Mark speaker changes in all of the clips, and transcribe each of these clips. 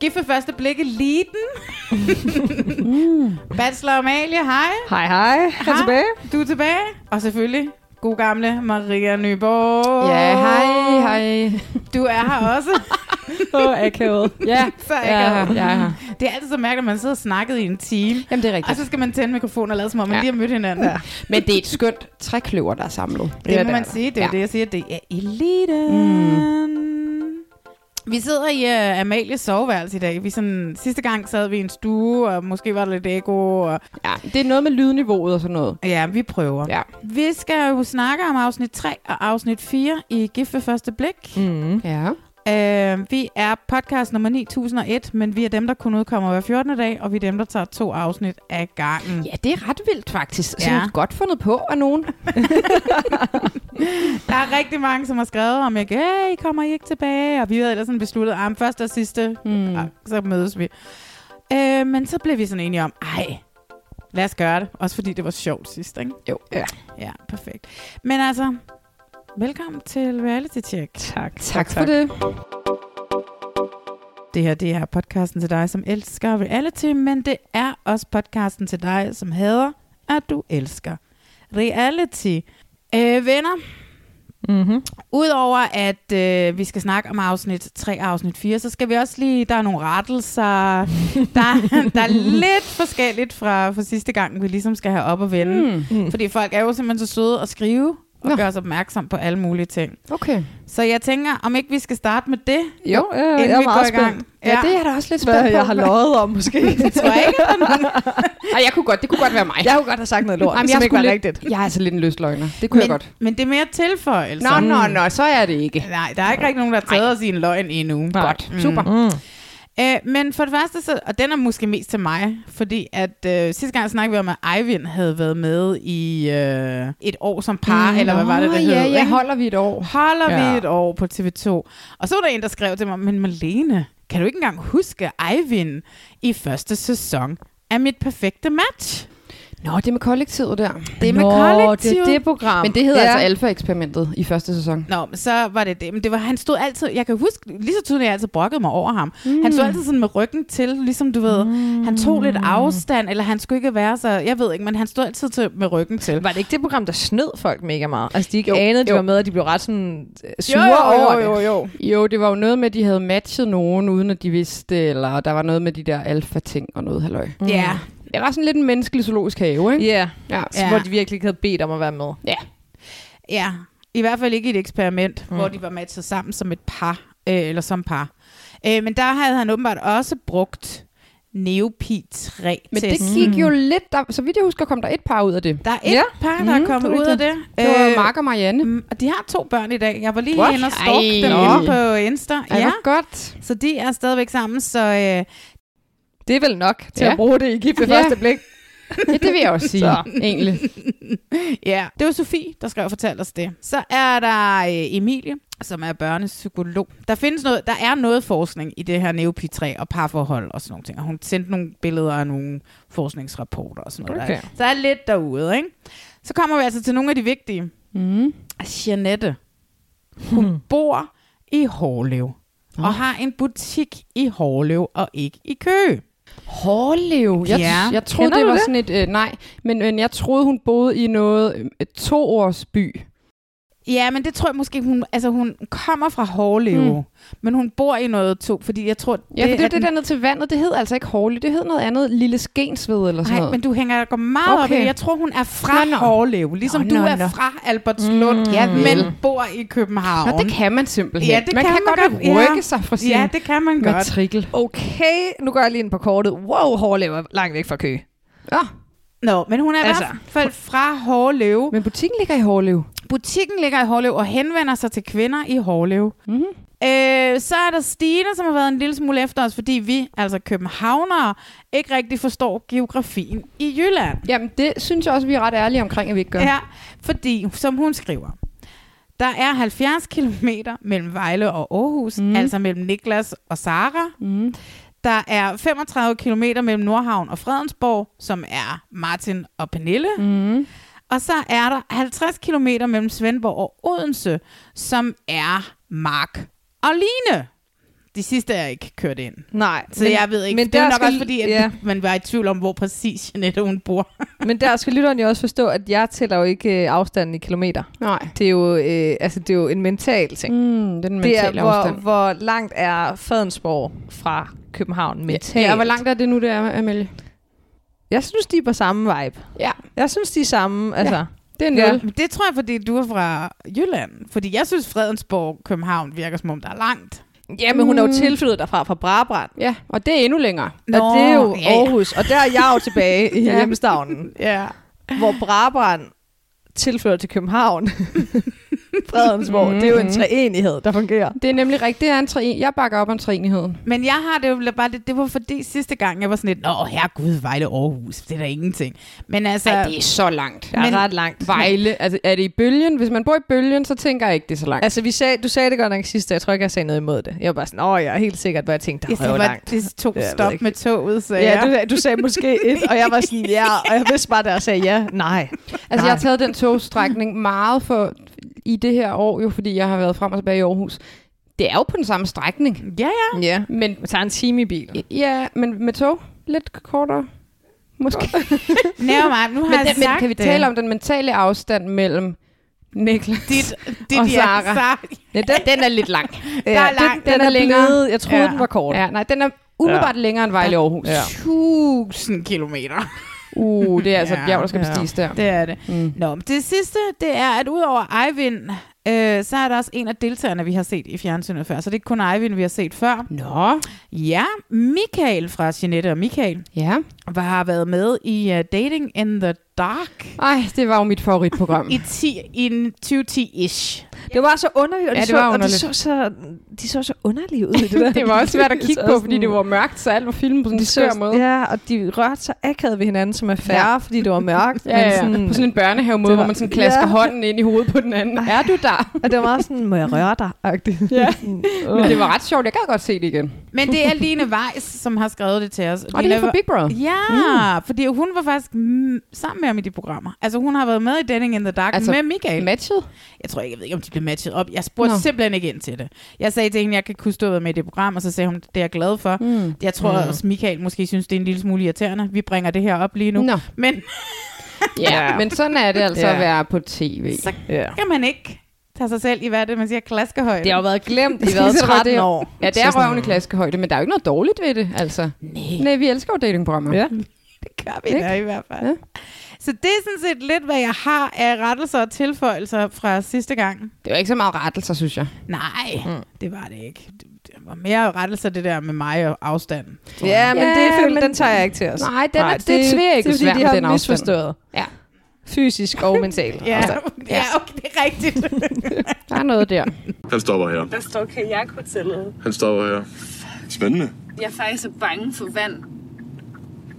Speaker 1: Gift ved første blik eliten. Bachelor Amalie, hej.
Speaker 2: Mm. Hej, hej. Jeg er tilbage.
Speaker 1: Du er tilbage. Og selvfølgelig god gamle Maria Nyborg.
Speaker 2: Ja, hej, hej.
Speaker 1: Du er her også.
Speaker 2: Åh, oh, akavet. Ja,
Speaker 1: Så
Speaker 2: jeg er her. Jeg er her.
Speaker 1: Det er altid så mærkeligt, at man sidder og snakker i en time.
Speaker 2: Jamen, det er
Speaker 1: Og
Speaker 2: rigtigt.
Speaker 1: så skal man tænde mikrofonen og lade som om, man
Speaker 2: Ja.
Speaker 1: lige har mødt hinanden. Ja.
Speaker 2: Men det er et skønt trækløver, der er samlet.
Speaker 1: Det ja, må man
Speaker 2: er
Speaker 1: sige. Det er ja.
Speaker 2: Ja.
Speaker 1: det, jeg siger. Det er eliten. Mm. Vi sidder i uh, Amalies soveværelse i dag. Vi sådan, sidste gang sad vi i en stue, og måske var der lidt ego. Og,
Speaker 2: Ja, det er noget med lydniveauet og sådan noget.
Speaker 1: ja, vi prøver.
Speaker 2: Ja.
Speaker 1: Vi skal jo snakke om afsnit 3 og afsnit 4 i Gift ved første blik. Mm.
Speaker 2: Ja.
Speaker 1: Uh, vi er podcast nummer 9001, men vi er dem, der kun udkommer hver 14. dag, og vi er dem, der tager to afsnit ad gangen.
Speaker 2: ja, det er ret vildt faktisk.
Speaker 1: Ja.
Speaker 2: Ja. Sådan godt fundet på af nogen.
Speaker 1: Der er rigtig mange, som har skrevet om, at hey, kommer I ikke tilbage? Og vi havde ellers sådan besluttet, at første og sidste, mm. så mødes vi. Øh, men så blev vi sådan enige om, ej, lad os gøre det. Også fordi det var sjovt sidst, ikke?
Speaker 2: Jo. Ja.
Speaker 1: Ja, perfekt. Men altså, velkommen til Reality Check. Tak.
Speaker 2: Tak for det.
Speaker 1: Det her, det er podcasten til dig, som elsker reality, men det er også podcasten til dig, som hader, at du elsker reality. Øh, venner,
Speaker 2: Mm-hmm.
Speaker 1: Udover at øh, vi skal snakke om afsnit 3 og afsnit 4, så skal vi også lige, der er nogle rettelser, der, der er lidt forskelligt fra, fra sidste gang, vi ligesom skal have op og vende. Mm.
Speaker 2: Mm.
Speaker 1: Fordi folk er jo simpelthen så søde at skrive og
Speaker 2: Nå.
Speaker 1: gøre os opmærksom på alle mulige ting.
Speaker 2: Okay.
Speaker 1: Så jeg tænker, om ikke vi skal starte med det,
Speaker 2: Jo, øh,
Speaker 1: inden
Speaker 2: jeg
Speaker 1: vi
Speaker 2: er meget
Speaker 1: går i gang.
Speaker 2: spændt. Ja. ja, det er jeg da også lidt spændt
Speaker 3: hvad
Speaker 2: på.
Speaker 3: jeg har løjet om, måske.
Speaker 1: det tror jeg ikke. der er nogen-
Speaker 2: Ej, jeg kunne godt, det kunne godt være mig.
Speaker 3: jeg kunne godt have sagt noget lort,
Speaker 2: Jamen,
Speaker 3: som ikke
Speaker 2: skulle
Speaker 3: var
Speaker 2: lidt,
Speaker 3: rigtigt.
Speaker 2: Jeg er altså lidt en løsløgner. Det kunne jeg godt.
Speaker 1: men, men det er mere tilføjelser.
Speaker 2: Nå, nå, nå, så er det ikke.
Speaker 1: Nej, der er ikke rigtig nogen, der har taget os i en løgn endnu.
Speaker 2: Godt. Super.
Speaker 3: Mm.
Speaker 1: Øh, men for det første, så, og den er måske mest til mig, fordi at øh, sidste gang snakkede vi om, at Eivind havde været med i øh, et år som par, mm, eller hvad var det, der
Speaker 2: Nå,
Speaker 1: hed?
Speaker 2: Ja, ja,
Speaker 1: ikke?
Speaker 2: holder vi et år.
Speaker 1: Holder ja. vi
Speaker 2: Ja.
Speaker 1: et år på TV2? Og så var der en, der skrev til mig, men Malene, kan du ikke engang huske Eivind i første sæson af Mit Perfekte Match?
Speaker 2: Nå, det med kollektivet der.
Speaker 1: Det er med
Speaker 3: Nå, det
Speaker 1: kollektiv.
Speaker 3: er det program.
Speaker 2: Men det hedder ja. altså alfa-eksperimentet i første sæson.
Speaker 1: Nå, men så var det det. Men det var, han stod altid, jeg kan huske, lige så tydeligt, jeg altid brokkede mig over ham. Mm. Han stod altid sådan med ryggen til, ligesom du ved, mm. han tog lidt afstand, eller han skulle ikke være så, jeg ved ikke, men han stod altid til, med ryggen til.
Speaker 3: Var det ikke det program, der snød folk mega meget? Altså, de ikke
Speaker 2: Jo,
Speaker 3: anede, de
Speaker 2: jo.
Speaker 3: var med, og de blev ret sådan øh, sure over det.
Speaker 1: jo.
Speaker 2: Jo, det var jo noget med, at de havde matchet nogen, uden at de vidste det, eller der var noget med de der alfa-ting og noget halløj.
Speaker 1: Mm. Ja,
Speaker 2: Det var sådan lidt en menneskelig zoologisk have, ikke?
Speaker 3: Ja,
Speaker 2: Ja.
Speaker 1: Ja.
Speaker 3: yeah. hvor de virkelig ikke havde bedt om at være med.
Speaker 1: ja. I hvert fald ikke i et eksperiment, mm. hvor de var matchet sammen som et par, øh, eller som par. Øh, men der havde han åbenbart også brugt Neopi 3
Speaker 2: Men det
Speaker 1: testen.
Speaker 2: gik jo lidt, der, så vidt jeg husker, kom der et par ud af det.
Speaker 1: Der er et
Speaker 3: Ja.
Speaker 1: par, der er
Speaker 2: Mm,
Speaker 1: kommet
Speaker 2: det er
Speaker 1: ud af det.
Speaker 2: Det var
Speaker 1: Øh,
Speaker 2: Mark og Marianne.
Speaker 1: Mm, og de har to børn i dag. Jeg var lige
Speaker 2: What?
Speaker 1: inde og stalke
Speaker 2: Ej,
Speaker 1: dem
Speaker 2: nå.
Speaker 1: inde på Insta.
Speaker 2: Ej,
Speaker 1: Ja,
Speaker 2: hvor godt.
Speaker 1: så de er stadigvæk sammen, så øh,
Speaker 3: Det er vel nok til
Speaker 2: Ja.
Speaker 3: at bruge det i gift ved
Speaker 2: Ja.
Speaker 3: første blik.
Speaker 2: Ja, det vil jeg også sige,
Speaker 3: Så.
Speaker 2: egentlig.
Speaker 1: ja. Det var Sofie, der skrev og fortalte os det. Så er der øh, Emilie, som er børnepsykolog. Der findes noget, der er noget forskning i det her neopy3 og parforhold og sådan nogle ting. Og hun sendte nogle billeder af nogle forskningsrapporter og sådan noget.
Speaker 3: Okay.
Speaker 1: Der. Så er lidt derude, ikke? Så kommer vi altså til nogle af de vigtige.
Speaker 2: Mm.
Speaker 1: Jeanette, hun bor i Hårlev og har en butik i Hårlev og ikke i Køge.
Speaker 2: Hårlev. Jeg,
Speaker 1: Ja.
Speaker 2: ja. jeg troede,
Speaker 4: Kender
Speaker 2: det
Speaker 4: du
Speaker 2: var
Speaker 4: det?
Speaker 2: sådan et... Øh, nej, men, men jeg troede, hun boede i noget øh, toårsby.
Speaker 1: Ja, men det tror jeg måske, hun, altså hun kommer fra Hårlev, mm. men hun bor i noget to, fordi jeg tror...
Speaker 2: Hmm. Ja, det, for det er
Speaker 1: at
Speaker 2: jo det der ned til vandet. Det hed altså ikke Hårlev. Det hed noget andet. Lille Skensved eller sådan
Speaker 1: Nej,
Speaker 2: noget.
Speaker 1: men du hænger dig meget okay. op i
Speaker 2: Okay.
Speaker 1: det. Jeg tror, hun er fra
Speaker 2: Nå, nå.
Speaker 1: Hårlev, ligesom
Speaker 2: Nå,
Speaker 1: du
Speaker 2: nå,
Speaker 1: er
Speaker 2: nå.
Speaker 1: fra Albertslund, mm.
Speaker 2: Ja, vel.
Speaker 1: men bor i København.
Speaker 2: Nå, det kan man simpelthen.
Speaker 1: Ja, det
Speaker 2: man
Speaker 1: kan
Speaker 2: kan,
Speaker 1: man
Speaker 2: godt,
Speaker 1: godt,
Speaker 2: at rykke
Speaker 1: ja.
Speaker 2: sig fra sin
Speaker 1: Ja, det kan man godt.
Speaker 2: matrikel.
Speaker 4: Okay, nu går jeg lige ind på kortet. Wow, Hårlev er langt væk fra Køge.
Speaker 2: Ja.
Speaker 1: Nå, men hun er altså. i
Speaker 4: Altså.
Speaker 1: hvert fald fra Hårlev.
Speaker 2: Men butikken ligger i Hårlev.
Speaker 1: Butikken ligger i Hårlev og henvender sig til kvinder i Hårlev.
Speaker 2: Mhm.
Speaker 1: Mm-hmm. Øh, så er der Stine, som har været en lille smule efter os, fordi vi, altså københavnere, ikke rigtig forstår geografien i Jylland.
Speaker 2: Jamen, det synes jeg også, vi er ret ærlige omkring, at vi ikke gør.
Speaker 1: Ja, fordi, som hun skriver, der er 70 km mellem Vejle og Aarhus, mm. altså mellem Niklas og Sara. Mm. Der er 35 km mellem Nordhavn og Fredensborg, som er Martin og Pernille. Mm. Og så er der 50 km mellem Svendborg og Odense, som er Mark og Line. De sidste er ikke kørt ind.
Speaker 4: Nej.
Speaker 1: Så men, jeg ved ikke,
Speaker 4: Men
Speaker 1: men det er
Speaker 4: der
Speaker 1: nok
Speaker 4: skal,
Speaker 1: også fordi, at
Speaker 4: ja,
Speaker 1: ja. man var i tvivl om, hvor præcis Jeanette hun bor.
Speaker 4: men der skal lytteren jo også forstå, at jeg tæller jo ikke øh, afstanden i kilometer.
Speaker 2: Nej.
Speaker 4: Det er jo, øh, altså, det er jo en mental ting.
Speaker 2: Mm, den
Speaker 4: det er,
Speaker 2: mentale
Speaker 4: hvor,
Speaker 2: afstand.
Speaker 4: hvor langt er Fredensborg fra København mentalt?
Speaker 2: Ja, hvor langt er det nu, det er, Amelie?
Speaker 4: Jeg synes, de er på samme vibe.
Speaker 2: Ja,
Speaker 4: Jeg synes, de er samme. Altså.
Speaker 2: det er nul.
Speaker 4: Ja.
Speaker 2: Ja.
Speaker 1: Men det tror jeg, fordi du er fra Jylland. Fordi jeg synes, Fredensborg, København virker som om, der er langt.
Speaker 4: Ja, men hun er jo tilflyttet derfra fra Brabrand.
Speaker 2: ja, og det er endnu længere.
Speaker 4: Nå, og det er jo
Speaker 1: ja, ja.
Speaker 4: Aarhus, og der er jeg jo tilbage i ja. hjemstavnen,
Speaker 1: Ja.
Speaker 4: hvor Brabrand tilflytter til København. Fredensborg, mm-hmm. det er jo en treenighed, der fungerer.
Speaker 2: Det er nemlig rigtigt, det er en træen. Jeg bakker op om træenigheden.
Speaker 1: Men jeg har det jo bare lidt, det var fordi sidste gang, jeg var sådan lidt, Nå, herregud, Vejle Aarhus, det er da ingenting. Men altså,
Speaker 2: Ej, det er så langt.
Speaker 4: Det er
Speaker 1: Men-
Speaker 4: men, ret langt.
Speaker 2: Vejle, altså er det i bølgen? Hvis man bor i bølgen, så tænker jeg ikke, det er så langt.
Speaker 4: Altså, vi sagde, du sagde det godt nok sidst, og jeg tror ikke, jeg sagde noget imod det. Jeg var bare sådan, åh, jeg er helt sikkert, hvor jeg tænkte,
Speaker 1: det,
Speaker 4: der var
Speaker 1: var,
Speaker 4: langt.
Speaker 1: det er to
Speaker 4: ved
Speaker 1: stop
Speaker 4: ikke.
Speaker 1: med toget, så
Speaker 4: Ja,
Speaker 1: jeg.
Speaker 4: du, sagde- du sagde måske et, og jeg var sådan, ja, og jeg vidste bare, da jeg sagde ja, nej.
Speaker 2: Altså, jeg har taget den togstrækning meget for i det her år, jo fordi jeg har været frem og tilbage i Aarhus. Det er jo på den samme strækning,
Speaker 1: ja, ja.
Speaker 4: Ja.
Speaker 2: men,
Speaker 4: Man tager en time i bilen.
Speaker 2: ja, men med tog lidt kortere. Måske.
Speaker 1: Never mind, nu har
Speaker 2: Men,
Speaker 1: jeg
Speaker 2: den,
Speaker 1: sagt
Speaker 2: men kan vi
Speaker 1: det.
Speaker 2: tale om den mentale afstand mellem Niklas
Speaker 1: dit, dit
Speaker 2: og
Speaker 1: ja,
Speaker 2: Sara?
Speaker 1: Sara.
Speaker 2: Ja, den, den er lidt lang.
Speaker 4: Ja,
Speaker 1: Der er
Speaker 4: den-
Speaker 1: langt.
Speaker 4: Den,
Speaker 2: Den
Speaker 4: er,
Speaker 2: er længere.
Speaker 4: blevet, jeg troede,
Speaker 1: Ja.
Speaker 4: ja. den var kort.
Speaker 2: Ja, nej, den er umiddelbart ja. længere end Vejle Aarhus. Ja.
Speaker 1: Tusind kilometer.
Speaker 2: Uh, det er altså et
Speaker 1: Ja,
Speaker 2: bjerg, der skal
Speaker 1: ja.
Speaker 2: bestiges der.
Speaker 1: Det er det. Mm. Nå, men det sidste, det er, at udover Eivind, øh, så er der også en af deltagerne, vi har set i fjernsynet før. Så det er ikke kun Eivind, vi har set før.
Speaker 2: Nå,
Speaker 1: Ja, Michael fra Jeanette og Michael
Speaker 2: ja.
Speaker 1: var, har været med i uh, Dating in the Dark
Speaker 2: Ej, det var jo mit favoritprogram.
Speaker 1: i, 10, i 2010-ish.
Speaker 4: Det var så underligt, og,
Speaker 2: Ja,
Speaker 4: de,
Speaker 2: det
Speaker 4: så,
Speaker 2: var
Speaker 4: og de,
Speaker 2: underligt.
Speaker 4: så, så, de så så underlige ud i det der.
Speaker 2: det var også svært at kigge
Speaker 4: Så
Speaker 2: på,
Speaker 4: sådan-
Speaker 2: fordi det var mørkt, så alt var filmet på sådan en
Speaker 4: de
Speaker 2: skør
Speaker 4: så,
Speaker 2: måde.
Speaker 4: Ja, og de rørte sig akavet ved hinanden, som er færre, ja. fordi det var mørkt.
Speaker 2: Ja, ja, ja.
Speaker 4: Men
Speaker 2: På
Speaker 4: sådan,
Speaker 2: sådan en børnehave måde,
Speaker 4: Det var-
Speaker 2: hvor man sådan klasker
Speaker 4: Ja.
Speaker 2: hånden ind i hovedet på den anden. Er du der?
Speaker 4: og det var meget sådan, må jeg røre dig? -agtigt.
Speaker 2: Ja. Men det var ret sjovt. Jeg gad godt se det igen.
Speaker 1: Men det er Line Weiss, som har skrevet det til os.
Speaker 2: Og det er fra Big Brother.
Speaker 1: Ja, mm. fordi hun var faktisk mm, sammen med ham i de programmer. Altså hun har været med i Dating in the Dark altså,
Speaker 2: Altså,
Speaker 1: med Michael.
Speaker 2: Matchet?
Speaker 1: Jeg tror ikke, jeg ved ikke, om de blev matchet op. Jeg spurgte
Speaker 2: Nå.
Speaker 1: simpelthen ikke ind til det. Jeg sagde til hende, jeg kan ikke huske, du har været med i det program, og så sagde hun, det er jeg glad for. Mm. Jeg tror mm. også, Michael måske synes, det er en lille smule irriterende. Vi bringer det her op lige nu.
Speaker 2: Nå.
Speaker 1: Men
Speaker 2: Ja, men sådan er det altså
Speaker 4: Ja.
Speaker 2: at være på tv.
Speaker 1: så
Speaker 4: Ja.
Speaker 1: kan man ikke tage sig selv i, hvad er det, man siger, klaskehøjde.
Speaker 4: Det har jo været glemt i
Speaker 2: Lige
Speaker 4: været
Speaker 2: så var
Speaker 4: 13
Speaker 2: det-
Speaker 4: år.
Speaker 2: Ja, det er røvende klaskehøjde, men der er jo ikke noget dårligt ved det, altså. Nej. Nej, vi elsker jo datingprogrammer.
Speaker 4: Ja.
Speaker 1: det gør vi da i hvert fald. Ja. Så det er sådan set lidt, hvad jeg har af rettelser og tilføjelser fra sidste gang.
Speaker 2: Det var ikke så meget rettelser, synes jeg.
Speaker 1: Nej, mm. det var det ikke. Det det var mere rettelser, det der med mig og afstanden.
Speaker 4: Ja, men,
Speaker 2: Ja,
Speaker 4: det, føler,
Speaker 2: men-
Speaker 4: den tager jeg ikke til os.
Speaker 2: Nej, den er- det er
Speaker 4: Det er
Speaker 2: tværæggesværm,
Speaker 4: fordi, de har
Speaker 2: den afstand.
Speaker 4: misforstået.
Speaker 2: Ja.
Speaker 4: Fysisk og mentalt.
Speaker 1: Ja,
Speaker 4: afstand.
Speaker 1: ja okay, det er rigtigt.
Speaker 2: Der er noget der.
Speaker 5: Han stopper her.
Speaker 6: Der står kajakhotellet.
Speaker 5: Han stopper her. Spændende.
Speaker 6: Jeg er faktisk så bange for vand.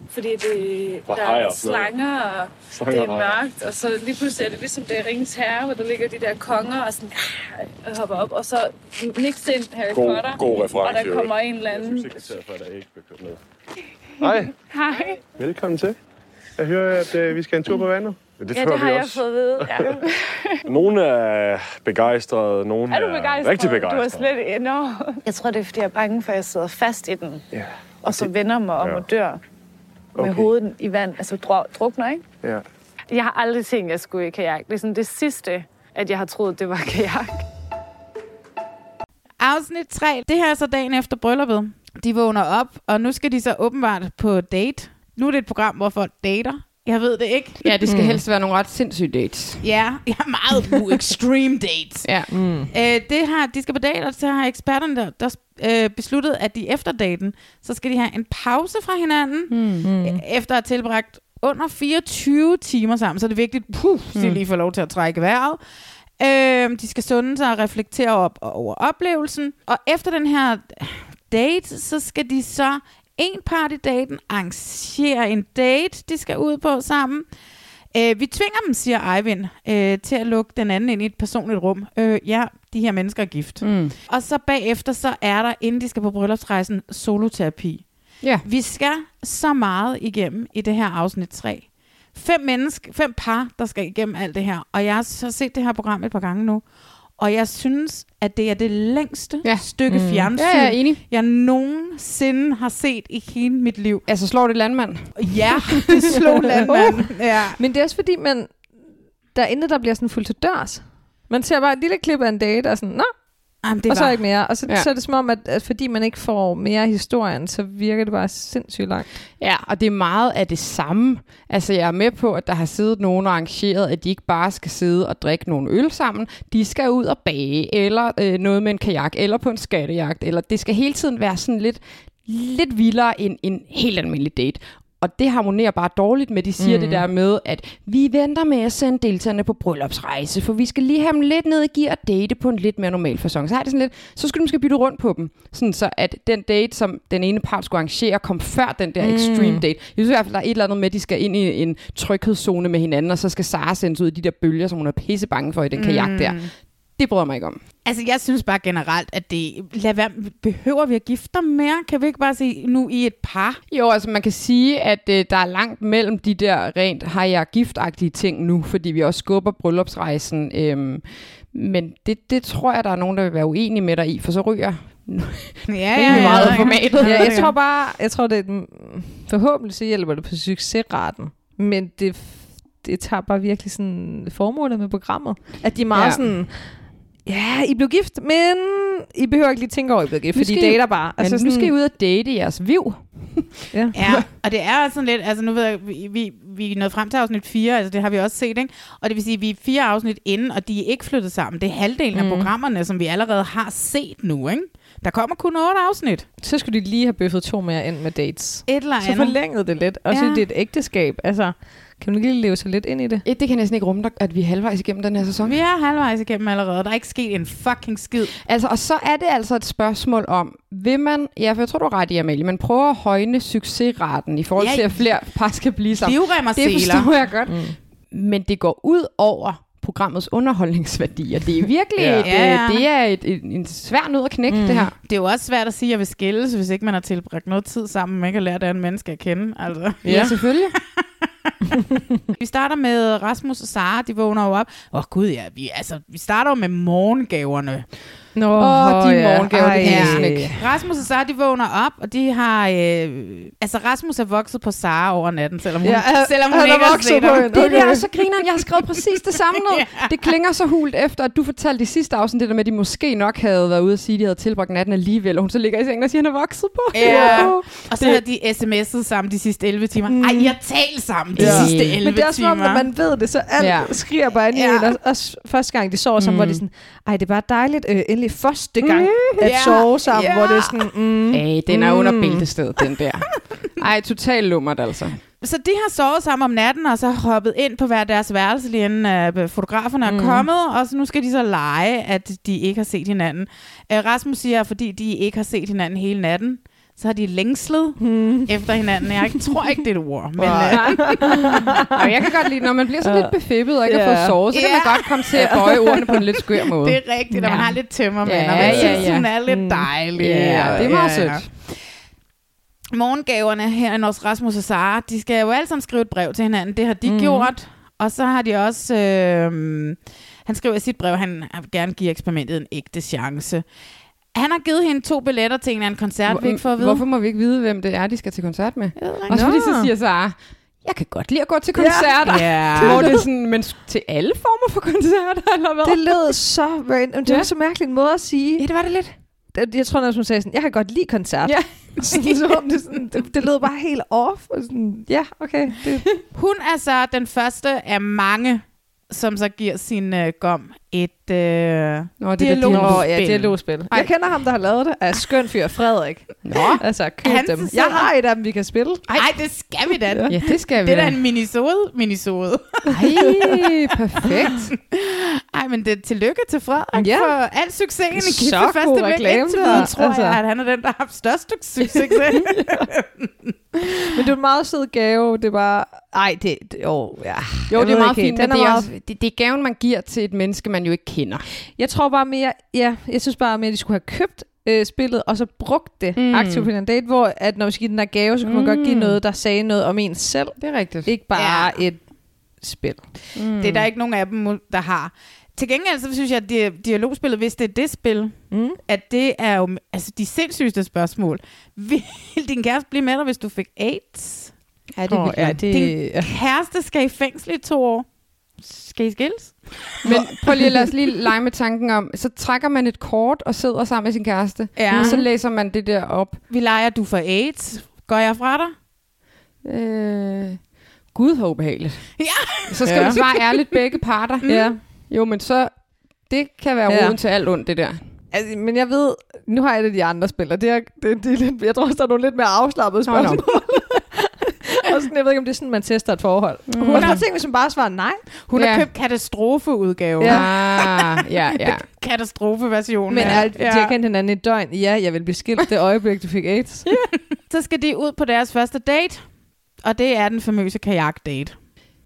Speaker 6: Fordi det,
Speaker 5: Hvor
Speaker 6: der
Speaker 5: hajer
Speaker 6: er
Speaker 5: og sådan noget.
Speaker 6: slanger, og
Speaker 5: Slanger
Speaker 6: det er
Speaker 5: og hajer.
Speaker 6: mørkt, og så lige pludselig er det ligesom, det er ringens herre, hvor der ligger de der konger, og sådan, ah, og hopper op, og så niks ind Harry
Speaker 5: God-
Speaker 6: Potter,
Speaker 5: god reference,
Speaker 6: og der
Speaker 5: i
Speaker 6: kommer en eller anden.
Speaker 5: sekretær for, at der ikke bliver kørt noget. Hej,
Speaker 6: Hej,
Speaker 5: velkommen til. Jeg hører, at øh, vi skal en tur på vandet. Ja, det,
Speaker 6: ja, det har jeg fået at vide. Ja.
Speaker 5: Nogle er begejstrede, nogle
Speaker 6: Er du begejstret?
Speaker 5: rigtig begejstrede.
Speaker 6: Du er slet ikke... No.
Speaker 7: Jeg tror, det er, fordi jeg er bange for, at jeg sidder fast i den.
Speaker 5: Ja.
Speaker 6: og så vender mig om
Speaker 8: Ja.
Speaker 6: og dør med
Speaker 8: Okay.
Speaker 6: hovedet i vand, altså dru- drukner, ikke?
Speaker 8: Ja.
Speaker 6: Jeg har aldrig tænkt, at jeg skulle i kajak. Det er sådan det sidste, at jeg har troet, det var kajak.
Speaker 1: Afsnit 3. Det her er så dagen efter brylluppet. De vågner op, og nu skal de så åbenbart på date. Nu er det et program, hvor folk dater. Jeg ved det ikke.
Speaker 2: Ja, det skal mm. helst være nogle ret sindssyge dates.
Speaker 1: Ja, ja meget u- extreme dates.
Speaker 2: Ja. Mm.
Speaker 1: Øh, det har, de skal på date, og så har eksperterne der, der øh, besluttet, at de efter daten, så skal de have en pause fra hinanden, mm. efter at have tilbragt under 24 timer sammen. Så er det vigtigt, puh, mm. de lige får lov til at trække vejret. Øh, de skal sunde sig og reflektere op og over oplevelsen. Og efter den her date, så skal de så en part i daten arrangere en date, de skal ud på sammen. Øh, vi tvinger dem, siger Eivind, øh, til at lukke den anden ind i et personligt rum. Øh, ja, de her mennesker er gift. Mm. Og så bagefter, så er der, inden de skal på bryllupsrejsen, soloterapi.
Speaker 2: Ja.
Speaker 1: Vi skal så meget igennem i det her afsnit 3. Fem mennesker, fem par, der skal igennem alt det her. Og jeg har så set det her program et par gange nu. Og jeg synes, at det er det længste ja.
Speaker 2: Ja.
Speaker 1: stykke mm. fjernsyn,
Speaker 2: Ja, jeg er enig.
Speaker 1: jeg nogensinde har set i hele mit liv.
Speaker 2: Altså slår det landmand.
Speaker 1: Ja, det slog landmanden. Ja.
Speaker 4: Men det er også fordi, man, der er intet, der bliver sådan fuldt til dørs. Man ser bare et lille klip af en date, og sådan, nå,
Speaker 1: Jamen, det
Speaker 4: og så
Speaker 1: var
Speaker 4: ikke mere. Og så,
Speaker 2: Ja.
Speaker 4: ja. så er det som om, at, at fordi man ikke får mere af historien, så virker det bare sindssygt langt.
Speaker 2: Ja, og det er meget af det samme. Altså, jeg er med på, at der har siddet nogen og arrangeret, at de ikke bare skal sidde og drikke nogle øl sammen. De skal ud og bage, eller øh, noget med en kajak, eller på en skattejagt. Eller det skal hele tiden være sådan lidt, lidt vildere end en helt almindelig date. Og det harmonerer bare dårligt med, de siger mm. det der med, at vi venter med at sende deltagerne på bryllupsrejse, for vi skal lige have dem lidt ned i gear og date på en lidt mere normal fasong. Så har det sådan lidt, så skulle de måske bytte rundt på dem, sådan så at den date, som den ene part skulle arrangere, kom før den der mm. extreme date. Jeg synes i hvert fald, der er et eller andet med, at de skal ind i en tryghedszone med hinanden, og så skal Sara sendes ud i de der bølger, som hun er pisse bange for i den kajak der. Det bryder jeg mig ikke om.
Speaker 1: Altså, jeg synes bare generelt, at det... Lad være, behøver vi at gifte dig mere? Kan vi ikke bare sige, nu i et par?
Speaker 2: Jo, altså man kan sige, at øh, der er langt mellem de der rent har jeg giftagtige ting nu, fordi vi også skubber bryllupsrejsen. Øhm, men det, det tror jeg, der er nogen, der vil være uenige med dig i, for så ryger
Speaker 1: Ja,
Speaker 2: ja, meget af
Speaker 4: Ja,
Speaker 2: formatet.
Speaker 4: jeg tror bare, jeg tror, det er den, forhåbentlig så hjælper det på succesraten, men det, det tager bare virkelig sådan formålet med programmet. At de er meget
Speaker 2: Ja.
Speaker 4: ja. sådan, ja, I blev gift, men I behøver ikke lige tænke over, at I blev gift,
Speaker 2: Nu
Speaker 4: fordi I
Speaker 2: skal I-
Speaker 4: dater bare.
Speaker 2: Altså, men nu skal I ud og date jeres viv.
Speaker 4: ja.
Speaker 1: Ja, og det er også sådan lidt, altså nu ved jeg, vi, vi, vi er nået frem til afsnit 4, altså det har vi også set, ikke? Og det vil sige, at vi er fire afsnit inde, og de er ikke flyttet sammen. Det er halvdelen mm. af programmerne, som vi allerede har set nu, ikke? Der kommer kun otte afsnit.
Speaker 4: Så skulle de lige have bøffet to mere ind med dates.
Speaker 1: Et eller
Speaker 4: Så
Speaker 1: andet.
Speaker 4: forlængede det lidt. Også
Speaker 1: Ja.
Speaker 4: ja. det er et ægteskab. Altså, kan man ikke lige leve sig lidt ind i det?
Speaker 2: Et, det kan jeg næsten ikke rumme, at vi er halvvejs igennem den her sæson.
Speaker 1: Vi er halvvejs igennem allerede. Der er ikke sket en fucking skid.
Speaker 2: Altså, og så er det altså et spørgsmål om, vil man, ja, for jeg tror, du har ret i, Amalie, man prøver at højne succesraten i forhold
Speaker 1: Ja,
Speaker 2: ja, til, at flere par skal blive sammen.
Speaker 1: Livrem og
Speaker 2: Det
Speaker 1: seler.
Speaker 2: forstår jeg godt. Mm. Men det går ud over programmets underholdningsværdi, og det er virkelig
Speaker 1: Ja.
Speaker 2: ja. Et,
Speaker 1: Ja, ja.
Speaker 2: øh, det er et, et, en svær nød at knække, mm. det her.
Speaker 1: Det er jo også svært at sige, at jeg vil skilles, hvis ikke man har tilbragt noget tid sammen, man ikke har lært af en menneske at kende. Altså.
Speaker 2: Ja, selvfølgelig.
Speaker 1: Vi starter med Rasmus og Sara, de vågner jo op. Åh oh, gud ja, vi, altså, vi starter jo med morgengaverne.
Speaker 4: Nå,
Speaker 2: Åh, de
Speaker 4: ja.
Speaker 2: morgengaver, det
Speaker 4: Ej.
Speaker 2: kan jeg næsten ikke.
Speaker 1: Rasmus og Sara, de vågner op, og de har... Øh, altså, Rasmus er vokset på Sara over natten, selvom hun,
Speaker 4: Ja,
Speaker 1: ja,
Speaker 4: han-
Speaker 1: selvom hun
Speaker 4: han er
Speaker 1: ikke har
Speaker 4: vokset
Speaker 1: set
Speaker 4: på
Speaker 1: ham.
Speaker 4: hende.
Speaker 2: Det
Speaker 4: Okay.
Speaker 2: okay. der, så griner jeg har skrevet præcis det samme ned.
Speaker 1: Ja.
Speaker 2: Det klinger så hult efter, at du fortalte i sidste afsnit, det der med, at de måske nok havde været ude og sige, at de havde tilbragt natten alligevel, og hun så ligger i sengen og siger, at han er vokset på.
Speaker 1: Ja.
Speaker 2: Wow.
Speaker 1: Og så har de sms'et sammen de sidste 11 timer. Mm. Ej, I har talt sammen de
Speaker 2: Ja.
Speaker 1: sidste 11 timer.
Speaker 4: Men det er også som om, når man ved det, så alt
Speaker 2: Ja.
Speaker 4: ja. skriger bare ind i
Speaker 1: Ja.
Speaker 4: ja. en. Og, og s- første gang, de sover sammen, mm. hvor det er sådan, ej, det er bare dejligt, øh, endelig første gang
Speaker 2: Mm-hmm.
Speaker 4: mm. at
Speaker 1: Ja.
Speaker 4: yeah. sove sammen,
Speaker 1: Ja.
Speaker 4: yeah. hvor det er sådan, mm.
Speaker 2: Ej, den er under bæltestedet, den der. Ej, total lummert altså.
Speaker 1: Så de har sovet sammen om natten, og så hoppet ind på hver deres værelse, lige inden øh, fotograferne mm. er kommet, og så nu skal de så lege, at de ikke har set hinanden. Øh, Rasmus siger, at fordi de ikke har set hinanden hele natten, så har de længslet mm. efter hinanden. Jeg ikke- tror ikke, det er et ord, men øh,
Speaker 2: Og jeg kan godt lide, når man bliver så lidt befippet og ikke har
Speaker 4: Ja.
Speaker 2: fået sovet, så kan man
Speaker 1: Ja.
Speaker 2: godt komme til at bøje ordene på en lidt skør måde.
Speaker 1: det er rigtigt, at man
Speaker 2: Ja.
Speaker 1: har lidt tømmermænd, og
Speaker 2: Ja,
Speaker 1: man
Speaker 2: ja,
Speaker 1: synes,
Speaker 2: ja. Mm.
Speaker 1: hun er lidt dejlig.
Speaker 2: Ja, det er meget sødt.
Speaker 1: Morgengaverne herinde hos Rasmus og Sara, de skal jo alle sammen skrive et brev til hinanden. Det har de
Speaker 2: Mhm.
Speaker 1: mm. gjort. Og så har de også... øhm, Øh, han skriver i sit brev, at han gerne giver eksperimentet en ægte chance. Han har givet hende to billetter til en eller anden koncert, vi ikke får at vide.
Speaker 2: Hvorfor må vi ikke vide, hvem det er, de skal til koncert med?
Speaker 1: ikke.
Speaker 2: Også fordi
Speaker 1: Nå.
Speaker 2: så siger Sara, jeg kan godt lide at gå til
Speaker 1: Ja.
Speaker 2: koncerter.
Speaker 1: Ja.
Speaker 2: Hvor det er sådan, men til alle former for koncerter, eller hvad?
Speaker 4: Det lød så random. Det
Speaker 2: Ja.
Speaker 4: var så mærkelig en måde at sige.
Speaker 2: Ja, det var det lidt.
Speaker 4: Det- Jeg tror, når hun sagde sådan, jeg kan godt lide koncert.
Speaker 2: Ja.
Speaker 4: Sådan, så om det, sådan, det, det, lød bare helt off. Og sådan, ja, okay. Det,
Speaker 1: Hun er så den første af mange, som så giver sin øh, gom et øh, Nå,
Speaker 2: det dialog.
Speaker 4: Nå, ja, dialogspil. Jeg kender ham, der har lavet det. Er skøn fyr, Frederik.
Speaker 2: Nå.
Speaker 4: Altså, køb
Speaker 1: Han
Speaker 4: dem.
Speaker 1: sidder-
Speaker 4: Jeg har et af dem, vi kan spille.
Speaker 1: Ej, det skal vi da.
Speaker 2: Ja, det skal
Speaker 1: Det
Speaker 2: vi
Speaker 1: er da
Speaker 2: da.
Speaker 1: en minisode, minisode.
Speaker 2: Ej, perfekt.
Speaker 1: Ej, men det er tillykke til Frederik
Speaker 4: Ja.
Speaker 1: ja. for al succesen i
Speaker 4: Så
Speaker 1: Gift ved første
Speaker 4: god
Speaker 1: blik.
Speaker 4: reklame,
Speaker 1: Indtil
Speaker 4: det der.
Speaker 1: videre tror altså.
Speaker 4: Altså.
Speaker 1: jeg, at han er den, der har haft størst succes. ikke?
Speaker 4: Men det er en meget sød gave. Det var... Ej, det... det åh, ja.
Speaker 2: Jo,
Speaker 4: Jeg
Speaker 2: det
Speaker 4: ved
Speaker 2: er meget
Speaker 4: ikke helt.
Speaker 2: fint, men
Speaker 4: Den
Speaker 2: det
Speaker 4: er
Speaker 2: er,
Speaker 4: meget
Speaker 2: også, det, det er gaven, man giver til et menneske, man jo ikke kender.
Speaker 4: Jeg tror bare mere, ja, jeg synes bare mere, at de skulle have købt øh, spillet, og så brugt det
Speaker 2: Mm.
Speaker 4: mm. aktivt på en date, hvor at når man skal give den der gave, så kunne mm. man godt give
Speaker 2: Mm.
Speaker 4: noget, der sagde noget om en selv.
Speaker 2: Det er rigtigt.
Speaker 4: Ikke bare ja. et spil.
Speaker 2: Mm.
Speaker 1: Det er der ikke nogen af dem, der har. Til gengæld så synes jeg, at dia- dialogspillet, hvis det er det spil,
Speaker 4: Mm.
Speaker 1: at det er jo altså, de sindssygeste spørgsmål. Vil din kæreste blive med dig, hvis du fik AIDS?
Speaker 4: Ja, det, oh, ja, det,
Speaker 1: Din
Speaker 4: det
Speaker 1: kæreste skal i fængsel i to år. Skal I skilles?
Speaker 2: Men prøv lige, lad os lige lege med tanken om, så trækker man et kort og sidder sammen med sin kæreste,
Speaker 1: Ja.
Speaker 2: og så læser man det der op.
Speaker 1: Vi leger, du for AIDS. Går jeg fra dig?
Speaker 2: Øh, Gud, hvor ubehageligt.
Speaker 1: Ja.
Speaker 2: Så skal
Speaker 4: Ja.
Speaker 2: ja. man svare ærligt begge parter.
Speaker 4: Mm. Ja.
Speaker 2: Jo, men så, det kan være
Speaker 4: Ja.
Speaker 2: roden til alt ondt, det der.
Speaker 4: Altså, men jeg ved, nu har jeg det de andre spil, og det er, det, det er lidt, jeg tror også, der er nogle lidt mere afslappede
Speaker 2: Nå, nå.
Speaker 4: spørgsmål. og sådan, jeg ved ikke, om det er sådan, man tester et forhold. Mm. Og så tænker hvis man bare svarer nej.
Speaker 1: Hun
Speaker 2: Ja.
Speaker 1: har købt katastrofeudgaven.
Speaker 2: Ja. Ah, ja, ja.
Speaker 1: Katastrofeversionen.
Speaker 4: Men
Speaker 1: af-
Speaker 4: ja. de har kendt hinanden i et døgn. Ja, jeg vil blive skilt det øjeblik, du fik AIDS.
Speaker 1: Så skal de ud på deres første date, og det er den famøse kajakdate.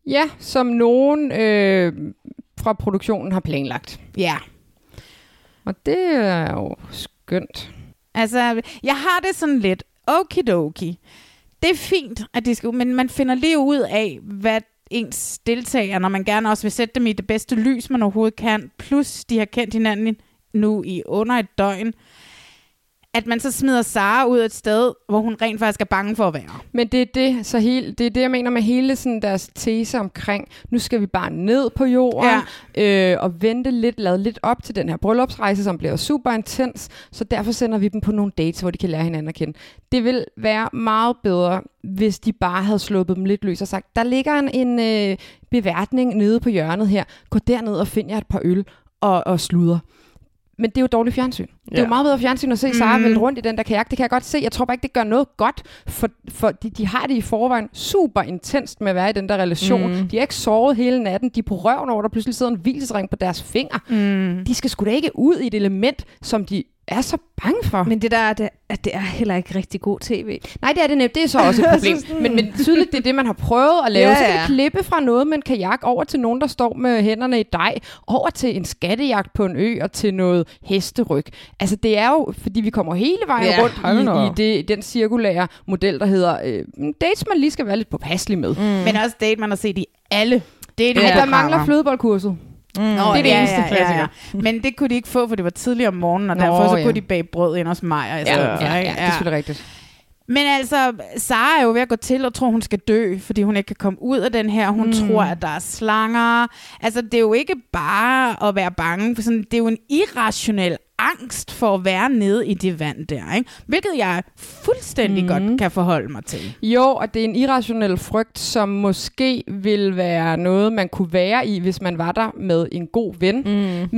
Speaker 2: Ja, som nogen øh, fra produktionen har planlagt.
Speaker 1: Ja.
Speaker 2: Og det er jo skønt.
Speaker 1: Altså, jeg har det sådan lidt okidoki. Det er fint, at de skal ud, men man finder lige ud af, hvad ens deltager, når man gerne også vil sætte dem i det bedste lys, man overhovedet kan, plus de har kendt hinanden nu i under et døgn, at man så smider Sara ud et sted, hvor hun rent faktisk er bange for at være.
Speaker 2: Men det er det, så hele, det er det, jeg mener med hele sådan deres tese omkring, nu skal vi bare ned på jorden ja. øh, og vente lidt, lade lidt op til den her bryllupsrejse, som bliver super intens, så derfor sender vi dem på nogle dates, hvor de kan lære hinanden at kende. Det vil være meget bedre, hvis de bare havde sluppet dem lidt løs og sagt, der ligger en, en øh, beværtning nede på hjørnet her, gå derned og find jer et par øl og, og sludder. Men det er jo dårligt fjernsyn. Det er jo
Speaker 4: Ja.
Speaker 2: meget bedre fjernsyn at se Sara
Speaker 1: Mm.
Speaker 2: mm. rundt i den der kajak. Det kan jeg godt se. Jeg tror bare ikke, det gør noget godt, for, for de, de har det i forvejen super intenst med at være i den der relation.
Speaker 4: Mm.
Speaker 2: Mm. De har ikke sovet hele natten. De er på røven over, der pludselig sidder en hvilesring på deres finger.
Speaker 1: Mm.
Speaker 2: De skal sgu da ikke ud i et element, som de er så bange for. Men,
Speaker 4: Men det der er, det, at det er heller ikke rigtig god tv.
Speaker 2: nej, det er det nemt. Det er så også et problem. men, men tydeligt, det er det, man har prøvet at lave.
Speaker 4: Ja,
Speaker 2: Ja, så kan
Speaker 4: ja.
Speaker 2: de klippe fra noget med en kajak over til nogen, der står med hænderne i dej, over til en skattejagt på en ø og til noget hesteryg. Altså det er jo, fordi vi kommer hele vejen
Speaker 4: Ja,
Speaker 2: ja,
Speaker 4: hold nu
Speaker 2: rundt
Speaker 4: op.
Speaker 2: i, i det, den cirkulære model, der hedder øh, dates, man lige skal være lidt påpasselig med. Mm.
Speaker 1: Men også date, man har set i alle det
Speaker 2: Ej, der mangler flødeboldkurset.
Speaker 1: Nå, det
Speaker 2: er det eneste klassiker.
Speaker 1: Men det kunne de ikke få, for det var tidligere om morgenen, og
Speaker 2: Nå,
Speaker 1: derfor så
Speaker 2: ja.
Speaker 1: kunne de bage brød ind hos Maja. i
Speaker 2: Ja,
Speaker 1: stedet
Speaker 2: ja,
Speaker 1: for,
Speaker 2: ja,
Speaker 1: ikke?
Speaker 2: ja, det er selvfølgelig rigtigt.
Speaker 1: Men altså, Sara er jo ved at gå til og tror, hun skal dø, fordi hun ikke kan komme ud af den her. Hun mm. tror, at der er slanger. Altså, det er jo ikke bare at være bange. For sådan, det er jo en irrationel angst for at være nede i det vand der, ikke? Hvilket jeg fuldstændig mm. godt kan forholde mig til.
Speaker 2: Jo, og det er en irrationel frygt, som måske vil være noget, man kunne være i, hvis man var der med en god ven. Mm.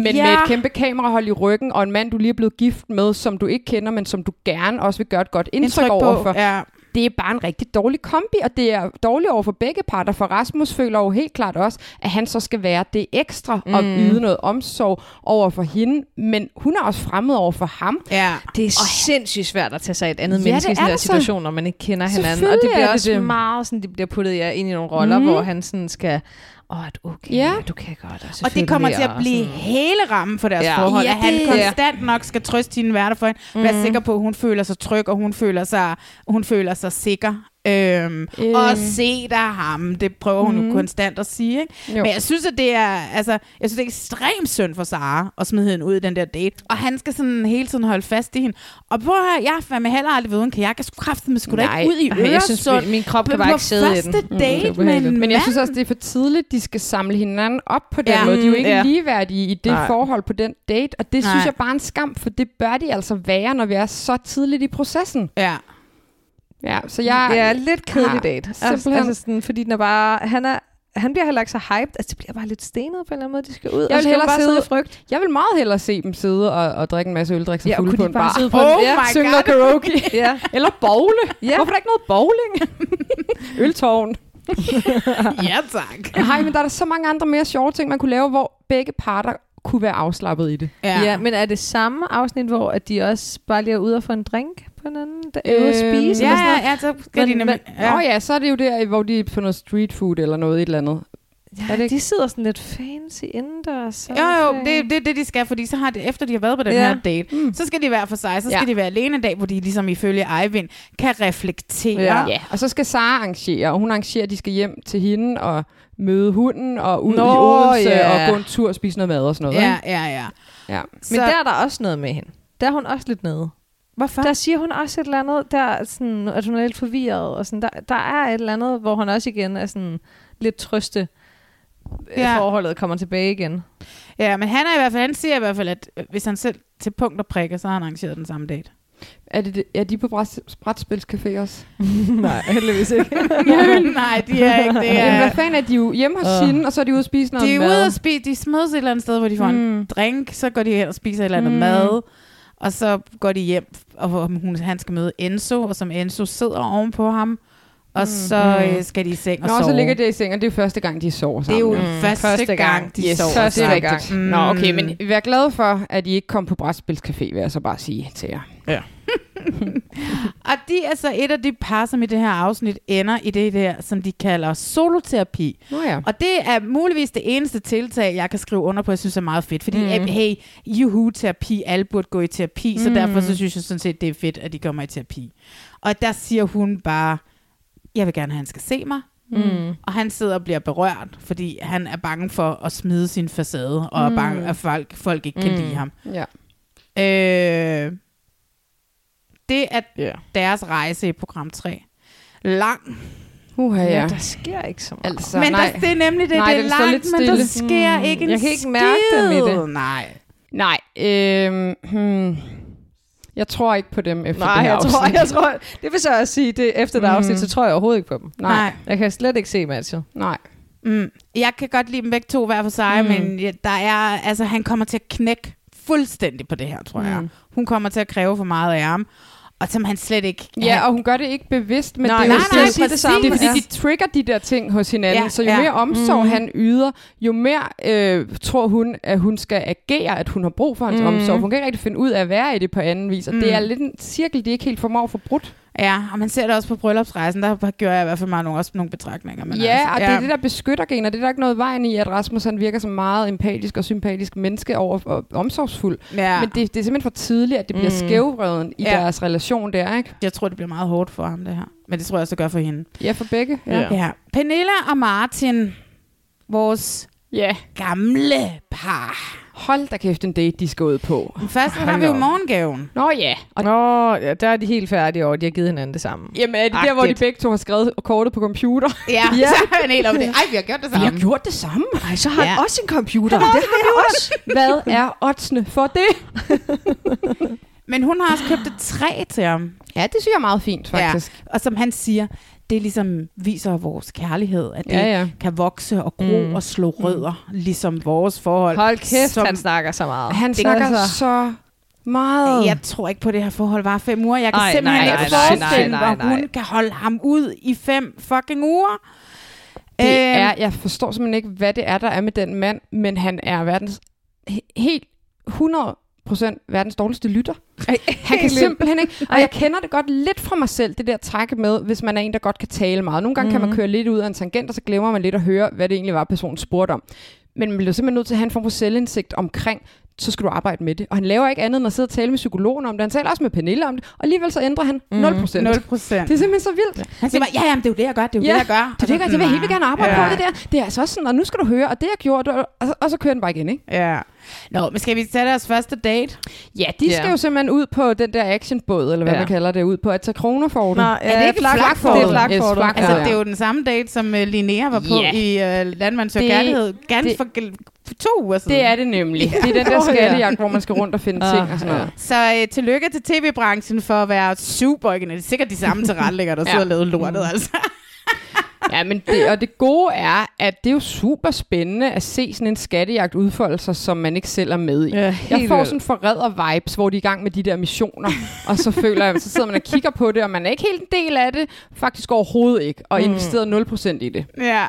Speaker 2: Men
Speaker 1: Ja.
Speaker 2: med et kæmpe kamerahold i ryggen, og en mand, du lige er blevet gift med, som du ikke kender, men som du gerne også vil gøre et godt indtryk, indtryk overfor.
Speaker 1: Ja.
Speaker 2: det er bare en rigtig dårlig kombi, og det er dårligt over for begge parter, for Rasmus føler jo helt klart også, at han så skal være det ekstra mm. og yde noget omsorg over for hende, men hun er også fremmed over for ham.
Speaker 1: ja.
Speaker 4: Det er sindssygt svært at tage sig et andet
Speaker 2: Ja,
Speaker 4: ja, menneske i
Speaker 2: det
Speaker 4: sådan
Speaker 2: er
Speaker 4: der
Speaker 2: det så.
Speaker 4: situation, når man ikke kender hinanden. Og
Speaker 2: Selvfølgelig
Speaker 4: det bliver
Speaker 2: er det
Speaker 4: også
Speaker 2: det. Mhm.
Speaker 4: meget sådan, det bliver puttet ja, ind i nogle roller, mm. hvor han sådan skal, åh, oh, okay,
Speaker 2: Ja.
Speaker 4: ja. du kan godt. Og,
Speaker 1: Og det kommer til at
Speaker 4: selvfølgelig,
Speaker 1: blive
Speaker 4: og sådan-
Speaker 1: hele rammen for deres
Speaker 4: Ja.
Speaker 1: ja. forhold.
Speaker 2: Ja,
Speaker 1: Ja, at han
Speaker 2: det- Mhm.
Speaker 1: konstant nok skal trøste sine værter for hende. Vær sikker på, at hun føler sig tryg, og hun føler sig, hun føler sig sikker. Øhm,
Speaker 2: Øh.
Speaker 1: øh. Og se der ham, det prøver hun mm.
Speaker 2: Mhm.
Speaker 1: jo konstant at sige. Ikke?
Speaker 2: Jo.
Speaker 1: Men jeg synes, at det er, altså, jeg synes, det er ekstremt synd for Sara at smide hende ud i den der date. Og han skal sådan hele tiden holde fast i hende. Og prøv at høre, jeg har fandme heller aldrig ved en kajak. Jeg skulle kraftedeme sgu da
Speaker 4: Nej,
Speaker 1: ikke ud i
Speaker 4: nej, jeg synes,
Speaker 1: Øresund.
Speaker 4: min- min krop kan
Speaker 1: på-
Speaker 4: bare ikke sidde i den.
Speaker 1: På første
Speaker 4: Mm,
Speaker 1: date
Speaker 4: det er
Speaker 1: med en
Speaker 4: ubehageligt.
Speaker 2: Men jeg synes
Speaker 1: mand.
Speaker 2: også, det er for tidligt, de skal samle hinanden op på den ja.
Speaker 1: Ja.
Speaker 2: måde. De er jo ikke ja.
Speaker 1: Ja.
Speaker 2: ligeværdige i det Nej.
Speaker 1: Nej.
Speaker 2: forhold på den date, og det Nej.
Speaker 1: Nej.
Speaker 2: synes jeg bare er en skam, for det bør de altså være, når vi er så tidligt i processen.
Speaker 1: Ja.
Speaker 2: Ja, så jeg
Speaker 4: Det er lidt
Speaker 2: har
Speaker 4: kedelig date. Altså,
Speaker 2: Simpelthen.
Speaker 4: altså sådan, fordi den er bare, han, er, han bliver heller ikke så hyped. Altså, det bliver bare lidt stenet på en eller anden måde. De skal ud, og
Speaker 2: jeg
Speaker 4: skal
Speaker 2: vil,
Speaker 4: jo
Speaker 2: hellere
Speaker 4: bare
Speaker 2: sidde,
Speaker 4: i frygt.
Speaker 2: jeg vil meget hellere se dem sidde og, og drikke en masse øl, drikke sig
Speaker 4: Ja,
Speaker 2: ja,
Speaker 4: og
Speaker 2: fulde
Speaker 4: kunne
Speaker 2: på
Speaker 4: de
Speaker 2: en
Speaker 4: bare
Speaker 2: bar.
Speaker 4: sidde på en-
Speaker 2: oh
Speaker 4: Ja.
Speaker 2: my synge noget karaoke.
Speaker 4: Ja.
Speaker 2: Eller bowle.
Speaker 4: Ja.
Speaker 2: Hvorfor er der ikke noget bowling? Øltårn.
Speaker 1: ja, tak.
Speaker 2: Hej, men der er der så mange andre mere sjove ting, man kunne lave, hvor begge parter kunne være afslappet i det.
Speaker 4: Ja.
Speaker 1: Ja.
Speaker 4: ja, men er det samme afsnit, hvor at de også bare lige er ude og få en drink på en anden? Der er ude at
Speaker 2: Øhm,
Speaker 4: spise?
Speaker 1: Ja,
Speaker 4: eller sådan noget?
Speaker 1: ja, ja, så skal
Speaker 4: Men-
Speaker 1: de nemlig...
Speaker 2: Ja. Nå ja, så er det jo der, hvor de er på noget street food eller noget et eller andet.
Speaker 4: Ja,
Speaker 2: Er det
Speaker 4: det
Speaker 2: ikke-
Speaker 4: de sidder sådan lidt fancy indendørs.
Speaker 1: Jo, jo, det er det, er det, de skal, fordi så har det, efter de har været på den
Speaker 4: Ja.
Speaker 1: ja. her date, mm. så skal de være for sig, så skal
Speaker 2: Ja.
Speaker 1: ja. de være alene en dag, hvor de ligesom ifølge Eivind kan reflektere.
Speaker 4: Ja.
Speaker 1: Ja.
Speaker 2: Ja, og så skal Sara arrangere, og hun arrangerer, at de skal hjem til hende og møde hunden og ud Nå, i
Speaker 4: Nå,
Speaker 2: Odense
Speaker 4: ja.
Speaker 2: og gå en tur og spise noget mad og sådan noget.
Speaker 1: Ja,
Speaker 2: ikke?
Speaker 1: ja, ja.
Speaker 2: ja.
Speaker 4: Men
Speaker 1: Så-
Speaker 4: der er der også noget med hende. Der er hun også lidt nede.
Speaker 1: Hvorfor?
Speaker 4: Der siger hun også et eller andet, der er sådan, at hun er lidt forvirret. Og sådan, der, der er et eller andet, hvor hun også igen er sådan lidt trøste. Ja.
Speaker 1: Ja.
Speaker 4: Forholdet kommer tilbage igen.
Speaker 1: Ja, men han er i hvert fald, han siger i hvert fald, at øh, hvis han selv til punkt og prikker, så har han arrangeret den samme date.
Speaker 2: Er, det, det- er de på Bræts- Brætspilscafé også?
Speaker 4: Nej, heldigvis ikke.
Speaker 1: Nej, de er ikke det.
Speaker 2: Ja. Jamen, hvad
Speaker 1: Er.
Speaker 2: fanden er de jo hjemme hos
Speaker 4: Åh.
Speaker 2: uh. sine, og så er de ude og spise noget
Speaker 1: Øh. De er
Speaker 2: mad?
Speaker 1: ude og spise, de smides et eller andet sted, hvor de får mm.
Speaker 2: Mm.
Speaker 1: en drink, så går de hen og spiser et eller andet
Speaker 2: Mm.
Speaker 1: mm. mad, og så går de hjem, og hvor hun, han skal møde Enzo, og som Enzo sidder ovenpå ham, og mm. så øh, skal de i seng og
Speaker 2: Nå,
Speaker 1: sove.
Speaker 2: så ligger det i sengen, og det er første gang, de sover
Speaker 1: Det er
Speaker 2: sammen.
Speaker 1: jo
Speaker 2: ikke?
Speaker 1: mm. første,
Speaker 4: Første
Speaker 1: første
Speaker 4: gang,
Speaker 1: gang, de
Speaker 2: yes,
Speaker 1: sover
Speaker 2: første
Speaker 1: sammen.
Speaker 2: gang.
Speaker 1: Mm.
Speaker 2: Nå, okay, men vær glad for, at I ikke kom på Brætspilscafé, vil jeg så bare sige til jer.
Speaker 1: Og de er så et af de par, som i det her afsnit ender i det der, som de kalder soloterapi.
Speaker 2: Nå ja.
Speaker 1: Og det er muligvis det eneste tiltag, jeg kan skrive under på, jeg synes er meget fedt. Fordi, mm. hey, juhu-terapi, alle burde gå i terapi, så derfor så synes jeg sådan set, det er fedt, at de kommer i terapi. Og der siger hun bare, jeg vil gerne have, at han skal se mig. Mm. Og han sidder og bliver berørt, fordi han er bange for at smide sin facade, og er bange, at folk, folk ikke kan
Speaker 2: Mm.
Speaker 1: lide ham.
Speaker 2: ja.
Speaker 1: Øh, det er
Speaker 4: Ja.
Speaker 1: deres rejse i program 3. Lang.
Speaker 2: Uha, ja.
Speaker 4: ja. Der sker ikke så meget.
Speaker 2: Altså,
Speaker 1: men
Speaker 2: nej.
Speaker 1: der, det er nemlig det,
Speaker 2: Nej,
Speaker 1: det
Speaker 2: den
Speaker 1: er
Speaker 2: står
Speaker 1: langt,
Speaker 2: lidt
Speaker 1: men der
Speaker 2: stille.
Speaker 1: sker
Speaker 4: Mm.
Speaker 1: mm. ikke en
Speaker 4: Jeg kan ikke mærke dem i
Speaker 1: skid.
Speaker 4: det.
Speaker 1: Nej.
Speaker 2: Nej, øhm, hmm. jeg tror ikke på dem efter
Speaker 4: Nej,
Speaker 2: det her
Speaker 4: jeg tror,
Speaker 2: afsnit.
Speaker 4: jeg tror, det vil så også sige, det efter det afsnit, så tror jeg overhovedet ikke på dem.
Speaker 2: Nej, nej.
Speaker 1: Nej.
Speaker 4: Jeg kan slet ikke se matchet.
Speaker 2: nej.
Speaker 1: Mm. Jeg kan godt lide dem begge to hver for sig,
Speaker 2: Mm.
Speaker 1: mm. men ja, der er, altså, han kommer til at knække fuldstændig på det her, tror mm. jeg.
Speaker 2: Mm.
Speaker 1: Hun kommer til at kræve for meget af ham, og som han slet ikke...
Speaker 2: Ja,
Speaker 1: han,
Speaker 2: og hun gør det ikke bevidst, men
Speaker 4: Nej,
Speaker 2: det er
Speaker 1: nej,
Speaker 2: jo
Speaker 1: nej,
Speaker 2: slet-
Speaker 1: præcis.
Speaker 2: det, samme. det er fordi,
Speaker 4: Ja.
Speaker 2: de trigger de der ting hos hinanden, ja,
Speaker 1: Ja,
Speaker 2: så jo ja.
Speaker 1: ja.
Speaker 2: mere omsorg mm. han yder, jo mere øh, tror hun, at hun skal agere, at hun har brug for hans mm.
Speaker 4: Mm.
Speaker 2: omsorg. Hun kan ikke rigtig finde ud af at være i det på anden vis, og mm.
Speaker 1: Mm.
Speaker 2: det er lidt en cirkel, de ikke helt formår at få brudt.
Speaker 1: ja, og man ser det også på bryllupsrejsen, der gjorde jeg i hvert fald mig nogle, også nogle betragtninger. Men
Speaker 2: Men ja,
Speaker 1: altså,
Speaker 2: og det er det der beskyttergen, og det er der ikke noget vejen i, at Rasmus han virker som meget empatisk og sympatisk menneske over, og omsorgsfuld.
Speaker 1: Ja.
Speaker 2: Men det, det er simpelthen for tidligt, at det bliver mm. skævreden i ja.
Speaker 1: Ja.
Speaker 2: deres relation der, ikke?
Speaker 1: Jeg tror, det bliver meget hårdt for ham, det her. Men det tror jeg også, det gør for hende.
Speaker 2: Ja, for begge.
Speaker 4: Ja.
Speaker 1: Ja. Pernilla og Martin, vores
Speaker 2: ja.
Speaker 1: gamle par.
Speaker 2: Hold da kæft en date, de skal ud på.
Speaker 1: Først har vi jo morgengaven.
Speaker 2: Nå ja. Og,
Speaker 4: Nå, ja, der er de helt færdige over, de har givet hinanden det samme.
Speaker 2: jamen, er det der, hvor de
Speaker 4: Agtigt.
Speaker 2: begge to har skrevet kortet på computer?
Speaker 1: Ja,
Speaker 4: Ja.
Speaker 1: så er han helt om det. Ej, vi har gjort det
Speaker 2: Vi
Speaker 1: samme.
Speaker 2: har gjort det samme.
Speaker 4: Ej, så har
Speaker 1: Ja.
Speaker 4: han også en computer. Det har jeg også.
Speaker 2: Hvad er oddsene for det?
Speaker 1: Men hun har også købt et træ til ham.
Speaker 2: Ja, det synes jeg er meget fint, faktisk.
Speaker 1: Ja. Og som han siger, det ligesom viser vores kærlighed, at det
Speaker 2: Ja, ja.
Speaker 1: kan vokse og gro mm. og slå rødder, ligesom vores forhold.
Speaker 4: Hold kæft, som...
Speaker 1: som,
Speaker 4: han snakker så meget.
Speaker 2: Han
Speaker 4: Det-
Speaker 2: snakker
Speaker 4: Altså,
Speaker 2: så meget.
Speaker 1: Jeg tror ikke på, at det her forhold var fem uger. Jeg kan
Speaker 4: Ej,
Speaker 1: simpelthen
Speaker 4: nej,
Speaker 1: ikke
Speaker 4: nej, nej,
Speaker 1: forestille
Speaker 4: nej, nej,
Speaker 1: mig,
Speaker 4: nej.
Speaker 1: hun kan holde ham ud i fem fucking uger.
Speaker 2: Det
Speaker 1: Øhm,
Speaker 2: er, jeg forstår simpelthen ikke, hvad det er, der er med den mand, men han er verdens he- helt 100 verdens dårligste lytter. Han kan
Speaker 4: helt
Speaker 2: simpelthen ikke, og jeg kender det godt lidt fra mig selv, det der trække med, hvis man er en, der godt kan tale meget. Nogle gange mm-hmm. kan man køre lidt ud af en tangent, og så glemmer man lidt at høre, hvad det egentlig var, personen spurgte om. Men man bliver simpelthen nødt til at have en form for selvindsigt omkring, så skal du arbejde med det. Og han laver ikke andet end at sidde og tale med psykologen om det. Han taler også med Pernille om det. Og alligevel så ændrer han 0%.
Speaker 1: 0%.
Speaker 2: Det er simpelthen så vildt.
Speaker 1: Han siger bare, ja, jamen, det er jo det, jeg gør, det er jo det, jeg gør.
Speaker 2: Det, er det, jeg gør.
Speaker 1: Og så
Speaker 2: det vil jeg helt
Speaker 1: sådan,
Speaker 2: vildt gerne arbejde
Speaker 1: "Ah,
Speaker 2: ja. på, det der. Det er altså også sådan, og nu skal du høre, og det jeg gjorde, og, og, og så kører den bare igen, ikke?
Speaker 1: Ja. Nå, men skal vi tage deres første date?
Speaker 2: Ja, de
Speaker 1: Ja.
Speaker 2: skal jo simpelthen ud på den der actionbåd, eller hvad
Speaker 1: Ja.
Speaker 2: man kalder det, ud på at tage kroner for
Speaker 1: Nå, er det ikke flak, flakfortet?
Speaker 2: Det er flakfortet.
Speaker 1: Altså, det er jo den samme date, som øh, Linnea var på
Speaker 2: Ja.
Speaker 1: i uh, Landmand Søger
Speaker 2: Det-
Speaker 1: Kærlighed. Ganske
Speaker 2: det-
Speaker 1: for, for to uger siden.
Speaker 2: Det er det nemlig. Det er den der skattejagt, hvor man skal rundt og finde
Speaker 1: Ah,
Speaker 2: ting og sådan noget.
Speaker 1: Så øh, tillykke til tv-branchen for at være super original. Det er sikkert de samme tilrettelæggere, der
Speaker 2: Ja. Mm.
Speaker 1: sidder og lavet lortet, altså.
Speaker 2: Ja, men det, og det gode er, at det er jo super spændende at se sådan en skattejagt udfolde sig, som man ikke selv er med i.
Speaker 4: Ja,
Speaker 2: jeg
Speaker 4: helt
Speaker 2: får
Speaker 4: vildt.
Speaker 2: sådan forræder vibes, hvor de er i gang med de der missioner, og så føler jeg, så sidder man og kigger på det, og man er ikke helt en del af det, faktisk overhovedet ikke, og
Speaker 1: Mm.
Speaker 2: investerer 0% i det.
Speaker 1: Ja.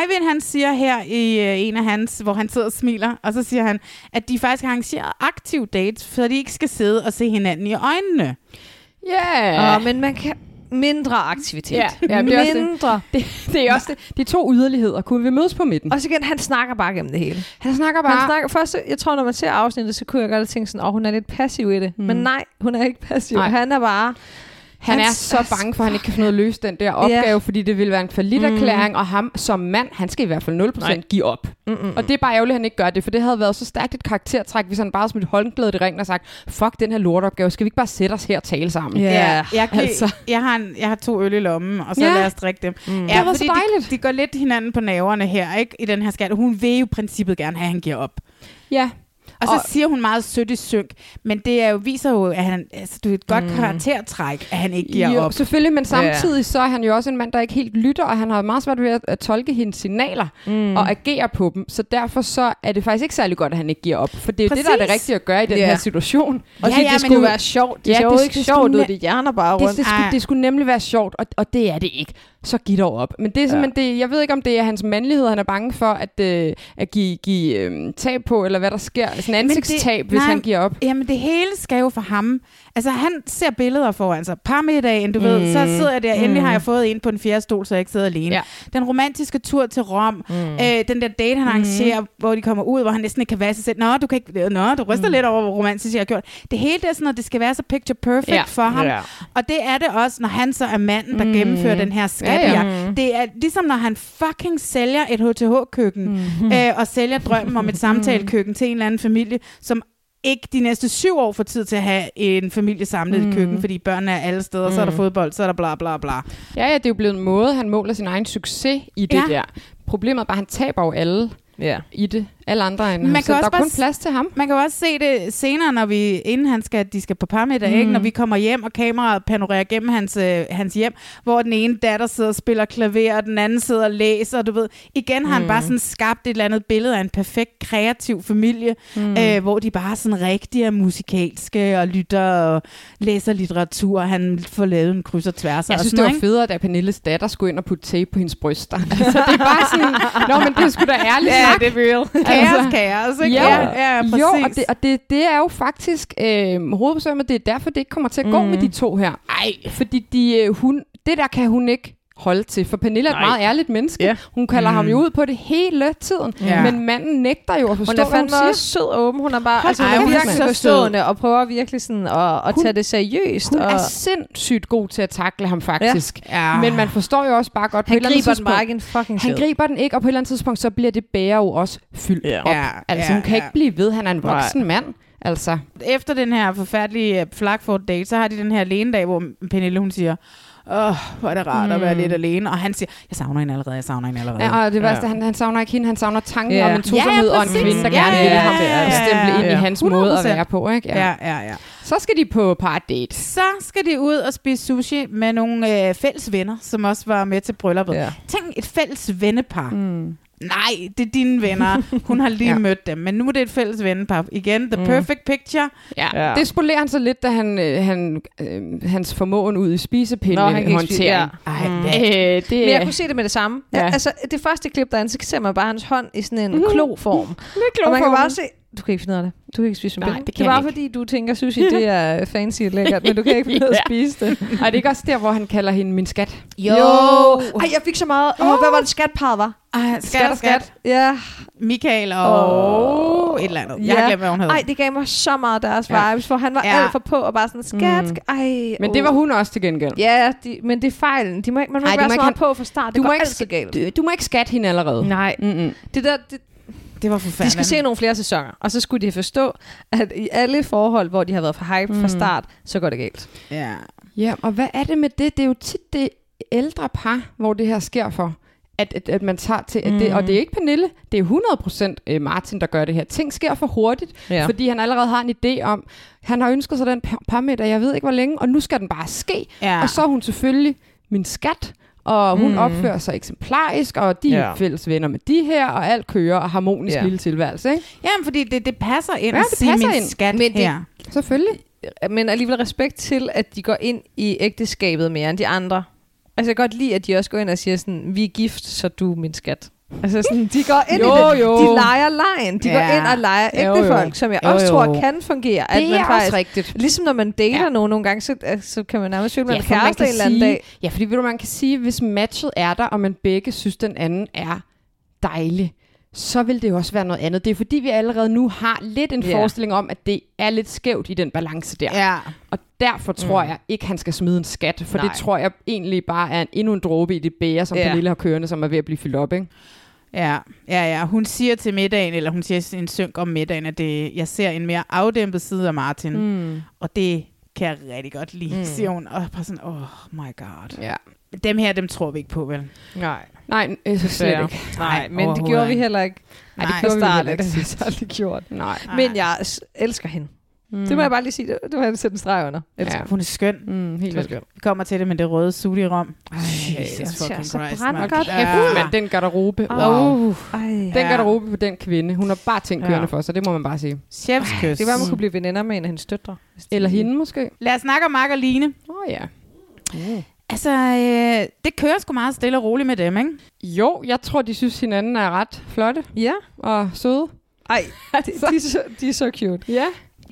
Speaker 1: Eivind, han siger her i øh, en af hans, hvor han sidder og smiler, og så siger han, at de faktisk arrangerer aktive dates, så de ikke skal sidde og se hinanden i øjnene.
Speaker 2: Ja.
Speaker 4: Yeah. men man kan mindre aktivitet.
Speaker 2: Ja, ja, det er også det. Det, det er også det. Det er to yderligheder. Kunne vi mødes på midten?
Speaker 4: Og så igen, han snakker bare gennem det hele.
Speaker 2: Han snakker bare...
Speaker 4: Han snakker, først, jeg tror, når man ser afsnittet, så kunne jeg godt tænke sådan, åh, hun er lidt passiv i det. Mm. Men nej, hun er ikke passiv.
Speaker 2: Nej.
Speaker 4: Nej. Han er bare...
Speaker 2: Han er så bange for, at han ikke kan finde ud af at løse den der opgave,
Speaker 4: Ja.
Speaker 2: fordi det ville være en faliderklæring, mm. og ham som mand, han skal i hvert fald 0%
Speaker 4: Nej.
Speaker 2: give op. Mm-mm. Og det er bare ærgerligt, at han ikke gør det, for det havde været så stærkt et karaktertræk, hvis han bare havde smidt håndklædet i ringen og sagt, fuck den her lortopgave, skal vi ikke bare sætte os her og tale sammen?
Speaker 1: jeg, kan,
Speaker 2: altså.
Speaker 1: altså. jeg, har en, jeg har to øl i lommen, og så
Speaker 2: Ja.
Speaker 1: ja. lad os drikke dem. Mm.
Speaker 2: Det var så
Speaker 1: dejligt. De, de, går lidt hinanden på naverne her, ikke? I den her skat. Hun vil jo i princippet gerne have, at han giver op.
Speaker 2: Ja.
Speaker 1: Og så
Speaker 2: Og-
Speaker 1: og, siger hun meget sødt i synk, men det er jo, viser jo, at han, altså, det er et godt mm.
Speaker 2: Mm.
Speaker 1: karaktertræk, at han ikke giver
Speaker 2: jo,
Speaker 1: op.
Speaker 2: selvfølgelig, men samtidig så er han jo også en mand, der ikke helt lytter, og han har meget svært ved at, at tolke hendes signaler mm.
Speaker 1: Mm.
Speaker 2: og agere på dem. Så derfor så er det faktisk ikke særlig godt, at han ikke giver op, for det er jo det, der er det
Speaker 1: Præcis.
Speaker 2: rigtige at gøre i den
Speaker 1: Ja.
Speaker 2: her situation.
Speaker 4: Og ja, ja, det skulle være sjovt. Det ja, ser jo ikke sjovt ud, det hjerner bare rundt.
Speaker 2: Det, det, skulle, det skulle nemlig være sjovt, og, og det er det ikke. Så giv dig op. Men det er simpelthen ja. det, jeg ved ikke, om det er hans mandlighed, han er bange for at, øh, at give, give øh, tab på, eller hvad der sker. Sådan
Speaker 1: Men det-
Speaker 2: ansigtstab, det, hvis
Speaker 1: nej,
Speaker 2: han giver op.
Speaker 1: Jamen, det hele skal jo for ham. Altså, han ser billeder foran sig. Parmiddagen, du mm. ved, så sidder jeg der. Endelig
Speaker 2: Mm.
Speaker 1: har jeg fået en på en fjerde stol, så jeg ikke sidder alene. Ja. Den romantiske tur til Rom. Mm. Øh, den der date, han arrangerer, hvor de kommer ud, hvor han næsten ikke kan være sig selv. Nå, du, kan ikke, nå, du ryster mm. lidt over, hvor romantisk jeg har gjort. Det hele det er sådan noget, det skal være så picture perfect
Speaker 2: Ja.
Speaker 1: ja. for ham.
Speaker 2: Ja.
Speaker 1: Ja. Og det er det også, når han så er manden, der
Speaker 2: Mm.
Speaker 1: mm. gennemfører den her skat.
Speaker 2: Ja,
Speaker 1: Ja,
Speaker 2: ja.
Speaker 1: ja. Det er ligesom, når han fucking sælger et HTH-køkken,
Speaker 2: Mm-hmm.
Speaker 1: mm. øh, og sælger drømmen om et samtalekøkken til en eller anden familie, som ikke de næste syv år får tid til at have en familie samlet mm. i et køkken, fordi børnene er alle steder, mm. så er der
Speaker 2: Mm.
Speaker 1: fodbold, så er der bla bla bla.
Speaker 2: Ja, ja, det er jo blevet en måde, han måler sin egen succes i det
Speaker 1: Ja.
Speaker 2: der. Problemet er bare, at han taber jo alle
Speaker 4: ja.
Speaker 2: i det. Alle andre end
Speaker 1: Man
Speaker 2: ham.
Speaker 1: kan
Speaker 2: Så der
Speaker 1: også
Speaker 2: er
Speaker 1: bare
Speaker 2: kun
Speaker 1: s-
Speaker 2: plads til ham.
Speaker 1: Man kan jo også se det senere, når vi, inden han skal, de skal på parmiddag, mm. ikke? når vi kommer hjem, og kameraet panorerer gennem hans, øh, hans hjem, hvor den ene datter sidder og spiller klaver, og den anden sidder og læser, og du ved. Igen har mm. han bare sådan skabt et eller andet billede af en perfekt, kreativ familie, mm. øh, hvor de bare sådan rigtig er musikalske, og lytter og læser litteratur, og han får lavet en kryds og tværs.
Speaker 2: Jeg
Speaker 1: og sådan
Speaker 2: synes, det var
Speaker 1: noget, ikke?
Speaker 2: federe, da Pernilles datter skulle ind og putte tape på hendes bryster. altså, det er bare sådan, nå, men det er sgu da ærligt
Speaker 1: Ja,
Speaker 2: sagt.
Speaker 1: det
Speaker 2: er real.
Speaker 1: Kaos, kaos, ikke?
Speaker 2: Jo,
Speaker 1: Ja, ja,
Speaker 2: Altså, jo og,
Speaker 1: præcis.
Speaker 2: det, og det, det er jo faktisk øh, hovedbesøgmet, det er derfor, det ikke kommer til at gå mm. med de to her. Ej. Fordi de, øh, hun, det der kan hun ikke holde til, for Pernille er et
Speaker 4: Nej.
Speaker 2: meget ærligt menneske. Yeah. Hun kalder mm. ham jo ud på det hele tiden,
Speaker 4: Ja.
Speaker 2: men manden nægter jo at forstå,
Speaker 4: Hun er
Speaker 2: hvad hun
Speaker 4: fandme
Speaker 2: siger.
Speaker 4: også sød og åben. Hun er bare
Speaker 2: Hold
Speaker 4: altså,
Speaker 2: da
Speaker 4: hun er
Speaker 2: kæft,
Speaker 4: virkelig
Speaker 2: mand.
Speaker 4: forstående og prøver virkelig sådan at, at
Speaker 2: Hun-
Speaker 4: tage det seriøst.
Speaker 2: Hun
Speaker 4: og,
Speaker 2: er sindssygt god til at takle ham faktisk.
Speaker 1: Ja.
Speaker 2: Men man forstår jo også bare godt, på
Speaker 4: Han
Speaker 2: et eller andet
Speaker 4: griber den
Speaker 2: tidspunkt-
Speaker 4: bare ikke en fucking
Speaker 2: Han
Speaker 4: skid.
Speaker 2: griber den ikke, og på et eller andet tidspunkt, så bliver det bære jo også fyldt
Speaker 4: Ja.
Speaker 2: op.
Speaker 1: Ja,
Speaker 2: altså,
Speaker 1: ja,
Speaker 2: hun kan
Speaker 1: ja.
Speaker 2: ikke blive ved, han er en voksen
Speaker 1: Nej.
Speaker 2: mand. Altså,
Speaker 1: efter den her forfærdelige Flakford date, så har de den her alenedag, hvor Pernille hun siger, Åh, hvor er det rart mm. at være
Speaker 2: Mm.
Speaker 1: lidt alene. Og han siger, jeg savner hende allerede, jeg savner hende allerede.
Speaker 2: ja, og det værste, ja. han, han savner ikke hende, han savner tanken
Speaker 1: Ja.
Speaker 2: om en tosomhed
Speaker 1: Ja,
Speaker 2: og en
Speaker 1: præcis.
Speaker 2: kvinde, der
Speaker 1: Ja,
Speaker 2: gerne
Speaker 1: ja,
Speaker 2: vil
Speaker 1: ja,
Speaker 2: ham
Speaker 1: ja, ja, ja.
Speaker 2: stemple ind i
Speaker 1: Ja.
Speaker 2: hans måde at
Speaker 1: 100%.
Speaker 2: være på. Ikke?
Speaker 1: Ja, ja, ja.
Speaker 2: Så skal de på partydate.
Speaker 1: Så skal de ud og spise sushi med nogle øh, fælles venner, som også var med til brylluppet. Ja. Tænk, et fælles vennepar.
Speaker 2: Mm.
Speaker 1: Nej, det er dine venner. Hun har lige
Speaker 2: Ja.
Speaker 1: ja. mødt dem, men nu er det et fælles vennepar. Igen, the mm. perfect picture.
Speaker 2: Ja. ja. Det spolerer han så lidt, da han, øh, han, øh, hans formåen ud i
Speaker 4: Nå, han kan
Speaker 2: spisepindene
Speaker 4: ikke spise-
Speaker 2: håndterer.
Speaker 4: ja.
Speaker 2: Ej,
Speaker 4: Mm.
Speaker 2: øh, det
Speaker 4: Men jeg
Speaker 2: er...
Speaker 4: kunne se det med det samme.
Speaker 2: Ja. Mm-hmm.
Speaker 4: Ja. Altså, det første klip, der er, så ser man bare hans hånd i sådan en mm. kloform.
Speaker 2: Lidt
Speaker 4: Og man kan
Speaker 2: kloformet.
Speaker 4: bare se, du kan ikke finde ud af det. Du kan ikke spise
Speaker 2: Nej,
Speaker 4: champagne.
Speaker 2: det
Speaker 4: det,
Speaker 2: kan
Speaker 4: er
Speaker 2: jeg
Speaker 4: bare
Speaker 2: ikke.
Speaker 4: fordi, du tænker, sushi, det er fancy og lækkert, men du kan ikke finde ud af at spise det.
Speaker 2: Og det er ikke også der, hvor han kalder hende min skat?
Speaker 1: Jo.
Speaker 4: Ej, jeg fik så meget. Åh, hvad var det skatparet var?
Speaker 1: Ej, skat, skat, skat.
Speaker 4: Ja.
Speaker 1: Michael og oh. et eller andet. Jeg har glemt, hvad hun hedder.
Speaker 4: Ej, det gav mig så meget deres
Speaker 1: Ja.
Speaker 4: ja. vibes, for han var
Speaker 1: Ja.
Speaker 4: ja. alt for på og bare sådan, skat, mm. ej.
Speaker 2: Men det var hun også til gengæld.
Speaker 4: Ja, de, men det er fejlen. De må ikke, man må
Speaker 2: Ej,
Speaker 4: ikke
Speaker 2: det må
Speaker 4: være så
Speaker 2: ikke
Speaker 4: meget
Speaker 2: han-
Speaker 4: på fra start.
Speaker 2: Du
Speaker 4: Det
Speaker 2: må,
Speaker 4: går
Speaker 2: ikke,
Speaker 4: altid galt.
Speaker 2: sk- du, du må ikke skatte hende allerede.
Speaker 4: Nej.
Speaker 2: Mm-mm.
Speaker 4: Det der, det,
Speaker 1: Det var
Speaker 4: de
Speaker 1: forfærdeligt.
Speaker 4: skal se nogle flere sæsoner, og så skulle de forstå, at i alle forhold, hvor de har været for hype mm.
Speaker 2: Mm.
Speaker 4: fra start, så går det galt.
Speaker 1: Ja.
Speaker 2: Ja, og hvad er det med det? Det er jo tit det ældre par, hvor det her sker for. At, at, at man tager til, at det,
Speaker 4: Mm.
Speaker 2: og det er ikke Pernille, det er 100% øh, Martin, der gør det her. Ting sker for hurtigt,
Speaker 4: Ja.
Speaker 2: fordi han allerede har en idé om, han har ønsket sig den par- parmiddag, jeg ved ikke hvor længe, og nu skal den bare ske.
Speaker 1: Ja.
Speaker 2: Og så er hun selvfølgelig min skat, og hun
Speaker 4: Mm.
Speaker 2: mm. opfører sig eksemplarisk, og de er
Speaker 4: Ja.
Speaker 2: fælles venner med de her, og alt kører, og harmonisk
Speaker 4: Ja.
Speaker 2: lille tilværelse, ikke?
Speaker 1: Jamen, fordi det, det passer ind
Speaker 2: Ja,
Speaker 1: at
Speaker 2: det
Speaker 1: sige
Speaker 2: passer
Speaker 1: min
Speaker 2: ind.
Speaker 1: skat
Speaker 4: Men det-
Speaker 1: her.
Speaker 2: Selvfølgelig.
Speaker 4: Men alligevel respekt til, at de går ind i ægteskabet mere end de andre. Altså jeg kan godt lide, at de også går ind og siger sådan, vi er gift, så du er min skat. Altså sådan, de går ind
Speaker 2: Jo,
Speaker 4: i det.
Speaker 2: jo.
Speaker 4: De leger lejen. De
Speaker 1: Ja.
Speaker 4: går ind og leger
Speaker 2: Jo,
Speaker 4: ægte
Speaker 2: jo.
Speaker 4: folk, som jeg
Speaker 1: Jo,
Speaker 4: også
Speaker 1: jo.
Speaker 4: tror kan fungere. at
Speaker 2: det
Speaker 4: man
Speaker 2: er
Speaker 4: faktisk,
Speaker 2: også rigtigt.
Speaker 4: Ligesom når man dater
Speaker 2: Ja.
Speaker 4: ja. nogen nogle gange, så, altså, så kan man nærmest føle, at man ja,
Speaker 2: for
Speaker 4: er kæreste en
Speaker 2: kan
Speaker 4: eller anden
Speaker 2: sige-
Speaker 4: dag.
Speaker 2: Ja, fordi ved du, man kan sige, hvis matchet er der, og man begge synes, den anden er dejlig, så vil det jo også være noget andet. Det er fordi, vi allerede nu har lidt en
Speaker 4: Ja.
Speaker 2: forestilling om, at det er lidt skævt i den balance der.
Speaker 1: Ja.
Speaker 2: Og derfor tror mm. jeg ikke, han skal smide en skat, for Nej.
Speaker 1: Nej.
Speaker 2: det tror jeg egentlig bare er en, endnu en dråbe i det bære, som
Speaker 4: Ja.
Speaker 2: yeah. Pernille har kørende, som er ved at blive fyldt op. Ikke?
Speaker 1: Ja, ja, ja. Hun siger til middagen, eller hun siger til en synk om middagen, at det, jeg ser en mere afdæmpet side af Martin.
Speaker 2: Mm.
Speaker 1: Og det kan jeg rigtig godt lide, mm. siger hun. Og bare sådan, oh my god.
Speaker 2: Ja.
Speaker 1: Dem her, dem tror vi ikke på, vel?
Speaker 4: Nej,
Speaker 2: Nej, øh, slet ikke.
Speaker 4: Nej, men det
Speaker 1: overhovedet
Speaker 4: gjorde vi
Speaker 1: ikke.
Speaker 4: heller ikke.
Speaker 2: Nej,
Speaker 1: Nej.
Speaker 2: det gjorde vi vel
Speaker 4: Fra start
Speaker 2: heller ikke
Speaker 4: er det
Speaker 2: sidst.
Speaker 4: aldrig gjort.
Speaker 2: Nej.
Speaker 4: Men jeg s- elsker hende. Mm. Det må jeg bare lige sige. Det, det må jeg sætte en streg under. Elsker.
Speaker 2: Ja.
Speaker 1: Hun er skøn.
Speaker 2: Mm, helt vildt.
Speaker 1: Vi kommer til det med det røde sut i Rom. Ej,
Speaker 4: den
Speaker 1: Jesus
Speaker 4: ser
Speaker 1: fucking
Speaker 4: så
Speaker 1: Christ.
Speaker 4: brandgodt
Speaker 1: mand.
Speaker 4: ud.
Speaker 2: Kæft, mand, den garderobe.
Speaker 4: Ah.
Speaker 2: Wow.
Speaker 1: Uh,
Speaker 4: Ej.
Speaker 2: Den
Speaker 1: Ja.
Speaker 2: garderobe på den kvinde. Hun har bare ting
Speaker 1: Ja.
Speaker 2: kørende for sig, det må man bare sige.
Speaker 1: chef's kys.
Speaker 4: Det var, man kunne blive veninder med en af hendes døtre. Hvis de-
Speaker 2: Eller hende måske.
Speaker 1: Lad os snakke om Mark og Line.
Speaker 2: Åh oh, ja.
Speaker 1: Altså, øh, det kører sgu meget stille og roligt med dem, ikke?
Speaker 2: Jo, jeg tror, de synes, hinanden er ret flotte
Speaker 4: Ja.
Speaker 2: og søde.
Speaker 4: Ej, de, de, er så, de er så cute.
Speaker 2: Ja.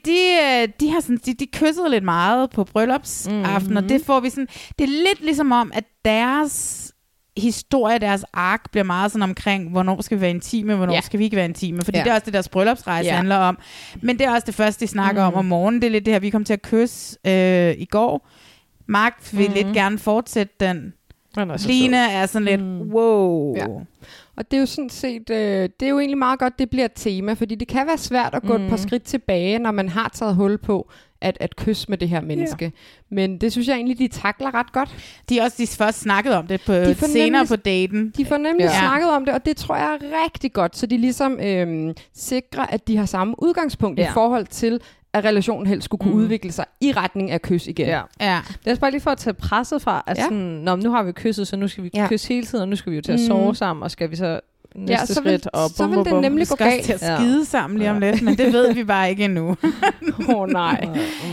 Speaker 1: de, øh, de, har sådan, de, de kyssede lidt meget på bryllupsaften, mm-hmm.
Speaker 2: Mhm.
Speaker 1: og det får vi sådan... Det er lidt ligesom om, at deres historie, deres ark, bliver meget sådan omkring, hvornår skal vi være intime, hvornår
Speaker 2: Ja.
Speaker 1: skal vi ikke være intime, fordi
Speaker 2: Ja.
Speaker 1: det er også det, deres bryllupsrejse
Speaker 2: Ja. Mhm.
Speaker 1: handler om. Men det er også det første, de snakker mm. om om morgenen. Det er lidt det her, vi kom til at kysse øh, i går. Mark vil
Speaker 2: Mhm.
Speaker 1: mm. lidt gerne fortsætte den.
Speaker 4: Han er så
Speaker 1: Line er sådan lidt, mm. wow.
Speaker 2: Ja. Og det er jo sådan set, øh, det er jo egentlig meget godt, det bliver et tema, fordi det kan være svært at gå mm. et par skridt tilbage, når man har taget hul på at, at kysse med det her menneske. Men det synes jeg egentlig, de takler ret godt.
Speaker 1: De er også de først snakket om det på,
Speaker 2: De får
Speaker 1: senere
Speaker 2: nemlig-
Speaker 1: på daten.
Speaker 2: De får nemlig
Speaker 1: Ja.
Speaker 2: ja. snakket om det, og det tror jeg er rigtig godt, så de ligesom øhm, sikrer, at de har samme udgangspunkt ja.
Speaker 4: Ja.
Speaker 2: i forhold til, at relationen helst skulle kunne mm. udvikle sig i retning af kys igen.
Speaker 4: Ja.
Speaker 1: Ja.
Speaker 4: Lad os bare lige for at tage presset fra, at
Speaker 2: Ja.
Speaker 4: ja. sådan, Nå, men nu har vi kysset, så nu skal vi
Speaker 2: Ja.
Speaker 4: ja. kysse hele tiden, og nu skal vi jo til at
Speaker 2: Mm.
Speaker 4: sove sammen, og skal vi så næste
Speaker 2: Ja, så vil-
Speaker 4: skridt, og
Speaker 2: så
Speaker 4: bum,
Speaker 2: vil
Speaker 4: bum,
Speaker 2: det
Speaker 4: bum.
Speaker 2: nemlig
Speaker 1: Vi
Speaker 2: gå
Speaker 1: skal også
Speaker 2: galt.
Speaker 1: til at
Speaker 4: Ja.
Speaker 1: skide sammen lige om lidt, men det ved vi bare ikke endnu.
Speaker 2: Åh oh, nej.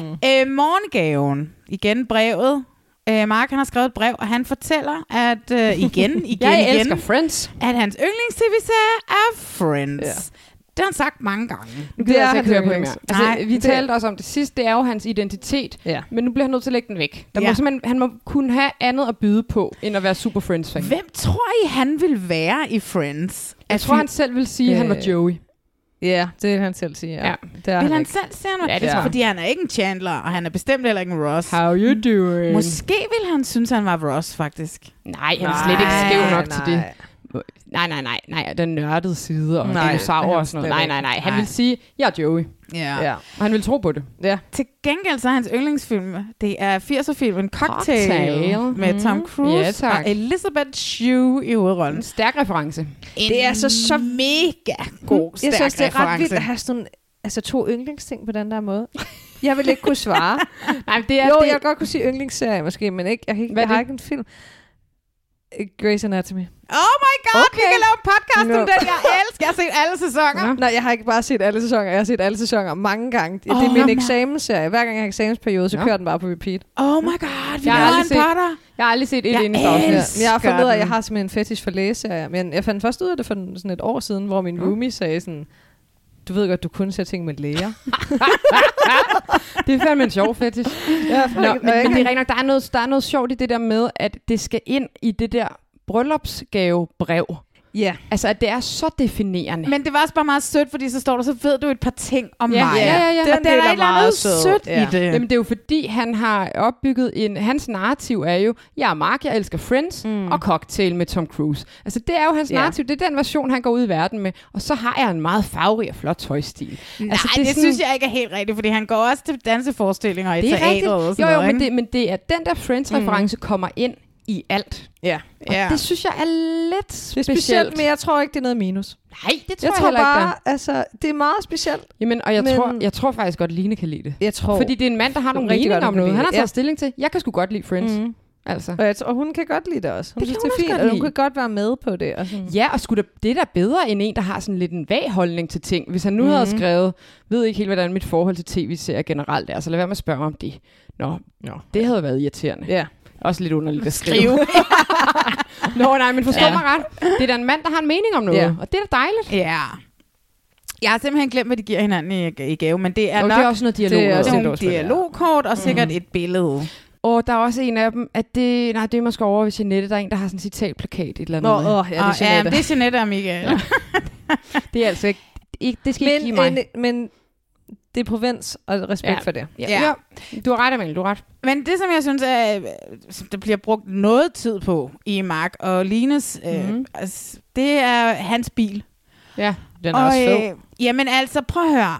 Speaker 1: Øh, morgengaven. Igen brevet. Øh, Mark han har skrevet et brev, og han fortæller, at øh, igen, igen,
Speaker 2: Jeg
Speaker 1: igen,
Speaker 2: elsker Friends.
Speaker 1: at hans yndlings-tv-serie er Friends. Ja. Det har han sagt mange gange.
Speaker 2: Nu gider
Speaker 4: Det
Speaker 2: jeg altså
Speaker 4: er
Speaker 2: ikke høre på det mere.
Speaker 4: hans
Speaker 2: Altså,
Speaker 1: yndlings. Nej,
Speaker 2: vi
Speaker 1: det-
Speaker 2: talte også om det sidste, det er jo hans identitet.
Speaker 4: Ja.
Speaker 2: Men nu bliver han nødt til at lægge den væk. Der
Speaker 1: Ja.
Speaker 2: må simpelthen, han må kunne have andet at byde på, end at være super friends fan.
Speaker 1: Hvem tror I, han vil være i Friends?
Speaker 2: Jeg tror, han selv vil sige, at han var
Speaker 4: Øh,
Speaker 2: Joey.
Speaker 4: Ja, det vil han selv sige. Ja.
Speaker 2: Ja.
Speaker 4: ja.
Speaker 1: Vil
Speaker 4: Det er han
Speaker 1: han
Speaker 4: ikke.
Speaker 1: selv se ham?
Speaker 2: Ja, det tror jeg.
Speaker 1: Fordi han er ikke en Chandler, og han er bestemt heller ikke en Ross.
Speaker 2: How you doing?
Speaker 1: Måske vil han synes, han var Ross, faktisk.
Speaker 2: nej, han er slet ikke
Speaker 1: Nej,
Speaker 2: skæv nok
Speaker 4: nej.
Speaker 2: til det. Nej, nej, nej, nej. Den nørdede side og
Speaker 4: Nej,
Speaker 2: dinosaurer
Speaker 4: han
Speaker 2: og sådan noget.
Speaker 4: slet
Speaker 2: Nej,
Speaker 4: ikke.
Speaker 2: nej, nej. Han
Speaker 1: Nej.
Speaker 2: vil sige, jeg er Joey.
Speaker 1: Ja.
Speaker 4: Ja.
Speaker 2: Og han vil tro på det.
Speaker 4: ja.
Speaker 1: Til gengæld så er hans yndlingsfilm, det er 80'er-filmen Cocktail,
Speaker 2: Cocktail.
Speaker 1: med
Speaker 2: Mm.
Speaker 1: Tom Cruise
Speaker 2: Ja, tak.
Speaker 1: og Elizabeth Shue i hovedrollen.
Speaker 2: En stærk reference.
Speaker 4: Det er altså så
Speaker 1: mega god, stærk
Speaker 4: Jeg synes, det er ret
Speaker 1: reference.
Speaker 4: vildt at have sådan altså to yndlingsting på den der måde. Jeg vil ikke kunne svare.
Speaker 2: Nej, men det er
Speaker 4: jo,
Speaker 2: det.
Speaker 4: jeg kan godt kunne sige yndlingsserie måske, men ikke, jeg, kan ikke,
Speaker 2: Hvad er
Speaker 4: jeg
Speaker 2: det?
Speaker 4: har ikke en film. Øh, Grey's Anatomy.
Speaker 1: Oh my god, okay. vi
Speaker 4: Okay.
Speaker 1: kan lave en podcast om
Speaker 4: Nå.
Speaker 1: den. Jeg elsker. Jeg har set alle sæsoner.
Speaker 2: Nå.
Speaker 4: Nej, jeg har ikke bare set alle sæsoner. Jeg har set alle sæsoner mange gange. Det
Speaker 1: Åh,
Speaker 4: er
Speaker 1: nå,
Speaker 4: min
Speaker 1: mand.
Speaker 4: eksamensserie. Hver gang jeg har eksamensperiode, så
Speaker 2: Nå.
Speaker 4: kører den bare på repeat.
Speaker 1: Oh my god, vi
Speaker 2: Jeg har
Speaker 1: laver
Speaker 2: aldrig
Speaker 1: en
Speaker 2: set-
Speaker 1: potter.
Speaker 2: Jeg har aldrig set et
Speaker 1: Jeg
Speaker 2: eneste afsnit.
Speaker 1: elsker-
Speaker 4: Men jeg har fundet ud af, at jeg
Speaker 1: den.
Speaker 4: har simpelthen en fetish for lægeserier. Men jeg fandt først ud af det for sådan et år siden, hvor min roomie sagde sådan, du ved godt, du kun ser ting med læger.
Speaker 2: Det er fandme en sjov fetish.
Speaker 4: ja,
Speaker 2: Nå, men, men det er rigtigt nok, der er, noget, der er noget sjovt i det der med, at det skal ind i det der bryllupsgavebrev. Ja. Altså, at det er så definerende.
Speaker 1: Men det var også bare meget sødt, fordi så står der, så ved du et par ting om
Speaker 2: ja,
Speaker 1: mig.
Speaker 2: Ja, ja, ja.
Speaker 1: Og der er et eller andet sødt i det.
Speaker 2: Jamen, det er jo fordi, han har opbygget en... Hans narrativ er jo, jeg er Mark, jeg elsker Friends mm. og Cocktail med Tom Cruise. Altså, det er jo hans
Speaker 1: Ja.
Speaker 2: narrativ. Det er den version, han går ud i verden med. Og så har jeg en meget farverig og flot tøjstil.
Speaker 1: Nej, altså, det, det sådan... synes jeg ikke er helt rigtigt, fordi han går også til danseforestillinger i
Speaker 2: Det er rigtigt.
Speaker 1: teateret og sådan
Speaker 2: Jo, jo,
Speaker 1: noget.
Speaker 2: men det, men det er den der Friends-reference mm. kommer ind i alt.
Speaker 1: Ja.
Speaker 2: Og
Speaker 1: Ja.
Speaker 2: det synes jeg er lidt specielt.
Speaker 4: specielt, men jeg tror ikke, det er noget minus.
Speaker 2: Nej, det tror
Speaker 4: jeg
Speaker 2: jeg,
Speaker 4: tror
Speaker 2: heller ikke,
Speaker 4: bare,
Speaker 2: der er.
Speaker 4: altså, det er meget specielt.
Speaker 2: Jamen, og jeg,
Speaker 4: Men-
Speaker 2: men... tror, jeg tror faktisk godt, Line kan lide det.
Speaker 4: Jeg tror...
Speaker 2: Fordi det er en mand, der har
Speaker 4: Jeg
Speaker 2: nogle
Speaker 4: rigtig godt,
Speaker 2: meninger om
Speaker 4: hun kan
Speaker 2: noget.
Speaker 4: lide
Speaker 2: Han har
Speaker 4: det.
Speaker 2: taget
Speaker 4: Ja.
Speaker 2: stilling til, jeg kan sgu godt lide Friends.
Speaker 4: Mhm.
Speaker 2: Mm. Altså.
Speaker 4: Og, jeg tror, og hun kan godt lide det også. Hun
Speaker 2: Det
Speaker 4: det synes,
Speaker 2: kan hun
Speaker 4: det
Speaker 2: også
Speaker 4: er fint,
Speaker 2: godt
Speaker 4: og hun
Speaker 2: lide.
Speaker 4: kan godt være med på det. Og sådan.
Speaker 2: Ja, og skulle da, det er da bedre end en, der har sådan lidt en vag holdning til ting. Hvis han nu mm. havde
Speaker 4: Mhm.
Speaker 2: skrevet, ved ikke helt, hvordan mit forhold til tv-serier generelt er, så lad være med at spørge mig om det. Nå, Nå. det havde været irriterende.
Speaker 4: Ja.
Speaker 2: Også lidt underligt at skrive. Nå, nej, men forstå
Speaker 1: Ja.
Speaker 2: ja. mig ret. Det er da en mand, der har en mening om noget,
Speaker 1: Ja.
Speaker 2: ja. og det er da dejligt.
Speaker 1: Ja. Jeg har simpelthen glemt, hvad de giver hinanden i, i gave, men det er
Speaker 2: Jo, det
Speaker 1: nok...
Speaker 2: er også noget dialog-
Speaker 1: Det er også
Speaker 2: noget.
Speaker 1: nogle dialogkort og sikkert mm. et billede.
Speaker 2: Og der er også en af dem, at det, nej, det er måske over ved Jeanette, der er en, der har sådan en citatplakat et eller andet.
Speaker 1: Nå, åh, ja, det er
Speaker 2: Og,
Speaker 1: Jeanette.
Speaker 2: men
Speaker 1: det er Jeanette og Michael. Ja.
Speaker 2: det er altså ikke, ikke det skal
Speaker 4: men,
Speaker 2: ikke give mig.
Speaker 4: En, men det er provins, og respekt
Speaker 2: Ja.
Speaker 4: for det.
Speaker 2: Ja. Ja. Du har ret, Amalie, du har ret.
Speaker 1: Men det, som jeg synes, er, som der bliver brugt noget tid på i Mark og Lines, mm. øh,
Speaker 2: Mhm.
Speaker 1: altså, det er hans bil.
Speaker 2: Ja, den
Speaker 1: og, Øh, jamen altså, prøv at høre.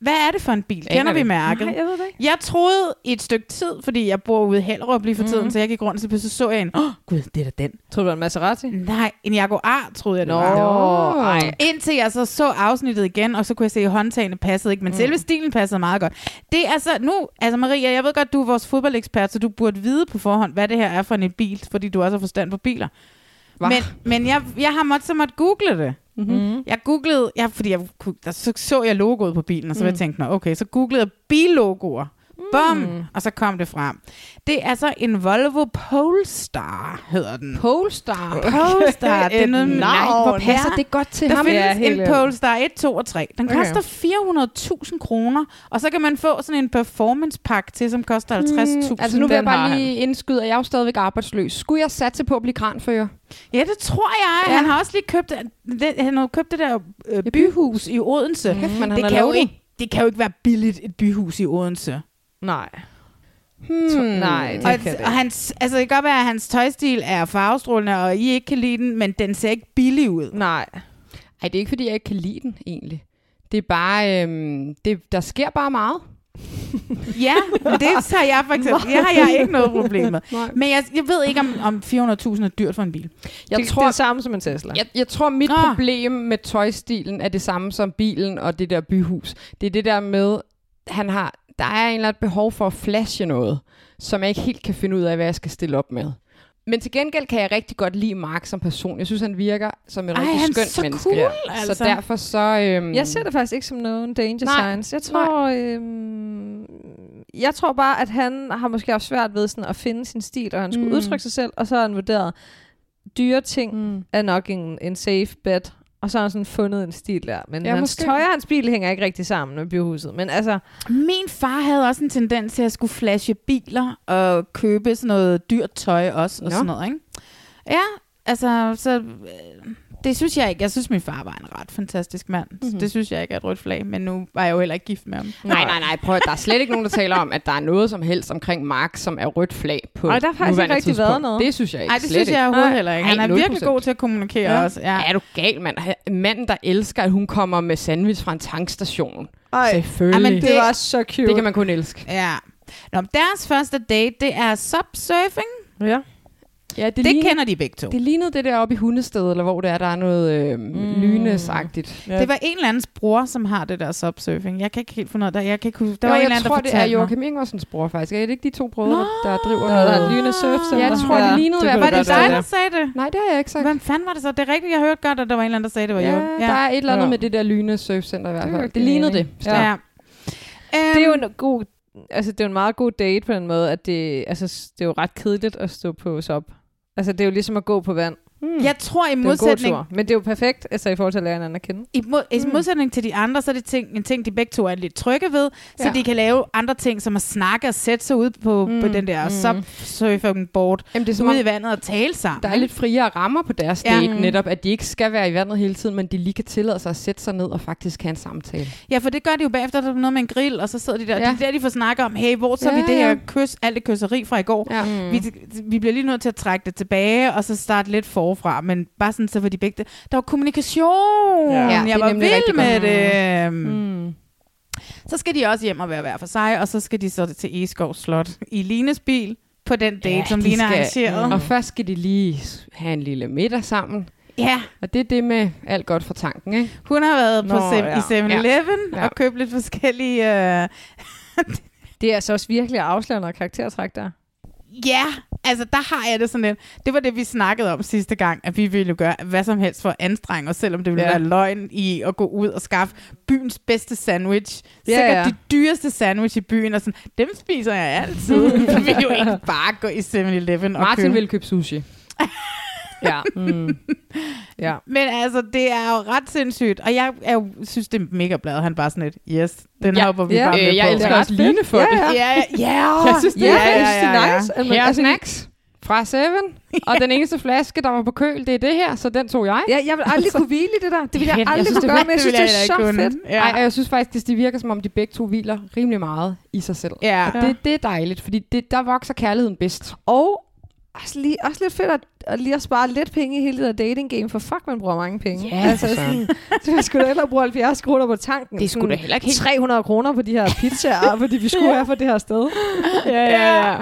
Speaker 1: Hvad er det for en bil?
Speaker 2: Aner
Speaker 1: Kender vi
Speaker 2: det.
Speaker 1: mærket?
Speaker 2: Nej, jeg ved det ikke.
Speaker 1: Jeg troede i et stykke tid, fordi jeg bor ude i Hellerup lige for tiden,
Speaker 2: Mhm.
Speaker 1: så jeg gik rundt, og så pludselig så jeg en. Åh, oh, gud, det er da den.
Speaker 4: Tror du, det var en Maserati?
Speaker 1: Nej, en Jaguar, troede jeg, det
Speaker 4: Nå,
Speaker 1: var.
Speaker 4: ej.
Speaker 1: Indtil jeg så så afsnittet igen, og så kunne jeg se, at håndtagene passede ikke, men mm. selve stilen passede meget godt. Det er så, nu, altså Maria, jeg ved godt, du er vores fodboldekspert, så du burde vide på forhånd, hvad det her er for en bil, fordi du også har forstand på biler.
Speaker 2: Hva?
Speaker 1: Men, men jeg, jeg har måttet så måtte google det. Mm-hmm. Jeg googlede, ja, fordi jeg, kunne- der, så, så jeg logoet på bilen, og så mm. jeg tænkte, "Nå, okay, så googlede jeg billogoer. Bum! Og så kom det frem. Det er så en Volvo Polestar, hedder den.
Speaker 2: Polestar?
Speaker 1: Polestar, det er
Speaker 2: Et
Speaker 1: noget med-
Speaker 2: navn. Nej, hvor passer det godt til
Speaker 1: der
Speaker 2: ham.
Speaker 1: Der
Speaker 2: Ja,
Speaker 1: findes en
Speaker 2: helt ærligt.
Speaker 1: Polestar 1, 2 og 3. Den
Speaker 2: Okay.
Speaker 1: koster 400.000 kroner, og så kan man få sådan en performance pakke til, som koster 50.000.
Speaker 2: Mm, altså nu vil jeg
Speaker 1: Den har
Speaker 2: bare
Speaker 1: han.
Speaker 2: lige indskyde, at jeg er jo stadigvæk arbejdsløs. Skulle jeg satse på at blive kranfører?
Speaker 1: Ja, det tror jeg. Ja.
Speaker 2: Ja.
Speaker 1: Han har også lige købt det, han har købt det der øh, byhus i Odense. Mm.
Speaker 2: Kæft, man, han
Speaker 1: det,
Speaker 2: har
Speaker 1: kan jo
Speaker 2: lovet.
Speaker 1: ikke, det kan jo ikke være billigt, et byhus i Odense.
Speaker 4: Nej.
Speaker 2: Hmm.
Speaker 4: Nej, det
Speaker 1: Og,
Speaker 4: kan det
Speaker 1: og hans, altså, det kan godt være, at hans tøjstil er farvestrålende, og I ikke kan lide den, men den ser ikke billig ud.
Speaker 4: Nej.
Speaker 2: Ej, det er ikke, fordi jeg ikke kan lide den, egentlig. Det er bare, øhm, det, der sker bare meget.
Speaker 1: Ja, men det tager jeg for eksempel. Det har jeg ikke noget problem med. Men jeg, jeg ved ikke, om, om 400.000 er dyrt for en bil.
Speaker 2: Jeg
Speaker 4: det,
Speaker 2: tror,
Speaker 4: det er samme som en Tesla.
Speaker 2: Jeg, jeg tror, mit
Speaker 1: Ah.
Speaker 2: ah. problem med tøjstilen er det samme som bilen og det der byhus. Det er det der med, han har, der er en eller anden behov for at flashe noget, som jeg ikke helt kan finde ud af, hvad jeg skal stille op med. Men til gengæld kan jeg rigtig godt lide Mark som person. Jeg synes, han virker som et
Speaker 1: Ej,
Speaker 2: rigtig
Speaker 1: han er
Speaker 2: skønt
Speaker 1: så
Speaker 2: menneske.
Speaker 1: cool, altså.
Speaker 2: Så derfor så... Øhm,
Speaker 4: Jeg ser det faktisk ikke som nogen danger
Speaker 2: Nej,
Speaker 4: signs. Jeg tror, øhm, jeg tror bare, at han har måske haft svært ved sådan at finde sin stil, og han skulle
Speaker 2: Mm.
Speaker 4: mm. udtrykke sig selv, og så har han vurderet, dyre ting
Speaker 2: Mm.
Speaker 4: er nok en, en safe bet, og så har han sådan fundet en stil der. Men
Speaker 2: Ja,
Speaker 4: ja, hans
Speaker 2: måske.
Speaker 4: tøj og hans bil hænger ikke rigtig sammen med byhuset. Men altså,
Speaker 1: Min far havde også en tendens til at skulle flashe biler og købe sådan noget dyrt tøj også og
Speaker 2: Nå.
Speaker 1: sådan noget, ikke? Ja, altså, så, øh, det synes jeg ikke. Jeg synes, min far var en ret fantastisk mand. Mm-hmm.
Speaker 2: Mhm.
Speaker 1: Det synes jeg ikke er et rødt flag, men nu var jeg jo heller ikke gift med ham.
Speaker 2: Nej, nej, nej. Prøv, at- der er slet ikke nogen, der taler om, at der er noget som helst omkring Mark, som er rødt flag på
Speaker 4: Ej, der har faktisk ikke
Speaker 2: nuværende
Speaker 4: rigtig
Speaker 2: tidspunkt.
Speaker 4: været noget.
Speaker 2: Det synes jeg ikke.
Speaker 1: Nej, det
Speaker 2: slet
Speaker 1: synes
Speaker 2: ikke.
Speaker 1: jeg overhovedet heller ikke. Han
Speaker 2: Ej,
Speaker 1: er virkelig
Speaker 2: 0%.
Speaker 1: god til at kommunikere også. Ja.
Speaker 2: Er du gal, mand? Han- Manden, der elsker, at hun kommer med sandwich fra en tankstation.
Speaker 4: Ej.
Speaker 2: Selvfølgelig.
Speaker 1: Ej, men
Speaker 2: Jamen,
Speaker 1: det-
Speaker 2: det,
Speaker 4: det var så cute.
Speaker 2: det kan man kun elske.
Speaker 1: ja. Nå, men deres første date, det er subsurfing.
Speaker 4: Ja.
Speaker 2: Ja, det,
Speaker 1: Det, det kender de begge to.
Speaker 2: det lignede det der oppe i hundestedet, eller hvor det er, der er noget øh, mm. lynesagtigt.
Speaker 1: Det var en eller andens bror, som har det der subsurfing. Jeg kan ikke helt finde ud af det. Jeg kan ikke huske. Der
Speaker 2: jo,
Speaker 1: var en
Speaker 2: jeg
Speaker 1: eller anden,
Speaker 2: tror,
Speaker 1: der
Speaker 2: det er
Speaker 1: fortalte mig.
Speaker 2: Joachim Ingvarsens bror, faktisk. Er det ikke de to brødre, der, der driver
Speaker 4: Nå, der er et lyne surfcenter.
Speaker 2: Ja, jeg tror,
Speaker 4: Ja,
Speaker 2: det lignede i
Speaker 4: det
Speaker 2: hvert
Speaker 4: kunne
Speaker 1: Var
Speaker 2: fald.
Speaker 1: det
Speaker 4: godt
Speaker 1: dig,
Speaker 4: være.
Speaker 1: der sagde det?
Speaker 2: Nej, det har jeg ikke sagt.
Speaker 1: Hvem fanden var det så? Det er rigtigt, jeg hørte godt, at der var en eller anden, der sagde, det var
Speaker 2: Ja,
Speaker 1: jo.
Speaker 2: der er et eller andet med det der lyne surfcenter i hvert
Speaker 4: Det er
Speaker 2: fald.
Speaker 4: jo
Speaker 2: Det lignede det.
Speaker 4: genialt.
Speaker 2: Så-
Speaker 1: Ja. Øhm,
Speaker 4: Det er jo en god... Altså, det er jo en meget god date på den måde, at det, altså, s- det er jo ret kedeligt at stå på sop. Altså, det er jo ligesom at gå på vand.
Speaker 1: Mm. Jeg tror i
Speaker 4: Det er jo en god
Speaker 1: modsætning...
Speaker 4: tur, men det er jo perfekt, altså i forhold til at lære hinanden at kende.
Speaker 1: I, mod, I modsætning til de andre, så er det ting, en ting, de begge to er lidt trygge ved, så
Speaker 4: Ja.
Speaker 1: de kan lave andre ting, som at snakke og sætte sig ud på, mm. på den der
Speaker 2: mm.
Speaker 1: mm. subsurfing board,
Speaker 2: Jamen, det er som
Speaker 1: ude
Speaker 2: om-
Speaker 1: i vandet og tale sammen.
Speaker 2: Der er lidt friere rammer på deres
Speaker 1: Ja.
Speaker 2: date,
Speaker 1: Mm.
Speaker 2: netop at de ikke skal være i vandet hele tiden, men de lige kan tillade sig at sætte sig ned og faktisk have en samtale.
Speaker 1: Ja, for det gør de jo bagefter, der er noget med en grill, og så sidder de der.
Speaker 2: Ja.
Speaker 1: Ja. Det er der, de får snakket om, hey, hvor tager
Speaker 2: Ja,
Speaker 1: vi det her
Speaker 2: ja.
Speaker 1: kys, alt det kysseri fra i går?
Speaker 2: Ja.
Speaker 1: Mm. Vi, vi bliver lige nødt til at trække det tilbage, og så starte lidt forfra, men bare sådan, så var de begge det. Der var kommunikation!
Speaker 2: Ja,
Speaker 1: Ja,
Speaker 2: det er
Speaker 1: jeg var
Speaker 2: nemlig
Speaker 1: vild
Speaker 2: rigtig
Speaker 1: med det!
Speaker 2: godt. Mm.
Speaker 1: Så skal de også hjem og være hver for sig, og så skal de så til Egeskov Slot i Lines bil på den date, ja, som
Speaker 2: de
Speaker 1: Line
Speaker 2: skal- Mm.
Speaker 1: arrangerede.
Speaker 2: Og først skal de lige s- have en lille middag sammen.
Speaker 1: Ja.
Speaker 2: Og det er det med alt godt for tanken, ikke?
Speaker 1: Hun har været på Nå, ja. i 7-Eleven
Speaker 2: Ja.
Speaker 1: ja. og købt lidt forskellige... Øh...
Speaker 4: Det er altså også virkelig afslørende karaktertræk der.
Speaker 1: Ja, altså der har jeg det sådan lidt. Det var det, vi snakkede om sidste gang, at vi ville jo gøre hvad som helst for at anstrenge os, selvom det ville
Speaker 4: Ja.
Speaker 1: ja. være løgn i at gå ud og skaffe byens bedste sandwich.
Speaker 4: Ja,
Speaker 1: Sikkert
Speaker 4: ja.
Speaker 1: de dyreste sandwich i byen, og sådan, dem spiser jeg altid. Vi vil jo ikke bare gå i 7-Eleven og
Speaker 2: Martin
Speaker 1: købe.
Speaker 2: ville købe sushi. ja. Mm. ja.
Speaker 1: Men altså, det er jo ret sindssygt, og jeg, jeg synes, det er mega blad, han bare sådan lidt, yes, den
Speaker 2: Ja.
Speaker 1: ja, hopper vi
Speaker 2: Ja.
Speaker 1: bare med
Speaker 2: Øh, jeg
Speaker 1: på.
Speaker 2: elsker også Line for
Speaker 1: ja,
Speaker 2: det.
Speaker 1: Ja, ja, ja.
Speaker 2: Jeg synes, det er- jeg synes, det er
Speaker 4: nice, at man-
Speaker 2: Her er
Speaker 4: altså,
Speaker 2: snacks fra Seven. Og den eneste flaske, der var på køl, det er det her, så den tog jeg.
Speaker 4: Ja, jeg vil aldrig kunne hvile i det der. Det vil Altså, jeg
Speaker 2: Fedt.
Speaker 4: aldrig
Speaker 2: synes,
Speaker 4: kunne
Speaker 2: er
Speaker 4: gøre,
Speaker 2: fedt.
Speaker 4: men jeg synes, det er så fedt.
Speaker 2: Ja. Ej, og jeg synes faktisk, det virker som om, de begge to hviler rimelig meget i sig selv.
Speaker 1: Ja.
Speaker 2: Og det, det er dejligt, fordi det, der vokser kærligheden bedst.
Speaker 4: Og også, lige, også lidt fedt at, at lige at spare lidt penge i hele det der dating game, for fuck, man bruger mange penge.
Speaker 2: Ja,
Speaker 4: altså,
Speaker 2: for
Speaker 4: sådan, så jeg skulle da hellere bruge 70 kroner på tanken.
Speaker 2: Det er sgu
Speaker 4: Sådan
Speaker 2: da heller ikke helt-
Speaker 4: 300 kroner på de her pizzaer, fordi vi skulle være for det her sted.
Speaker 2: Ja, ja, ja.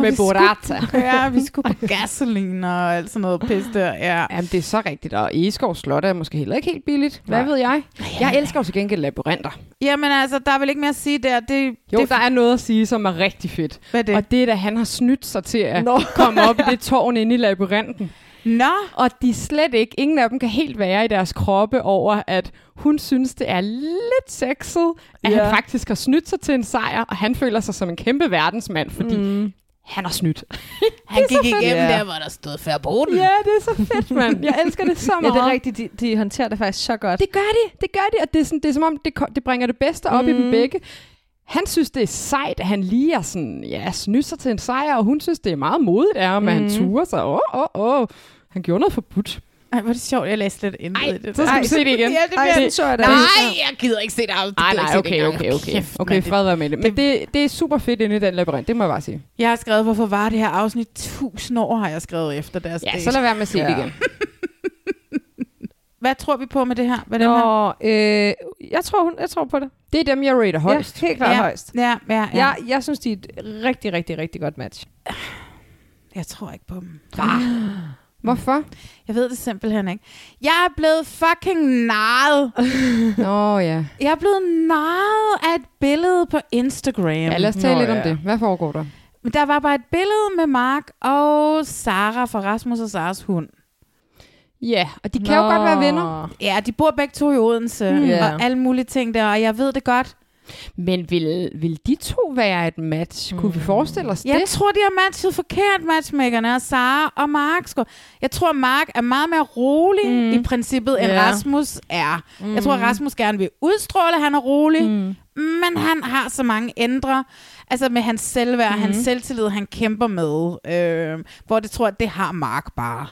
Speaker 2: Med burrata.
Speaker 1: Ja, vi skulle på gasoline og alt sådan noget pis der, ja.
Speaker 2: Jamen, det er så rigtigt. Og Egeskov Slot er måske heller ikke helt billigt. Hvad
Speaker 1: Nej.
Speaker 2: ved jeg? Jeg elsker jo til gengæld labyrinter.
Speaker 1: Jamen altså, der er vel ikke mere at sige der. Det,
Speaker 2: Jo,
Speaker 1: det,
Speaker 2: der er noget at sige, som er rigtig fedt.
Speaker 1: Hvad er det?
Speaker 2: Og det er, at han har snydt sig til at
Speaker 1: Nå.
Speaker 2: komme op i det tårn inde i labyrinten.
Speaker 1: Nå,
Speaker 2: Og de er slet ikke, ingen af dem kan helt være i deres kroppe over, at hun synes, det er lidt sexet, at
Speaker 4: Ja.
Speaker 2: han faktisk har snydt sig til en sejr, og han føler sig som en kæmpe verdensmand, fordi mm. han har snydt.
Speaker 1: han
Speaker 2: Det er så
Speaker 1: gik
Speaker 2: fedt.
Speaker 1: igennem
Speaker 2: Ja.
Speaker 1: der, hvor der stod færboden.
Speaker 2: Ja, det er så fedt, mand. Jeg elsker det så
Speaker 4: Ja,
Speaker 2: meget.
Speaker 4: det er rigtigt. De, de håndterer det faktisk så godt.
Speaker 2: Det gør de, det gør de, og det er, sådan, det er som om, det, ko- det bringer det bedste op mm. i dem begge. Han synes, det er sejt, at han lige er sådan, ja, snydt sig til en sejr, og hun synes, det er meget modigt af ham, mm. at han turer sig. Åh, åh, åh. Han gjorde noget forbudt.
Speaker 1: Ej, hvor er det sjovt, jeg læste lidt intet
Speaker 2: Ej,
Speaker 1: i det.
Speaker 2: så
Speaker 1: der.
Speaker 2: skal du se det igen.
Speaker 1: Ja, det
Speaker 4: Ej,
Speaker 1: bliver...
Speaker 4: sådan så jeg det.
Speaker 1: Nej, jeg gider ikke se det. Ej, det gider
Speaker 2: Nej,
Speaker 1: jeg ikke
Speaker 2: nej,
Speaker 1: se det
Speaker 2: okay,
Speaker 1: engang.
Speaker 2: okay, okay.
Speaker 1: Kæft,
Speaker 2: Okay,
Speaker 1: mand, det-
Speaker 2: fred være med det. Men det, det er super fedt inde i den labyrint, det må jeg bare sige.
Speaker 1: Jeg har skrevet, hvorfor var det her afsnit? Tusind år har jeg skrevet efter deres
Speaker 2: Ja,
Speaker 1: date.
Speaker 2: så lad være med at se ja. det
Speaker 4: Ja.
Speaker 2: igen.
Speaker 1: Hvad tror vi på med det her? Hvad er den her?
Speaker 4: Nå, øh, jeg, tror, hun, jeg tror på det.
Speaker 2: Det er dem, jeg rater højst.
Speaker 4: Ja, helt klart
Speaker 1: Ja.
Speaker 4: højst.
Speaker 1: Ja, ja, ja.
Speaker 4: Jeg, jeg synes, de er et rigtig, rigtig, rigtig godt match.
Speaker 1: Jeg tror ikke på dem.
Speaker 2: Hvorfor?
Speaker 1: Jeg ved det simpelthen ikke. Jeg er blevet fucking narret.
Speaker 2: Nå ja.
Speaker 1: Jeg er blevet narret af et billede på Instagram.
Speaker 2: ja lad os tale
Speaker 4: Nå,
Speaker 2: lidt om
Speaker 4: ja.
Speaker 2: det. Hvad foregår der?
Speaker 1: Men der var bare et billede med Mark og Sara fra Rasmus og Saras hund.
Speaker 2: Ja, og de kan jo godt være venner.
Speaker 1: Ja, de bor begge to i Odense
Speaker 2: Hmm.
Speaker 1: mm.
Speaker 4: Ja.
Speaker 1: og alle mulige ting der, og jeg ved det godt.
Speaker 2: Men vil, vil de to være et match? Mm. Kunne vi forestille os
Speaker 1: Jeg
Speaker 2: det?
Speaker 1: tror, de har matchet forkert, matchmakerne, og Sara og Mark. Sku. Jeg tror, Mark er meget mere rolig mm. i princippet, end
Speaker 4: Ja.
Speaker 1: Rasmus er. Mm. Jeg tror, Rasmus gerne vil udstråle, at han er rolig, mm. men han har så mange ændre. Altså med hans selvværd, mm. hans selvtillid, han kæmper med. Øh, hvor det tror, at det har Mark bare.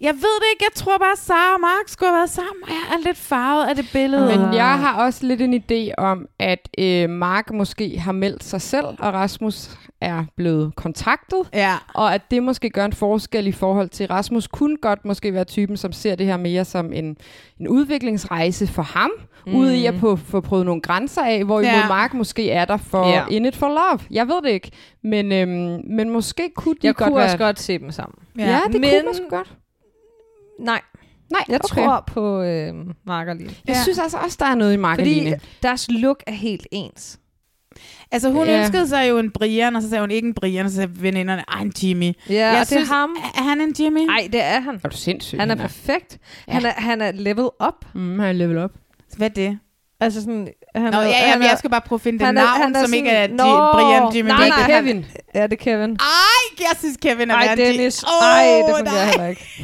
Speaker 1: Jeg ved det ikke. Jeg tror bare, Sara og Mark skulle have været sammen, og jeg er lidt farvet af det billede.
Speaker 2: Men jeg har også lidt en idé om, at øh, Mark måske har meldt sig selv, og Rasmus er blevet kontaktet.
Speaker 1: Ja.
Speaker 2: Og at det måske gør en forskel i forhold til Rasmus, kunne godt måske være typen, som ser det her mere som en, en udviklingsrejse for ham, mm. ude i at på, få prøvet nogle grænser af, hvorimod ja.
Speaker 1: Ja.
Speaker 2: Mark måske er der for
Speaker 4: Ja.
Speaker 2: yeah. in it for love. Jeg ved det ikke, men, øhm, men måske kunne de
Speaker 4: Jeg
Speaker 2: godt
Speaker 4: kunne
Speaker 2: være...
Speaker 4: også godt se dem sammen.
Speaker 2: Ja, ja det men... kunne
Speaker 4: Men-
Speaker 2: måske godt.
Speaker 4: Nej,
Speaker 2: Nej,
Speaker 4: jeg
Speaker 2: okay.
Speaker 4: okay. tror på øh, Mark og Line.
Speaker 2: Jeg
Speaker 1: Ja.
Speaker 2: synes altså også, der er noget i Mark
Speaker 4: Fordi
Speaker 2: Fordi...
Speaker 4: deres look er helt ens.
Speaker 1: Altså hun
Speaker 2: Ja.
Speaker 1: yeah. ønskede sig jo en Brian, og så sagde hun ikke en Brian, og så sagde veninderne, ej en Jimmy.
Speaker 4: Ja, jeg og det synes, er ham.
Speaker 1: Er han en Jimmy?
Speaker 4: Nej, det er han.
Speaker 2: Er du sindssyg?
Speaker 4: Han er perfekt. Han, er, han er level up.
Speaker 2: Mm, han er level up.
Speaker 1: Hvad er det?
Speaker 4: Altså sådan, han
Speaker 1: Nå,
Speaker 4: er,
Speaker 1: ja, ja,
Speaker 4: han
Speaker 1: men
Speaker 4: er,
Speaker 1: jeg skal bare prøve at finde det
Speaker 4: han er-
Speaker 1: navn,
Speaker 4: han er
Speaker 1: som
Speaker 4: sådan-
Speaker 1: ikke er
Speaker 4: Nå,
Speaker 1: G- Brian Jimmy.
Speaker 4: nej,
Speaker 1: Det er
Speaker 4: nej,
Speaker 1: ikke-
Speaker 4: han-
Speaker 2: Kevin.
Speaker 4: Ja, det er Kevin.
Speaker 1: Ej, jeg synes Kevin er
Speaker 4: Ej,
Speaker 1: værre end G-
Speaker 4: Dennis.
Speaker 1: Åh,
Speaker 4: Ej, det fungerer
Speaker 1: nej.
Speaker 4: heller ikke.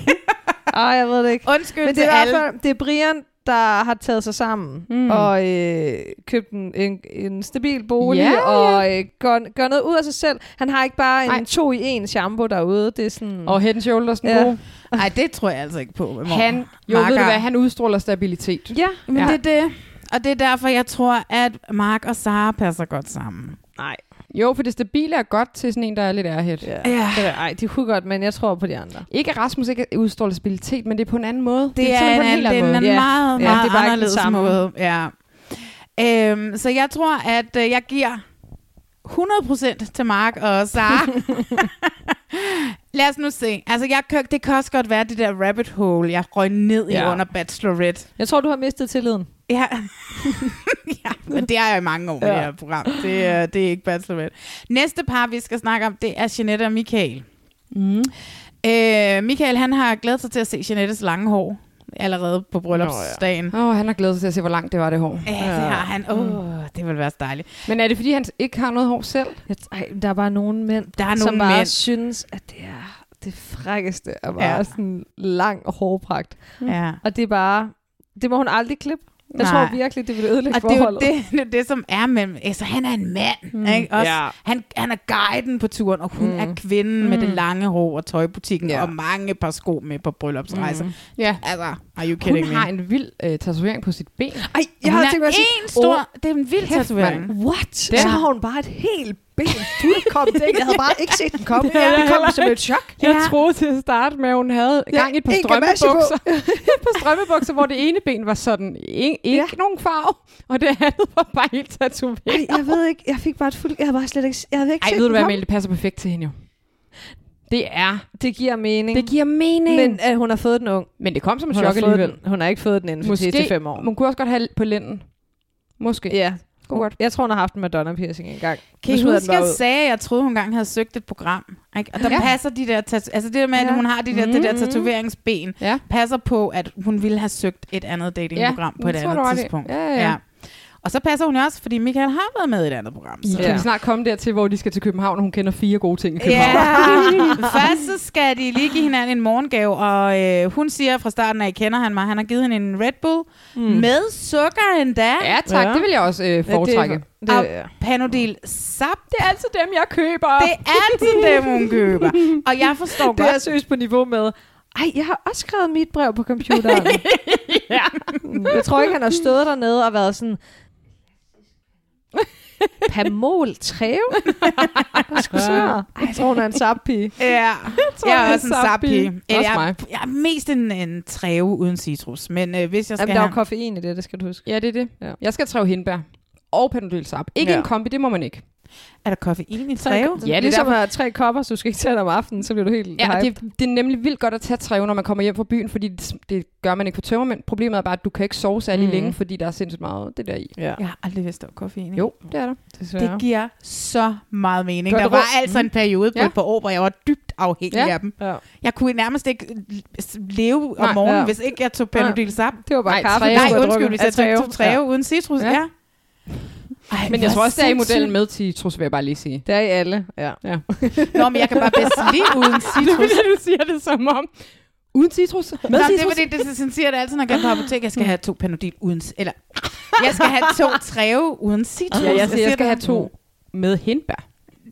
Speaker 4: Ej, jeg ved det ikke.
Speaker 1: Undskyld
Speaker 4: Men det er,
Speaker 1: til
Speaker 4: i hvert
Speaker 1: alle.
Speaker 4: fald, det er Brian, der har taget sig sammen
Speaker 1: Mm.
Speaker 4: mm. og øh, købt en, en, en stabil bolig
Speaker 2: Ja, ja.
Speaker 4: yeah, og øh, gør, gør noget ud af sig selv. Han har ikke bare en to i en shampoo derude. Det er sådan...
Speaker 2: Og head and shoulders den gode.
Speaker 1: Nej, det tror jeg altså ikke på. med mor.
Speaker 2: Han, jo, ved
Speaker 1: Marker.
Speaker 2: du hvad, han udstråler stabilitet.
Speaker 4: Ja,
Speaker 1: Men
Speaker 2: Ja.
Speaker 1: ja. det er det. Og det er derfor, jeg tror, at Mark og Sara passer godt sammen.
Speaker 4: Nej.
Speaker 2: Jo, for det stabile er godt til sådan en, der er lidt ærhed.
Speaker 4: Ja.
Speaker 1: Ja.
Speaker 4: Det er, ej, de kunne godt, men jeg tror på de andre.
Speaker 2: Ikke at Rasmus ikke udstråler stabilitet, men det er på en anden måde.
Speaker 1: Det, det er,
Speaker 2: simpelthen
Speaker 1: en,
Speaker 2: på en
Speaker 1: en, det
Speaker 2: helt
Speaker 1: er
Speaker 2: anden
Speaker 1: en
Speaker 2: måde.
Speaker 1: meget,
Speaker 4: Ja.
Speaker 1: meget,
Speaker 4: Ja, det er bare
Speaker 1: meget
Speaker 4: ikke den
Speaker 1: anderledes
Speaker 4: samme.
Speaker 1: måde. Ja. Øhm, så jeg tror, at øh, jeg giver 100% til Mark og Sara. Lad os nu se. Altså, jeg, kan- det kan også godt være det der rabbit hole, jeg røg ned ja.
Speaker 4: Ja.
Speaker 1: i under Bachelorette.
Speaker 4: Jeg tror, du har mistet tilliden.
Speaker 1: Ja. ja, men det er jeg i mange år, ja.
Speaker 4: Ja.
Speaker 1: det her program. Det, er- det er ikke Bachelorette. Næste par, vi skal snakke om, det er Jeanette og Michael.
Speaker 2: Mm.
Speaker 1: Øh, Michael, han har glædet sig til at se Jeanettes lange hår allerede på bryllupsdagen. Nå,
Speaker 2: Åh, oh, han har glædet sig til at se, hvor langt det var, det hår.
Speaker 1: ja. ja, det har han. Åh, det vil være så dejligt.
Speaker 2: Men er det, fordi han ikke har noget hår selv?
Speaker 4: Jeg, ej, der er bare nogle mænd,
Speaker 1: Der er
Speaker 4: som
Speaker 1: nogle
Speaker 4: bare
Speaker 1: mænd.
Speaker 4: synes, at det er det frækkeste og bare
Speaker 1: Ja.
Speaker 4: ja. sådan lang og hårpragt.
Speaker 1: Ja.
Speaker 4: Og det er bare... Det må hun aldrig klippe. Jeg
Speaker 1: Nej.
Speaker 4: tror virkelig, det vil ødelægge
Speaker 1: Og det er jo
Speaker 4: forholdet.
Speaker 1: det, det, er det, som er mellem... Altså, han er en mand, mm. ikke? Også,
Speaker 4: Ja.
Speaker 1: han, han er guiden på turen, og hun mm.
Speaker 4: Mm.
Speaker 1: er kvinden mm. med det lange hår og tøjbutikken, ja.
Speaker 4: Ja.
Speaker 1: og mange par sko med på bryllupsrejser. Mm.
Speaker 2: Ja.
Speaker 1: Altså, are you kidding
Speaker 2: Hun
Speaker 1: me?
Speaker 2: har en vild øh, tatovering på sit ben.
Speaker 4: Ej,
Speaker 1: hun
Speaker 4: jeg har
Speaker 1: er
Speaker 4: tænkt mig at sige,
Speaker 1: en stor... Oh, det er en vild
Speaker 2: kæft,
Speaker 1: tatovering.
Speaker 2: mand.
Speaker 4: What? Den. Så
Speaker 2: har-
Speaker 4: har hun bare et helt ben fuldkommen dæk. Jeg havde bare ikke set den komme.
Speaker 2: havde jeg
Speaker 4: Det kom
Speaker 2: heller
Speaker 4: som et chok.
Speaker 2: Jeg
Speaker 1: Ja.
Speaker 2: troede til at starte med, at hun havde
Speaker 4: Ja,
Speaker 2: gang i et par
Speaker 4: en gamasje
Speaker 2: strømpebukser. et par strømpebukser, hvor det ene ben var sådan, ikke, ikke ja.
Speaker 4: Ja.
Speaker 2: nogen farve, og det andet var bare helt
Speaker 4: Ej,
Speaker 2: tatoveret.
Speaker 4: jeg ved ikke. Jeg fik bare et fuldt... Jeg havde bare slet ikke... Jeg havde ikke
Speaker 2: Ej,
Speaker 4: set
Speaker 2: ved du
Speaker 4: den
Speaker 2: hvad,
Speaker 4: komme.
Speaker 2: Mel, det passer perfekt til hende jo. Det er.
Speaker 4: Det giver mening.
Speaker 2: Det giver mening.
Speaker 4: Men at hun har fået den ung.
Speaker 2: men det kom som et
Speaker 4: Hun har,
Speaker 2: chok
Speaker 4: fået
Speaker 2: alligevel.
Speaker 4: den, hun har ikke fået den inden for 10-5 år.
Speaker 2: Hun kunne også godt have på lænden. Måske.
Speaker 4: Ja.
Speaker 2: Godt.
Speaker 4: Jeg tror, hun har haft en Madonna-piercing engang.
Speaker 1: Kan I
Speaker 4: Nu smider den
Speaker 1: huske,
Speaker 4: bare
Speaker 1: jeg
Speaker 4: ud.
Speaker 1: sagde, at jeg troede, hun engang havde søgt et program? Ikke? Og der
Speaker 2: Ja.
Speaker 1: ja. passer de der... Tatu- altså det der med, ja.
Speaker 2: Ja.
Speaker 1: at hun har de der, mm. det der
Speaker 4: Mhm.
Speaker 1: tatoveringsben,
Speaker 2: Ja.
Speaker 1: passer på, at hun ville have søgt et andet datingprogram
Speaker 2: Ja,
Speaker 1: på et
Speaker 2: det tror
Speaker 1: andet
Speaker 2: du ret i.
Speaker 1: tidspunkt.
Speaker 2: Ja, ja.
Speaker 1: Og så passer hun jo også, fordi Michael har været med i et andet program.
Speaker 2: I
Speaker 1: Så.
Speaker 2: ja. kan snart komme dertil, hvor de skal til København, og hun kender fire gode ting i København.
Speaker 1: Ja, først så skal de lige give hinanden en morgengave, og øh, hun siger fra starten af, kender han mig, han har givet hende en Red Bull mm. med sukker endda.
Speaker 2: ja tak, ja.
Speaker 4: Ja.
Speaker 2: det vil jeg også øh, foretrække.
Speaker 4: Ja, det,
Speaker 1: Og
Speaker 4: det, ja.
Speaker 1: Panodil Sap,
Speaker 2: Det er altid dem, jeg køber.
Speaker 1: det er altid dem, hun køber. Og jeg forstår godt,
Speaker 4: det er seriøst på niveau med, ej, jeg har også skrevet mit brev på computeren.
Speaker 2: Ja.
Speaker 4: jeg tror ikke, han har stået dernede og været sådan, Pamol Treve? Hvad skal du så? Ej, jeg tror, hun er en sappige.
Speaker 1: Ja,
Speaker 2: tror,
Speaker 1: jeg
Speaker 2: jeg
Speaker 1: er
Speaker 2: er
Speaker 1: også en
Speaker 2: sappige.
Speaker 1: sappige. Eller
Speaker 2: Også
Speaker 1: Jeg,
Speaker 2: mig.
Speaker 1: jeg er mest en, en træve uden citrus, men øh, hvis jeg skal
Speaker 4: Jamen, der er jo
Speaker 1: have...
Speaker 4: koffein i det, det skal du huske.
Speaker 2: ja, det er det. Ja.
Speaker 4: Ja.
Speaker 2: Jeg skal træve hindbær. Og pandodils op. Ikke ja.
Speaker 4: Ja.
Speaker 2: en kombi, det må man ikke.
Speaker 1: Er der koffein i træve?
Speaker 2: Ja, det er
Speaker 4: ligesom
Speaker 2: derfor-
Speaker 4: at have tre kopper, så du skal ikke tage det om aftenen, så bliver du helt
Speaker 2: Ja, og
Speaker 4: hype.
Speaker 2: det, det er nemlig vildt godt at tage træve, når man kommer hjem fra byen, fordi det, det gør man ikke på tømmermænd. Problemet er bare, at du kan ikke sove særlig mm.
Speaker 4: Mhm.
Speaker 2: længe, fordi der er sindssygt meget det der i.
Speaker 4: ja.
Speaker 1: Jeg har aldrig vidst, der var koffein i.
Speaker 2: Jo, det er der.
Speaker 4: desværre.
Speaker 1: Det giver så meget mening.
Speaker 4: Gør
Speaker 1: Der
Speaker 4: det
Speaker 1: var
Speaker 4: rundt.
Speaker 1: altså en periode på
Speaker 2: Mm. Ja.
Speaker 1: et par år, hvor jeg var dybt afhængig
Speaker 2: Ja.
Speaker 1: af dem.
Speaker 4: Ja.
Speaker 1: Jeg kunne nærmest ikke leve om
Speaker 2: Nej,
Speaker 1: morgenen,
Speaker 4: ja.
Speaker 1: hvis ikke jeg tog Panodil sap.
Speaker 4: Det var
Speaker 2: Nej,
Speaker 4: bare Nej, kaffe.
Speaker 2: træve.
Speaker 4: du
Speaker 1: Nej,
Speaker 4: skulle have
Speaker 1: undskyld,
Speaker 4: drukket.
Speaker 1: hvis
Speaker 4: Ja,
Speaker 1: jeg tog tog træve
Speaker 4: Ja.
Speaker 1: uden citrus.
Speaker 2: Ja.
Speaker 1: Ja. Ej,
Speaker 2: Men jeg
Speaker 1: hvor
Speaker 2: tror også, det er i modellen
Speaker 1: sindssygt.
Speaker 2: med citrus, vil jeg bare lige sige.
Speaker 4: Det er i alle, ja.
Speaker 1: Nå, men jeg kan bare bedst lide uden citrus.
Speaker 2: du siger det som om. Uden citrus? Med
Speaker 1: Nå,
Speaker 2: citrus? Mm.
Speaker 1: det er fordi, det, det, sådan siger det altid, når jeg går på apotek, jeg skal have to panodil uden... c- Eller, jeg skal have to træve uden citrus.
Speaker 2: Ja, jeg, siger, jeg skal
Speaker 1: det.
Speaker 2: have to med hindbær.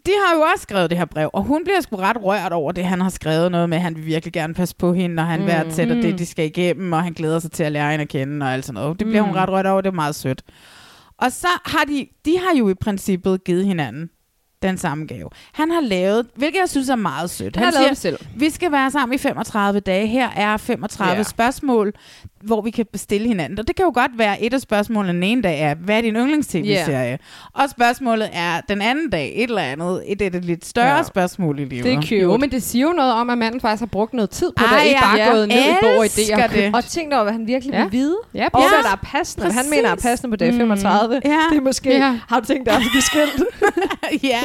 Speaker 1: De har jo også skrevet det her brev, og hun bliver sgu ret rørt over det, han har skrevet noget med, han vil virkelig gerne passe på hende, og han mm. værdsætter det, de skal igennem, og han glæder sig til at lære hende at kende og alt sådan noget. Det bliver mm. hun ret rørt over, det er meget sødt. Og så har de, de har jo i princippet givet hinanden den samme gave. Han har lavet, hvilket jeg synes er meget sødt.
Speaker 2: Han har lavet det selv.
Speaker 1: Vi skal være sammen i 35 dage. Her er 35
Speaker 2: Ja.
Speaker 1: yeah. spørgsmål, hvor vi kan bestille hinanden. Og det kan jo godt være, et af spørgsmålene den ene dag er, hvad er din yndlings-tv-serie? Yeah. Og spørgsmålet er den anden dag, et eller andet. Et, et, et lidt større
Speaker 4: Ja.
Speaker 1: spørgsmål i livet.
Speaker 4: Det er cute.
Speaker 2: Jo, men det siger jo noget om, at manden faktisk har brugt noget tid på det,
Speaker 1: Ej,
Speaker 2: og ikke bare
Speaker 1: jeg
Speaker 2: gået ned i bog og idéer.
Speaker 1: elsker det.
Speaker 4: Og tænk dig over, hvad han virkelig
Speaker 2: Ja.
Speaker 4: ja. vil vide.
Speaker 2: Ja,
Speaker 4: Og
Speaker 2: præcis.
Speaker 4: hvad der er passende. Præcis. Han
Speaker 1: Præcis.
Speaker 4: mener, at passende på dag 35. Mm.
Speaker 1: Ja.
Speaker 4: Det er måske,
Speaker 2: Ja.
Speaker 4: ja. har du tænkt dig at blive skilt?
Speaker 1: ja,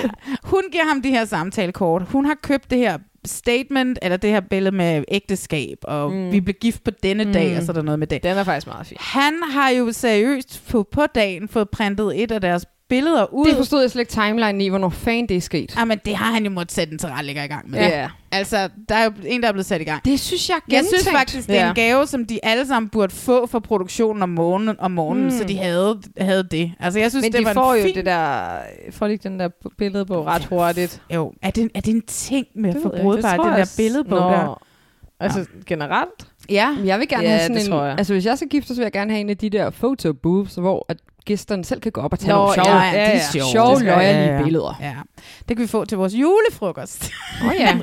Speaker 1: hun giver ham det her samtalekort. Hun har købt det her statement, eller det her billede med ægteskab, og mm. vi blev gift på denne mm. dag, og så er der noget med det.
Speaker 4: Den er faktisk meget fin.
Speaker 1: Han har jo seriøst på, på dagen fået printet et af deres billeder ud.
Speaker 2: Det forstod jeg slet ikke timeline i, hvornår fanden det er sket.
Speaker 1: Jamen, det har han jo måttet sætte en tilrettelægger i gang med.
Speaker 2: Ja. Ja.
Speaker 1: Altså, der er jo en, der er blevet sat i gang.
Speaker 2: Det synes jeg er
Speaker 1: Jeg synes
Speaker 2: gentænkt.
Speaker 1: faktisk, det er en
Speaker 2: Ja.
Speaker 1: gave, som de alle sammen burde få for produktionen om morgenen, om morgenen
Speaker 4: Mm.
Speaker 1: mm. så de havde, havde det. Altså, jeg synes,
Speaker 4: Men
Speaker 1: det
Speaker 4: de
Speaker 1: var
Speaker 4: får
Speaker 1: en
Speaker 4: jo
Speaker 1: fin...
Speaker 4: det der, får de ikke den der billedbog ret hurtigt?
Speaker 1: Jo, er det, er det en ting med
Speaker 4: Det ved jeg ikke.
Speaker 1: forbrugerpar,
Speaker 4: Det tror
Speaker 1: den
Speaker 4: jeg
Speaker 1: der
Speaker 4: også.
Speaker 1: billedbog
Speaker 4: Nå.
Speaker 1: der?
Speaker 4: Altså generelt?
Speaker 1: Ja.
Speaker 2: Jeg vil gerne
Speaker 4: Ja,
Speaker 2: have sådan
Speaker 4: det
Speaker 2: en...
Speaker 4: tror jeg.
Speaker 2: Altså, hvis jeg skal gifte, så vil jeg gerne have en af de der photo booths, hvor at gæsterne selv kan gå op og tage
Speaker 1: Nå,
Speaker 2: nogle sjove,
Speaker 1: ja, ja, de er sjove.
Speaker 2: sjove
Speaker 1: Det skal-
Speaker 2: løjerlige
Speaker 1: ja, ja.
Speaker 2: billeder.
Speaker 1: Ja. Det kan vi få til vores julefrokost.
Speaker 2: Åh oh, ja.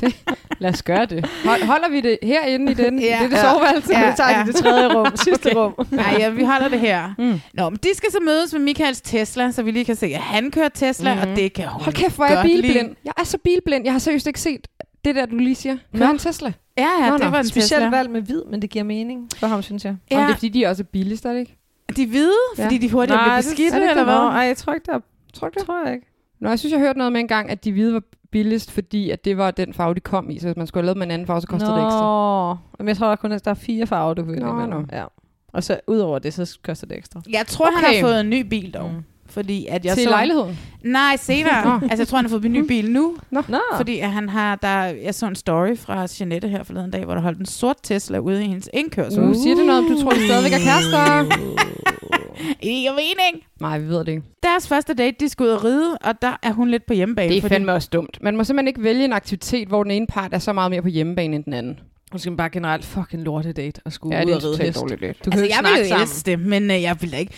Speaker 2: det, lad os gøre det. Hold, holder vi det herinde i den? Ja, det er det
Speaker 1: Ja.
Speaker 2: soveværelse?
Speaker 1: Ja,
Speaker 2: Vi tager
Speaker 1: ja.
Speaker 2: det i det tredje rum, sidste okay. rum.
Speaker 1: Nej, ja, vi holder det her.
Speaker 2: Mm.
Speaker 1: Nå, men de skal så mødes med Michaels Tesla, så vi lige kan se, at han kører Tesla, mm-hmm. og det kan hun
Speaker 2: Hold kæft, hvor er jeg
Speaker 1: godt lide.
Speaker 2: bilblind. Jeg er så bilblind. Jeg har seriøst ikke set det der, du lige siger. Kører
Speaker 1: Nå.
Speaker 2: en Tesla?
Speaker 1: Ja, ja,
Speaker 2: Nå,
Speaker 1: det
Speaker 2: nå.
Speaker 1: var en
Speaker 4: Specielt
Speaker 1: Tesla.
Speaker 4: valg med hvid, men det giver mening for ham, synes jeg.
Speaker 2: Ja. Om det
Speaker 1: Ja.
Speaker 2: er, fordi de også er billigste, er det ikke?
Speaker 1: De er hvide, fordi de hurtigt
Speaker 4: Nej,
Speaker 1: bliver
Speaker 4: det-
Speaker 1: beskidte,
Speaker 4: er det ikke
Speaker 1: eller
Speaker 4: det? Nå,
Speaker 1: hvad?
Speaker 4: Ej, jeg tror ikke, der er-
Speaker 2: Tror du det?
Speaker 4: tror jeg ikke.
Speaker 2: Nå, jeg synes, jeg hørte noget med engang, at de hvide var billigst, fordi at det var den farve, de kom i. Så hvis man skulle have lavet med en anden farve, så kostede det ekstra.
Speaker 4: Nå, men jeg tror, der kun er, der er fire farver, du kan vælge
Speaker 2: Nå,
Speaker 4: imellem. Ja. Og så udover det, så koster det ekstra.
Speaker 1: Jeg tror, okay. han
Speaker 2: Okay.
Speaker 1: har fået en ny bil dog. Mm. Fordi at jeg
Speaker 2: Til
Speaker 1: så...
Speaker 2: lejligheden?
Speaker 1: Nej, senere.
Speaker 2: Nå.
Speaker 1: altså, jeg tror, han har fået en
Speaker 4: Mm.
Speaker 1: ny bil nu.
Speaker 4: Nå,
Speaker 1: Fordi at han har, der, jeg så en story fra Jeanette her forleden dag, hvor der holdt en sort Tesla ude i hendes indkørsel.
Speaker 2: Så uh. siger det noget, om du tror, de stadigvæk er kærester?
Speaker 1: Uh. I mening.
Speaker 2: Nej, vi ved det ikke.
Speaker 1: Deres første date, de skal ud og ride, og der er hun lidt på hjemmebane.
Speaker 2: Det er
Speaker 1: fordi-
Speaker 2: fandme også dumt. Man må simpelthen ikke vælge en aktivitet, hvor den ene part er så meget mere på hjemmebane end den anden.
Speaker 4: nu skal man bare generelt fucking lorte date og skulle
Speaker 2: Ja,
Speaker 4: ud
Speaker 2: det er
Speaker 4: og ride
Speaker 2: totalt
Speaker 4: hest.
Speaker 2: dårligt lidt.
Speaker 4: Du kan
Speaker 1: Altså,
Speaker 4: ikke
Speaker 1: jeg
Speaker 4: snakke
Speaker 1: ville jo
Speaker 4: sammen.
Speaker 1: elske det, men øh, jeg ville da ikke.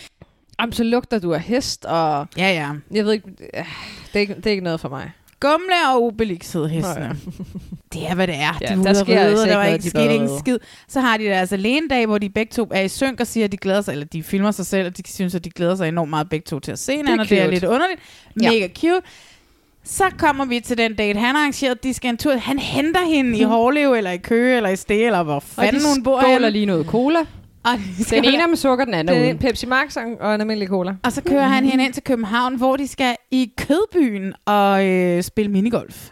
Speaker 4: Jamen, så lugter du af hest, og
Speaker 1: Ja, ja.
Speaker 4: jeg ved ikke, øh, det er ikke, det er ikke noget for mig.
Speaker 1: Gumle og Obelix hed hestene. det er, hvad det er.
Speaker 4: Ja,
Speaker 1: De er
Speaker 4: der
Speaker 1: ude at
Speaker 4: sker
Speaker 1: ride,
Speaker 4: altså ikke
Speaker 1: der var
Speaker 4: noget,
Speaker 1: ikke
Speaker 4: de
Speaker 1: sket
Speaker 4: bare-
Speaker 1: ingen skid. Så har de deres alene-dag, hvor de begge to er i synk og siger, at de glæder sig, eller de filmer sig selv, og de synes, at de glæder sig enormt meget begge to til at se hinanden, og det er
Speaker 4: cute.
Speaker 1: lidt underligt.
Speaker 2: Ja.
Speaker 1: Mega cute. Så kommer vi til den date, han har arrangeret, de skal en tur. Han henter hende i Hårlev, eller i Køge, eller i Stege, eller hvor fanden hun bor
Speaker 2: skåler
Speaker 1: henne.
Speaker 2: lige noget cola.
Speaker 1: Og de
Speaker 2: Den
Speaker 1: skal-
Speaker 2: ene er med sukker, den anden er
Speaker 4: Det er
Speaker 2: uden.
Speaker 4: Pepsi Max og og en almindelig cola.
Speaker 1: Og så kører han hende ind til København, hvor de skal i Kødbyen og øh, spille minigolf.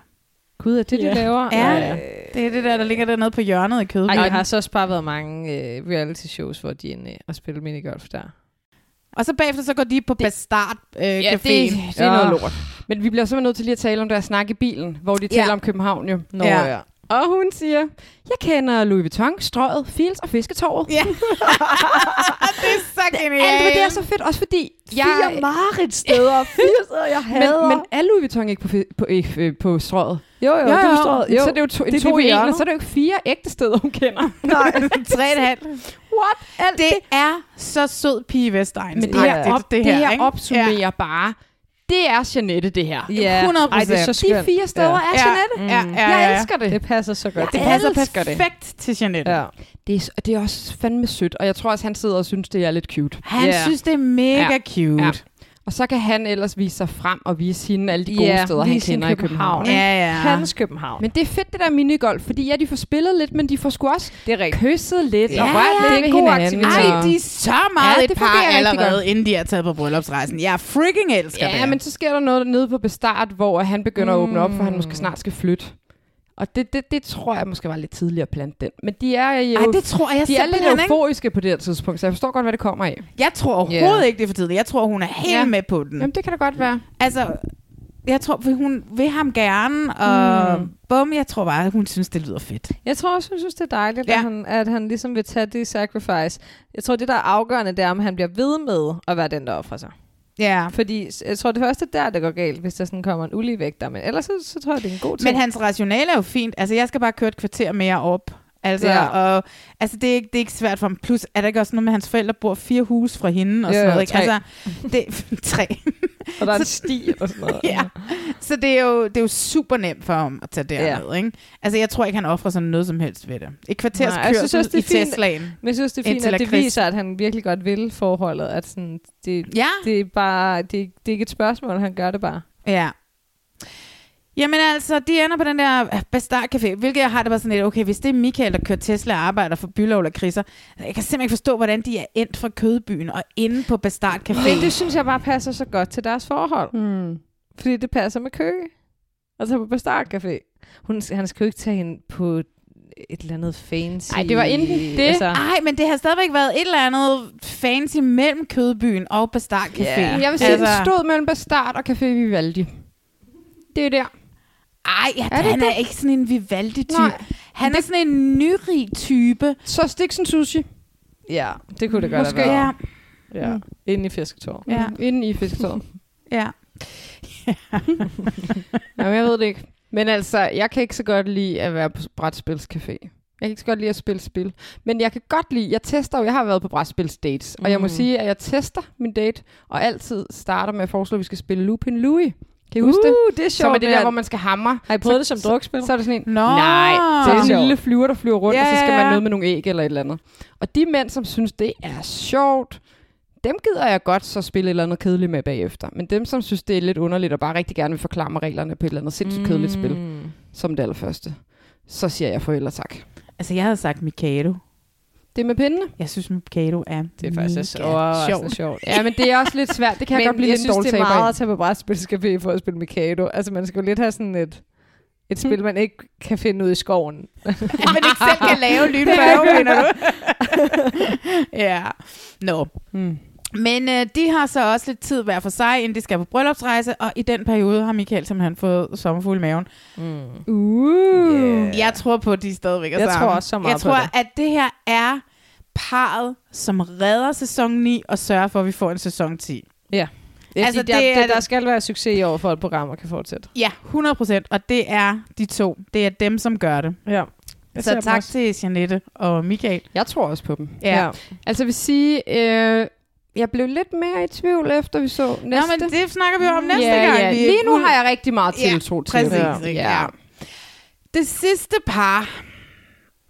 Speaker 4: Gud, er det, de laver?
Speaker 1: Ja. Det er det der, der ligger dernede på hjørnet i
Speaker 4: Ej,
Speaker 1: Kødbyen.
Speaker 4: jeg har så også bare været mange øh, reality shows, hvor de er inde og spille minigolf der.
Speaker 1: Og så bagefter så går de på Bastard øh, ja,
Speaker 2: det, det er
Speaker 4: Ja.
Speaker 2: noget lort. Men vi bliver simpelthen nødt til lige at tale om deres snak i bilen, hvor de taler om København jo.
Speaker 4: Nå,
Speaker 1: Ja.
Speaker 4: ja.
Speaker 2: Og hun siger, jeg kender Louis Vuitton, strøget, Fils og Fisketorvet.
Speaker 1: Ja. det er så genialt.
Speaker 2: Alt ved det er så fedt, også fordi jeg...
Speaker 3: Fire mareridt steder, fire steder, jeg hader.
Speaker 2: Men, men er Louis Vuitton ikke på, fi- på, øh, øh, på strøget?
Speaker 4: Jo, jo,
Speaker 2: Jo,
Speaker 4: det
Speaker 2: jo.
Speaker 4: forstår jeg. Jo.
Speaker 2: Så det er jo to,
Speaker 4: det er
Speaker 2: det, to
Speaker 4: det,
Speaker 2: det,
Speaker 4: vi
Speaker 2: i
Speaker 4: gør.
Speaker 2: en, og så er det jo ikke fire ægte steder, hun kender.
Speaker 1: Nej, tre og et halvt.
Speaker 2: What?
Speaker 1: Alt det, det er så sød pige Vestegn.
Speaker 2: Men det,
Speaker 4: Ja.
Speaker 2: her, op, det, her, det her
Speaker 1: ikke?
Speaker 2: opsummerer ja. bare, det er Janette, det her.
Speaker 4: Ja.
Speaker 1: 100%.
Speaker 4: Ej, det er så skønt.
Speaker 2: De fire steder ja. er
Speaker 1: Ja.
Speaker 2: Janette.
Speaker 1: Ja, ja, ja,
Speaker 2: Jeg
Speaker 1: ja.
Speaker 2: elsker det.
Speaker 4: Det passer så godt.
Speaker 2: Ja.
Speaker 1: Det passer
Speaker 2: elsker det.
Speaker 1: perfekt til Janette.
Speaker 4: Ja.
Speaker 2: Det er, s- og det er også fandme sødt, og jeg tror også, han sidder og synes, det er lidt cute.
Speaker 1: Han
Speaker 4: Ja.
Speaker 1: synes, det er mega
Speaker 2: Ja.
Speaker 1: cute.
Speaker 2: Ja. Og så kan han ellers vise sig frem og vise hende alle de gode
Speaker 4: Ja,
Speaker 2: steder, han
Speaker 4: vise hende
Speaker 2: kender i København.
Speaker 4: København,
Speaker 2: ikke?
Speaker 1: Ja, ja.
Speaker 4: Hans København.
Speaker 2: Men det er fedt, det der minigolf, fordi ja, de får spillet lidt, men de får sgu også
Speaker 4: det er rigtigt.
Speaker 2: kysset lidt
Speaker 1: Ja,
Speaker 2: og rørt
Speaker 1: ja.
Speaker 2: lidt
Speaker 4: Det er
Speaker 2: ved
Speaker 4: en god
Speaker 2: hinanden.
Speaker 4: aktivitet.
Speaker 1: Ej,
Speaker 2: og-
Speaker 1: de er så meget
Speaker 2: Ja,
Speaker 1: et
Speaker 2: det
Speaker 1: par
Speaker 2: fungerer rigtig
Speaker 1: allerede,
Speaker 2: godt.
Speaker 1: inden de er taget på bryllupsrejsen. Jeg freaking elsker det.
Speaker 2: Ja, men så sker der noget nede på bestart, hvor han begynder at åbne op, for han
Speaker 4: Mm.
Speaker 2: måske snart skal flytte. Og det, det, det tror jeg måske var lidt tidligere at plante den. Men de er jo...
Speaker 1: Ej, det tror jeg
Speaker 2: de er
Speaker 1: simpelthen
Speaker 2: lidt
Speaker 1: ikke.
Speaker 2: euforiske på det her tidspunkt, så jeg forstår godt, hvad det kommer af.
Speaker 4: Mm.
Speaker 1: Jeg tror overhovedet yeah. ikke, det er for tidligt. Jeg tror, hun er helt
Speaker 2: Ja.
Speaker 1: yeah. med på den.
Speaker 2: Jamen, det kan da godt være.
Speaker 1: Altså, jeg tror, for hun vil ham gerne, og mm. bum, jeg tror bare, at hun synes, det lyder fedt.
Speaker 4: Jeg tror også, hun synes, det er dejligt, ja.
Speaker 1: Ja.
Speaker 4: at, han, at han ligesom vil tage det sacrifice. Jeg tror, det, der er afgørende, det er, om han bliver ved med at være den, der offrer sig.
Speaker 1: Ja.
Speaker 4: Fordi s- jeg tror, det første der, det går galt, hvis der sådan kommer en uligevægt der. Men ellers så, så tror jeg, det er en god ting.
Speaker 1: Men hans rationale er jo fint. Altså, jeg skal bare køre et kvarter mere op. Altså,
Speaker 4: Ja.
Speaker 1: ja. og, altså det, er ikke, det er ikke svært for ham. Plus, er der ikke også noget med, at hans forældre bor fire hus fra hende og
Speaker 4: Jo,
Speaker 1: sådan
Speaker 4: jo,
Speaker 1: noget? Ikke?
Speaker 4: tre.
Speaker 1: Altså, det, tre.
Speaker 4: og der er en sti eller sådan noget.
Speaker 1: ja. Så det er, jo, det er jo super nemt for ham at tage derned, ikke? Altså, jeg tror ikke, han offrer sig noget som helst ved det. Et kvarters
Speaker 4: Nej,
Speaker 1: Nej,
Speaker 4: jeg synes
Speaker 1: kørsel
Speaker 4: også, det er
Speaker 1: i
Speaker 4: fint.
Speaker 1: Teslaen.
Speaker 4: Men jeg synes, det er fint,
Speaker 1: Indtil
Speaker 4: at
Speaker 1: at
Speaker 4: det
Speaker 1: Chris-
Speaker 4: viser, at han virkelig godt vil forholdet. At sådan, det,
Speaker 1: Ja.
Speaker 4: det er bare, det, er- det er ikke et spørgsmål, han gør det bare.
Speaker 1: Ja. Jamen altså, de ender på den der Bastard Café, hvilket jeg har det bare sådan lidt, okay, hvis det er Michael, der kører Tesla og arbejder for Bylov og Kriser, jeg kan simpelthen ikke forstå, hvordan de er endt fra Kødbyen og inde på Bastard Café.
Speaker 4: Men det synes jeg bare passer så godt til deres forhold.
Speaker 2: Hmm.
Speaker 4: Fordi det passer med køge. Altså på Bastard Café. Hun, han skal jo ikke tage hende på et eller andet fancy...
Speaker 2: Ej, det var enten det-
Speaker 1: Det, altså. Ej, men det har stadigvæk været et eller andet fancy mellem kødbyen og Bastard Café.
Speaker 2: Yeah. Jeg vil sige, altså. den stod mellem Bastard og Café Vivaldi. Det er der.
Speaker 1: Ej, ja,
Speaker 2: Er
Speaker 1: er
Speaker 2: det
Speaker 1: han
Speaker 2: det?
Speaker 1: er ikke sådan en Vivaldi-type.
Speaker 2: Nej.
Speaker 1: Han er sådan en nyrig type.
Speaker 2: Så Stiksen Sushi.
Speaker 4: Ja, det kunne det godt
Speaker 2: Måske.
Speaker 4: have været.
Speaker 1: Ja.
Speaker 4: Ja.
Speaker 2: Mm.
Speaker 4: Inde i fisketåret.
Speaker 1: Ja.
Speaker 2: Mm, Inden i fisketåret.
Speaker 1: Ja.
Speaker 2: Jamen, jeg ved det ikke. Men altså, jeg kan ikke så godt lide at være på brætspilscafé. Jeg kan ikke så godt lide at spille spil. Men jeg kan godt lide, jeg tester jo, jeg har været på brætspilsdates. Mm. Og jeg må
Speaker 4: Mm.
Speaker 2: sige, at jeg tester min date, og altid starter med at foreslå, at vi skal spille Lupin Louis. Kan I huske det?
Speaker 4: Uh, det er sjovt.
Speaker 2: Som er det
Speaker 4: med
Speaker 2: der,
Speaker 4: at-
Speaker 2: hvor man skal hamre.
Speaker 4: Har I prøvet det som
Speaker 2: så-
Speaker 4: drukspil?
Speaker 2: Så er det sådan en,
Speaker 1: Nå.
Speaker 2: nej, så er det sådan en
Speaker 4: sjovt.
Speaker 2: Ah. lille flyver, der flyver rundt,
Speaker 1: Ja,
Speaker 2: og så skal
Speaker 1: ja,
Speaker 2: man
Speaker 1: ja.
Speaker 2: noget med nogle æg eller et eller andet. Og de mænd, som synes, det er sjovt, dem gider jeg godt så spille et eller andet kedeligt med bagefter. Men dem, som synes, det er lidt underligt, og bare rigtig gerne vil forklare mig reglerne på et eller andet sindssygt kedeligt spil,
Speaker 4: Mm.
Speaker 2: som det allerførste, så siger jeg for eller tak.
Speaker 1: Altså, jeg havde sagt Mikado.
Speaker 2: Det med pindene?
Speaker 1: Jeg synes, Mikado er
Speaker 4: Det er faktisk også
Speaker 1: mega
Speaker 4: overraskende
Speaker 1: sjovt.
Speaker 4: sjovt.
Speaker 2: Ja, men det er også lidt svært. Det kan jeg godt blive
Speaker 4: jeg
Speaker 2: lidt en
Speaker 4: synes,
Speaker 2: dårlig
Speaker 4: det er
Speaker 2: taber i.
Speaker 4: meget at tage på brætspilscafé for at spille Mikado. Altså, man skal jo lidt have sådan et,
Speaker 2: Hmm.
Speaker 4: et spil, man ikke kan finde ud i skoven.
Speaker 1: At man ikke selv kan lave lynfarve, mener du? ja. Nå.
Speaker 2: Mm.
Speaker 1: Men øh, de har så også lidt tid hver for sig, inden de skal på bryllupsrejse, og i den periode har Michael simpelthen fået sommerfugl i maven.
Speaker 4: Mm.
Speaker 2: Uh.
Speaker 4: Yeah.
Speaker 1: Jeg tror på, at de stadigvæk er
Speaker 4: Jeg
Speaker 1: sammen.
Speaker 4: tror også så meget
Speaker 1: Jeg
Speaker 4: på
Speaker 1: tror,
Speaker 4: det.
Speaker 1: at det her er parret, som redder sæson 9 og sørger for, at vi får en sæson 10.
Speaker 4: Jeg
Speaker 1: Altså,
Speaker 4: altså, der,
Speaker 1: det er
Speaker 4: det, der
Speaker 1: det-
Speaker 4: skal være succes i år, for at programmer kan fortsætte.
Speaker 1: Ja, 100 procent. Og det er de to. Det er dem, som gør det.
Speaker 4: Ja.
Speaker 1: Så tak til Janette og Michael.
Speaker 2: Jeg tror også på dem.
Speaker 4: Ja. ja.
Speaker 2: Altså, jeg vil sige, øh, jeg blev lidt mere i tvivl, efter vi så næste.
Speaker 1: Nå, men det snakker vi om næste
Speaker 2: ja,
Speaker 1: gang.
Speaker 2: Ja.
Speaker 1: vi er
Speaker 2: Lige nu
Speaker 1: ude.
Speaker 2: har jeg rigtig meget
Speaker 1: Ja,
Speaker 2: tiltro til
Speaker 1: Præcis.
Speaker 2: det.
Speaker 1: Ja. Ja. Det sidste par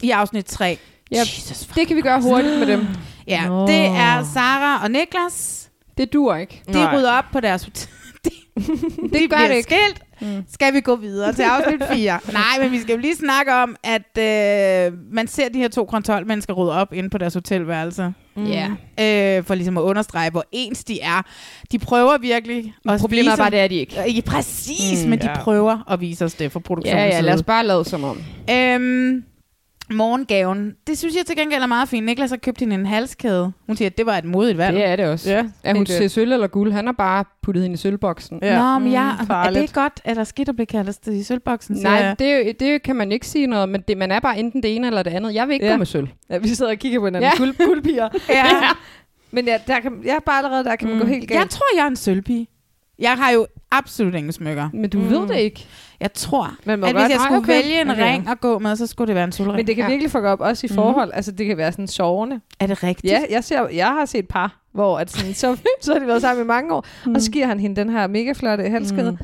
Speaker 1: i afsnit 3.
Speaker 2: Ja.
Speaker 1: Jesus fuck.
Speaker 2: Det kan vi gøre hurtigt med dem.
Speaker 1: Ja,
Speaker 4: Nå.
Speaker 1: det er Sara og Niklas.
Speaker 2: Det dur ikke.
Speaker 1: De
Speaker 4: Nej.
Speaker 1: rydder op på deres hotel. De, det
Speaker 2: gør det ikke.
Speaker 1: skilt.
Speaker 2: Mm.
Speaker 1: Skal vi gå videre til afsnit 4? Nej, men vi skal jo lige snakke om, at øh, man ser de her to kontrolmennesker rydde op inde på deres hotelværelse.
Speaker 2: Mm. Ja.
Speaker 1: Øh, for ligesom at understrege, hvor ens de er. De prøver virkelig at
Speaker 2: Problemet er
Speaker 1: vise-
Speaker 2: bare, det er de ikke.
Speaker 1: Ja, præcis,
Speaker 2: Mm,
Speaker 1: mm, men de
Speaker 4: ja.
Speaker 1: prøver at vise os det for
Speaker 2: Ja,
Speaker 1: produktionen.
Speaker 2: ja, lad os bare lade som om.
Speaker 1: Øhm, morgengaven. Det synes jeg til gengæld er meget fint. Niklas har købt hende en halskæde. Hun siger, at det var et modigt valg.
Speaker 2: Det er det også.
Speaker 4: Ja,
Speaker 2: Er hun
Speaker 4: helt
Speaker 2: til sølv eller guld? Han har bare puttet hende i sølvboksen.
Speaker 4: Ja.
Speaker 1: Nå, men jeg,
Speaker 4: Mm,
Speaker 1: er
Speaker 4: farligt.
Speaker 1: det godt, eller skidt at blive kaldt i sølvboksen? siger
Speaker 2: Nej,
Speaker 1: jeg.
Speaker 2: det, er jo- det kan man ikke sige noget om, men det, man er bare enten det ene eller det andet. Jeg vil ikke
Speaker 4: Ja.
Speaker 2: gå med sølv.
Speaker 4: Ja, vi sidder og kigger på hinanden.
Speaker 2: Ja.
Speaker 4: Ja. Guld, guldpiger.
Speaker 1: ja.
Speaker 4: Men ja, der kan, jeg er bare allerede, der kan man
Speaker 2: Mm.
Speaker 4: gå helt
Speaker 1: Jeg
Speaker 4: galt.
Speaker 1: tror, jeg er en sølvpige. Jeg har jo absolut ingen smykker.
Speaker 2: Men du mm.
Speaker 4: Hmm.
Speaker 2: ved det ikke.
Speaker 1: Jeg tror,
Speaker 4: Men, må
Speaker 1: at
Speaker 4: godt-
Speaker 1: hvis jeg
Speaker 4: Ej,
Speaker 1: skulle
Speaker 4: okay.
Speaker 1: vælge en
Speaker 4: Okay.
Speaker 1: ring at gå med, så skulle det være en solring.
Speaker 4: Men det kan
Speaker 2: Ja. Hmm.
Speaker 4: virkelig fuck op, også i forhold. Altså, det kan være sådan sovende.
Speaker 1: Er det rigtigt?
Speaker 4: Ja, jeg, ser, jeg har set par, hvor at sådan, så, så har de været sammen i mange år, mm. og så giver han hende den her mega flotte halskæde, mm.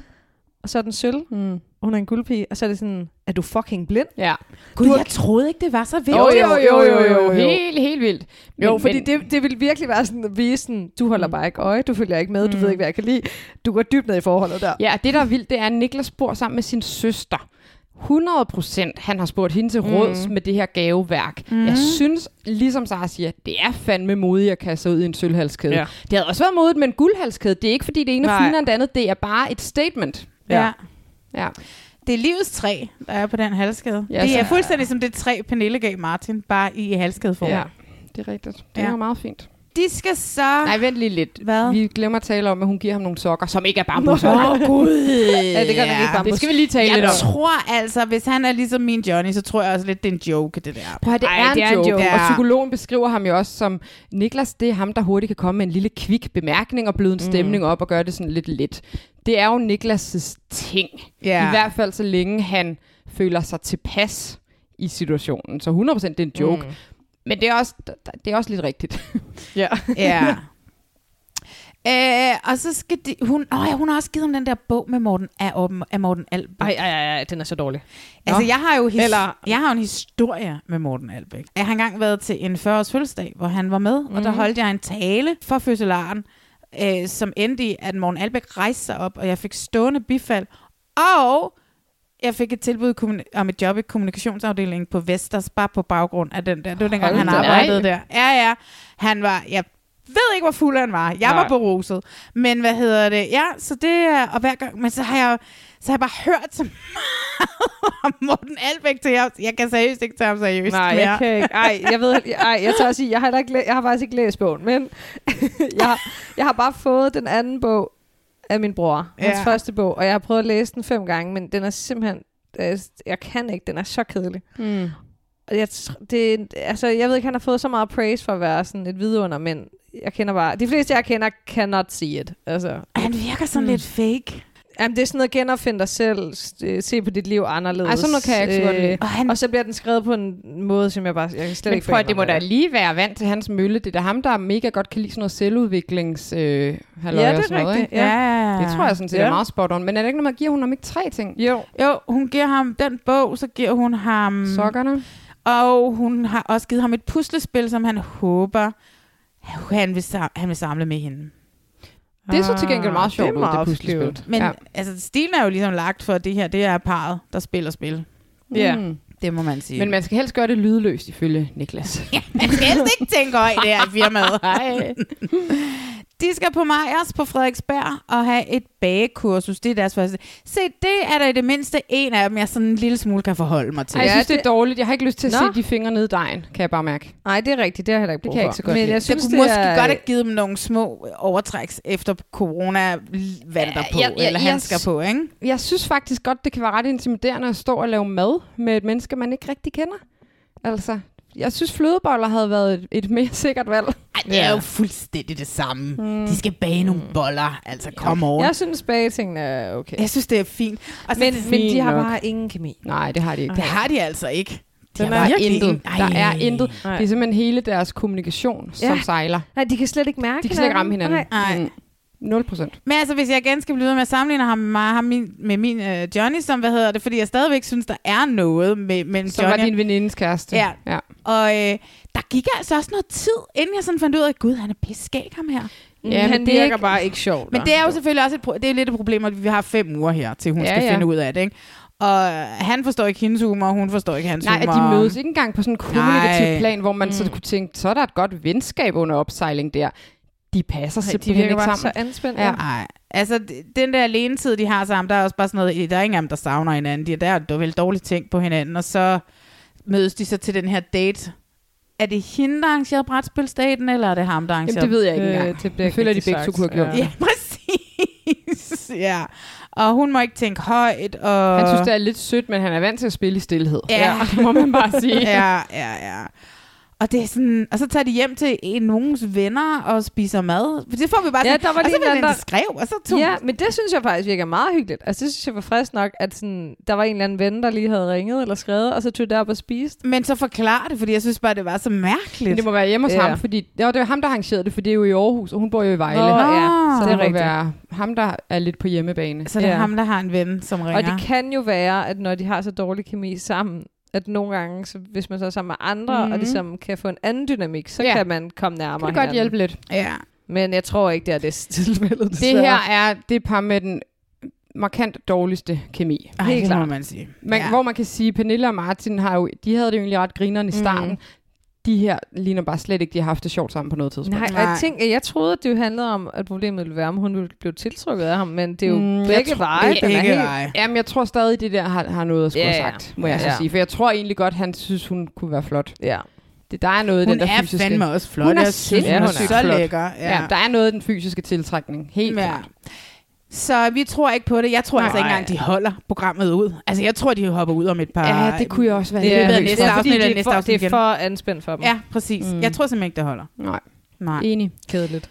Speaker 4: og så er den sølv,
Speaker 2: Mm.
Speaker 4: og hun er en guldpige, og så er det sådan, er du fucking blind?
Speaker 2: Ja.
Speaker 1: Gud, jeg troede ikke, det var så vigtigt.
Speaker 2: Jo, jo, jo, jo, jo, jo.
Speaker 4: jo.
Speaker 2: Helt, helt vildt.
Speaker 4: Jo, men, fordi det, det ville virkelig være sådan at vise sådan, du holder bare ikke øje, du følger ikke med, mm. du ved ikke, hvad jeg kan lide. Du går dybt ned i forholdet der.
Speaker 2: Ja, og det der er vildt, det er, at Niklas bor sammen med sin søster. 100 procent, han har spurgt hende til råds mm. med det her gaveværk. Mm. Jeg synes, ligesom Sara siger, det er fandme modigt at kaste sig ud i en sølvhalskæde. Ja.
Speaker 4: Ja.
Speaker 2: Det havde også været modigt med en guldhalskæde. Det er ikke, fordi det ene er
Speaker 4: Nej.
Speaker 2: finere end det andet. Det er bare et statement.
Speaker 1: Ja.
Speaker 2: Ja.
Speaker 1: Det er livets træ, der er på den halskæde.
Speaker 2: Ja,
Speaker 1: Ja, det
Speaker 2: så-
Speaker 1: er fuldstændig som det træ, Pernille gav Martin, bare i halskædeform.
Speaker 2: ja.
Speaker 1: Ja.
Speaker 2: Det er rigtigt. Det
Speaker 1: Ja.
Speaker 2: er meget fint.
Speaker 1: De skal så...
Speaker 2: Nej, vent lige lidt.
Speaker 1: Hvad?
Speaker 2: Vi glemmer at tale om, at hun giver ham nogle sokker, som ikke er bambussokker.
Speaker 1: Åh, Gud.
Speaker 4: Ja, det gør nok ikke bambus.
Speaker 2: Det skal vi lige tale
Speaker 1: Jeg
Speaker 2: lidt om.
Speaker 1: tror altså, hvis han er ligesom min Johnny, så tror jeg også lidt, det er en joke, det der.
Speaker 2: Prøv at høre, det, Ej, er, det en er joke. en joke.
Speaker 1: Ja.
Speaker 2: Og psykologen beskriver ham jo også som, Niklas, det er ham, der hurtigt kan komme med en lille kvik bemærkning og bløde en stemning op og gøre det sådan lidt let. Det er jo Niklas' ting.
Speaker 1: Ja.
Speaker 2: I hvert fald så længe han føler sig tilpas i situationen. Så 100% det er en joke. Mm. Men det er, også, det er også lidt rigtigt.
Speaker 4: Ja.
Speaker 1: Ja. Øh, og så skal de, hun, åh, ja, hun har også givet om den der bog med Morten, af, af Morten Albæk.
Speaker 4: Ej, ej, ej, ej, den er så dårlig.
Speaker 1: altså, jeg har jo his,
Speaker 4: Eller-
Speaker 1: jeg har jo en historie med Morten Albæk. Jeg har engang været til en 40-års fødselsdag, hvor han var med, mm. og der holdt jeg en tale for fødselaren, øh, som endte i, at Morten Albæk rejste sig op, og jeg fik stående bifald. Og jeg fik et tilbud i kommuni- om et job i kommunikationsafdelingen på Vesters, bare på baggrund af den der. Det var dengang,
Speaker 2: Hold
Speaker 1: han
Speaker 2: da op.
Speaker 1: arbejdede der. Ja, ja. Han var, jeg ved ikke, hvor fuld han var. Jeg Nej. var
Speaker 2: Nej.
Speaker 1: beruset. Men hvad hedder det? Ja, så det er... Og hver gang, men så har jeg, så har jeg bare hørt så meget om Morten Albæk til jer. Jeg kan seriøst ikke tage ham seriøst
Speaker 4: Nej,
Speaker 1: mere.
Speaker 4: jeg kan ikke. Ej, jeg ved, ej, jeg tør at sige, jeg har, heller ikke, læ- jeg har faktisk ikke læst bogen, men jeg, har- jeg har bare fået den anden bog af min bror, ja.
Speaker 1: Ja.
Speaker 4: hans første bog, og jeg har prøvet at læse den fem gange, men den er simpelthen, øh, jeg kan ikke, den er så kedelig.
Speaker 2: Mm.
Speaker 4: Og jeg, tr- det, altså, jeg ved ikke, han har fået så meget praise for at være sådan et vidunder, men jeg kender bare, de fleste jeg kender, cannot see it. Altså,
Speaker 1: Han virker sådan
Speaker 4: Mm.
Speaker 1: lidt
Speaker 2: Hmm.
Speaker 1: fake.
Speaker 4: Jamen, det er sådan noget genopfind dig selv, s- øh, se på dit liv anderledes. øh,
Speaker 2: Ej, sådan noget kan jeg ikke så godt lide.
Speaker 1: Og, han,
Speaker 4: Og så bliver den skrevet på en måde, som jeg bare jeg kan slet
Speaker 2: Men
Speaker 4: ikke
Speaker 2: prøv, at
Speaker 4: forandre
Speaker 2: det må
Speaker 4: mig
Speaker 2: da
Speaker 4: af.
Speaker 2: lige være vant til hans mølle. Det er da ham, der mega godt kan lide sådan noget selvudviklings... Øh, halløj
Speaker 4: Ja, det er
Speaker 2: og sådan noget,
Speaker 4: rigtigt.
Speaker 2: ikke?
Speaker 1: ja.
Speaker 2: Det tror jeg sådan set er
Speaker 4: Ja.
Speaker 2: meget spot on. Men er det ikke, når man giver hun ham ikke tre ting?
Speaker 4: Jo.
Speaker 1: Jo, hun giver ham den bog, så giver hun ham...
Speaker 2: Sokkerne?
Speaker 1: Og hun har også givet ham et puslespil, som han håber, han vil, sam- han vil samle med hende.
Speaker 2: Det er så til gengæld meget
Speaker 4: Ah,
Speaker 2: sjovt,
Speaker 4: det er
Speaker 2: ud, det,
Speaker 4: meget
Speaker 2: puslespil.
Speaker 4: cute.
Speaker 1: Men ja. altså, stilen er jo ligesom lagt for, at det her det er parret, der spiller spil.
Speaker 2: Ja.
Speaker 4: Mm.
Speaker 1: Det må man sige.
Speaker 2: Men man skal helst gøre det lydløst, ifølge Niklas.
Speaker 1: man skal helst ikke tænke over i det her firmaet. De skal på Majers på Frederiksberg og have et bagekursus. Det er deres første. Se, det er der i det mindste en af dem, jeg sådan en lille smule kan forholde mig til.
Speaker 2: Ej, jeg synes, det er dårligt. Jeg har ikke lyst til at
Speaker 4: Nå.
Speaker 2: se de fingre nede i dejen, kan jeg bare mærke.
Speaker 4: Nej, det er rigtigt. Det har jeg heller ikke
Speaker 2: Det
Speaker 4: brug
Speaker 2: kan jeg
Speaker 4: for.
Speaker 2: ikke så godt
Speaker 4: Men
Speaker 2: lide.
Speaker 4: jeg
Speaker 2: Jeg
Speaker 4: synes,
Speaker 1: jeg kunne måske
Speaker 4: det er,
Speaker 1: godt have givet dem nogle små overtræks efter corona vandrer på,
Speaker 2: Ja,
Speaker 1: ja,
Speaker 2: ja,
Speaker 1: eller
Speaker 2: jeg-
Speaker 1: handsker på, ikke?
Speaker 2: Jeg synes faktisk godt, det kan være ret intimiderende at stå og lave mad med et menneske, man ikke rigtig kender. Altså, jeg synes, flødeboller havde været et, et mere sikkert valg.
Speaker 1: Ej, det er jo fuldstændig det samme. Mm. De skal bage nogle boller, altså kom over.
Speaker 4: Jeg synes, bagetingene er okay.
Speaker 1: Jeg synes, det er fint. Og så,
Speaker 4: Men, men de har
Speaker 2: nok.
Speaker 4: bare ingen kemi.
Speaker 2: Nej, det har de ikke.
Speaker 1: det har de altså ikke. De
Speaker 2: Der er
Speaker 1: virkelig
Speaker 2: intet.
Speaker 1: ingen-
Speaker 2: Der er
Speaker 1: Ej.
Speaker 2: intet.
Speaker 4: Nej.
Speaker 2: Det er simpelthen hele deres kommunikation, som
Speaker 4: Ja.
Speaker 2: sejler.
Speaker 4: Nej, de kan slet ikke mærke
Speaker 2: De kan slet ikke ramme hinanden.
Speaker 1: Nej.
Speaker 2: Mm. 0 procent.
Speaker 1: Men altså, hvis jeg igen skal blive ved med at sammenligne ham med, mig, ham min, med min øh, Johnny, som hvad hedder det, fordi jeg stadigvæk synes, der er noget med, mellem
Speaker 2: Som var
Speaker 1: Johnny
Speaker 2: din venindes kæreste.
Speaker 1: Ja.
Speaker 2: ja.
Speaker 1: og... Øh, der gik altså også noget tid, inden jeg sådan fandt ud af, at gud, han er pisseskæg, ham her.
Speaker 2: Ja,
Speaker 4: Ja,
Speaker 2: men
Speaker 4: Mm. han
Speaker 2: det er
Speaker 4: virker
Speaker 2: ikke-
Speaker 4: bare ikke sjovt.
Speaker 1: Men det er jo selvfølgelig også et, pro- det er lidt et problem, at vi har fem uger her, til hun
Speaker 2: Ja,
Speaker 1: skal
Speaker 2: ja.
Speaker 1: finde ud af det. Ikke? Og han forstår ikke hendes humor, og hun forstår ikke hans
Speaker 2: Nej, at
Speaker 1: humor.
Speaker 2: de mødes ikke engang på sådan en kommunikativ
Speaker 1: Nej.
Speaker 2: plan, hvor man
Speaker 4: Mm.
Speaker 2: så kunne tænke, så er der et godt venskab under opsejling der. De passer
Speaker 4: Nej, de
Speaker 2: simpelthen
Speaker 4: virker
Speaker 2: ikke
Speaker 4: bare
Speaker 2: sammen.
Speaker 4: så anspændt.
Speaker 2: Ja.
Speaker 4: Ja.
Speaker 1: Nej, altså d- den der alenetid, de har sammen, der er også bare sådan noget, der er ingen af dem, der savner hinanden. De er der, der vel dårligt tænkt på hinanden, og så mødes de så til den her date. Er det hende, der arrangerede brætspilsdaten, eller er det ham, der
Speaker 2: Jamen,
Speaker 1: arrangerede
Speaker 2: det ved jeg ikke
Speaker 4: Øh,
Speaker 2: engang.
Speaker 4: det bliver
Speaker 2: jeg
Speaker 4: ikke
Speaker 2: føler, at de
Speaker 4: rigtig
Speaker 2: begge to
Speaker 4: sagt,
Speaker 2: kunne have gjort
Speaker 4: ja.
Speaker 1: Ja,
Speaker 2: det.
Speaker 1: præcis. ja. Og hun må ikke tænke højt, og...
Speaker 2: Han synes, det er lidt sødt, men han er vant til at spille i stillhed.
Speaker 1: Ja.
Speaker 2: det må man bare sige.
Speaker 1: ja, ja, ja. Og, det er sådan, og så tager de hjem til en, nogens venner og spiser mad. For det får vi bare
Speaker 4: Ja,
Speaker 1: sådan,
Speaker 4: der var
Speaker 1: og
Speaker 4: lige
Speaker 1: så
Speaker 4: en
Speaker 1: var
Speaker 4: anden,
Speaker 1: der...
Speaker 4: der-
Speaker 1: skrev, og så tog
Speaker 4: ja, men det synes jeg faktisk virker meget hyggeligt. Altså, det synes jeg var frisk nok, at sådan, der var en eller anden ven, der lige havde ringet eller skrevet, og så tog det op og spiste.
Speaker 1: Men så forklar det, fordi jeg synes bare, det var så mærkeligt.
Speaker 2: Men det må være hjemme hos
Speaker 4: Ja.
Speaker 2: ham, fordi ja, det er ham, der arrangerede det, for det er jo i Aarhus, og hun bor jo i Vejle.
Speaker 4: Nå,
Speaker 1: ja,
Speaker 2: så
Speaker 4: det
Speaker 2: Ah, det,
Speaker 4: er
Speaker 2: må
Speaker 4: rigtigt.
Speaker 2: være ham, der er lidt på hjemmebane.
Speaker 1: Så Altså, det er
Speaker 4: Ja.
Speaker 1: ham, der har en ven, som ringer.
Speaker 4: Og det kan jo være, at når de har så dårlig kemi sammen, at nogle gange, så hvis man så er sammen med andre, mm-hmm.
Speaker 2: Mhm.
Speaker 4: og ligesom kan få en anden dynamik, så
Speaker 2: Ja.
Speaker 4: ja. kan man komme nærmere
Speaker 2: Kan det godt
Speaker 4: hinanden.
Speaker 2: hjælpe lidt?
Speaker 1: Ja.
Speaker 4: Men jeg tror ikke, det er det tilfældet.
Speaker 2: Det
Speaker 4: desværre.
Speaker 2: her er det par med den markant dårligste kemi.
Speaker 1: Ej,
Speaker 4: Helt
Speaker 1: det må
Speaker 4: klart.
Speaker 1: man sige.
Speaker 2: Man,
Speaker 1: ja.
Speaker 2: ja. Hvor man kan sige, at Pernille og Martin har jo, de havde det jo egentlig ret grineren i starten.
Speaker 4: Mhm.
Speaker 2: Mm. De her ligner bare slet ikke, de har haft det sjovt sammen på noget tidspunkt.
Speaker 4: Nej, og
Speaker 1: Nej.
Speaker 4: jeg, tænkte, jeg trotrede, at det jo handlede om, at problemet ville være, om hun ville blive tiltrukket af ham, men det er jo
Speaker 2: Mm,
Speaker 4: mm,
Speaker 2: jeg
Speaker 4: begge
Speaker 2: tror-
Speaker 4: veje.
Speaker 2: det er
Speaker 4: den er
Speaker 1: ikke
Speaker 4: helt...
Speaker 1: veje.
Speaker 2: Jamen, jeg tror stadig, det der har, har noget at skulle
Speaker 4: Ja,
Speaker 2: have
Speaker 4: ja.
Speaker 2: sagt, må jeg så
Speaker 4: Ja.
Speaker 2: sige. For jeg tror egentlig godt, han synes, hun kunne være flot.
Speaker 4: Ja.
Speaker 2: Det, der er noget i
Speaker 1: Hun
Speaker 2: den der
Speaker 1: er
Speaker 2: fysiske...
Speaker 1: fandme også flot.
Speaker 2: Hun er
Speaker 1: Jeg synes,
Speaker 2: sindssygt
Speaker 1: hun er
Speaker 2: flot.
Speaker 1: så lækker. Ja.
Speaker 2: Ja. ja, der er noget i den fysiske tiltrækning. Helt ja.
Speaker 1: ja.
Speaker 2: klart.
Speaker 1: Så vi tror ikke på det. Jeg tror
Speaker 2: Nej.
Speaker 1: altså ikke engang, de holder programmet ud. Altså, jeg tror, de hopper ud om et par...
Speaker 2: Ja, det kunne jeg også være.
Speaker 1: Det er
Speaker 2: helt
Speaker 1: bedre
Speaker 2: nervøs
Speaker 1: næste
Speaker 2: for.
Speaker 4: Ja, fordi
Speaker 1: afsnit eller
Speaker 4: det, er
Speaker 1: næste
Speaker 4: for,
Speaker 1: afsnit
Speaker 4: det er
Speaker 1: igen.
Speaker 4: for anspændt for dem.
Speaker 1: Ja, præcis.
Speaker 2: Mm.
Speaker 1: Mm. Jeg tror simpelthen ikke, det holder.
Speaker 2: Nej,
Speaker 1: Nej.
Speaker 2: enig.
Speaker 4: Kedeligt.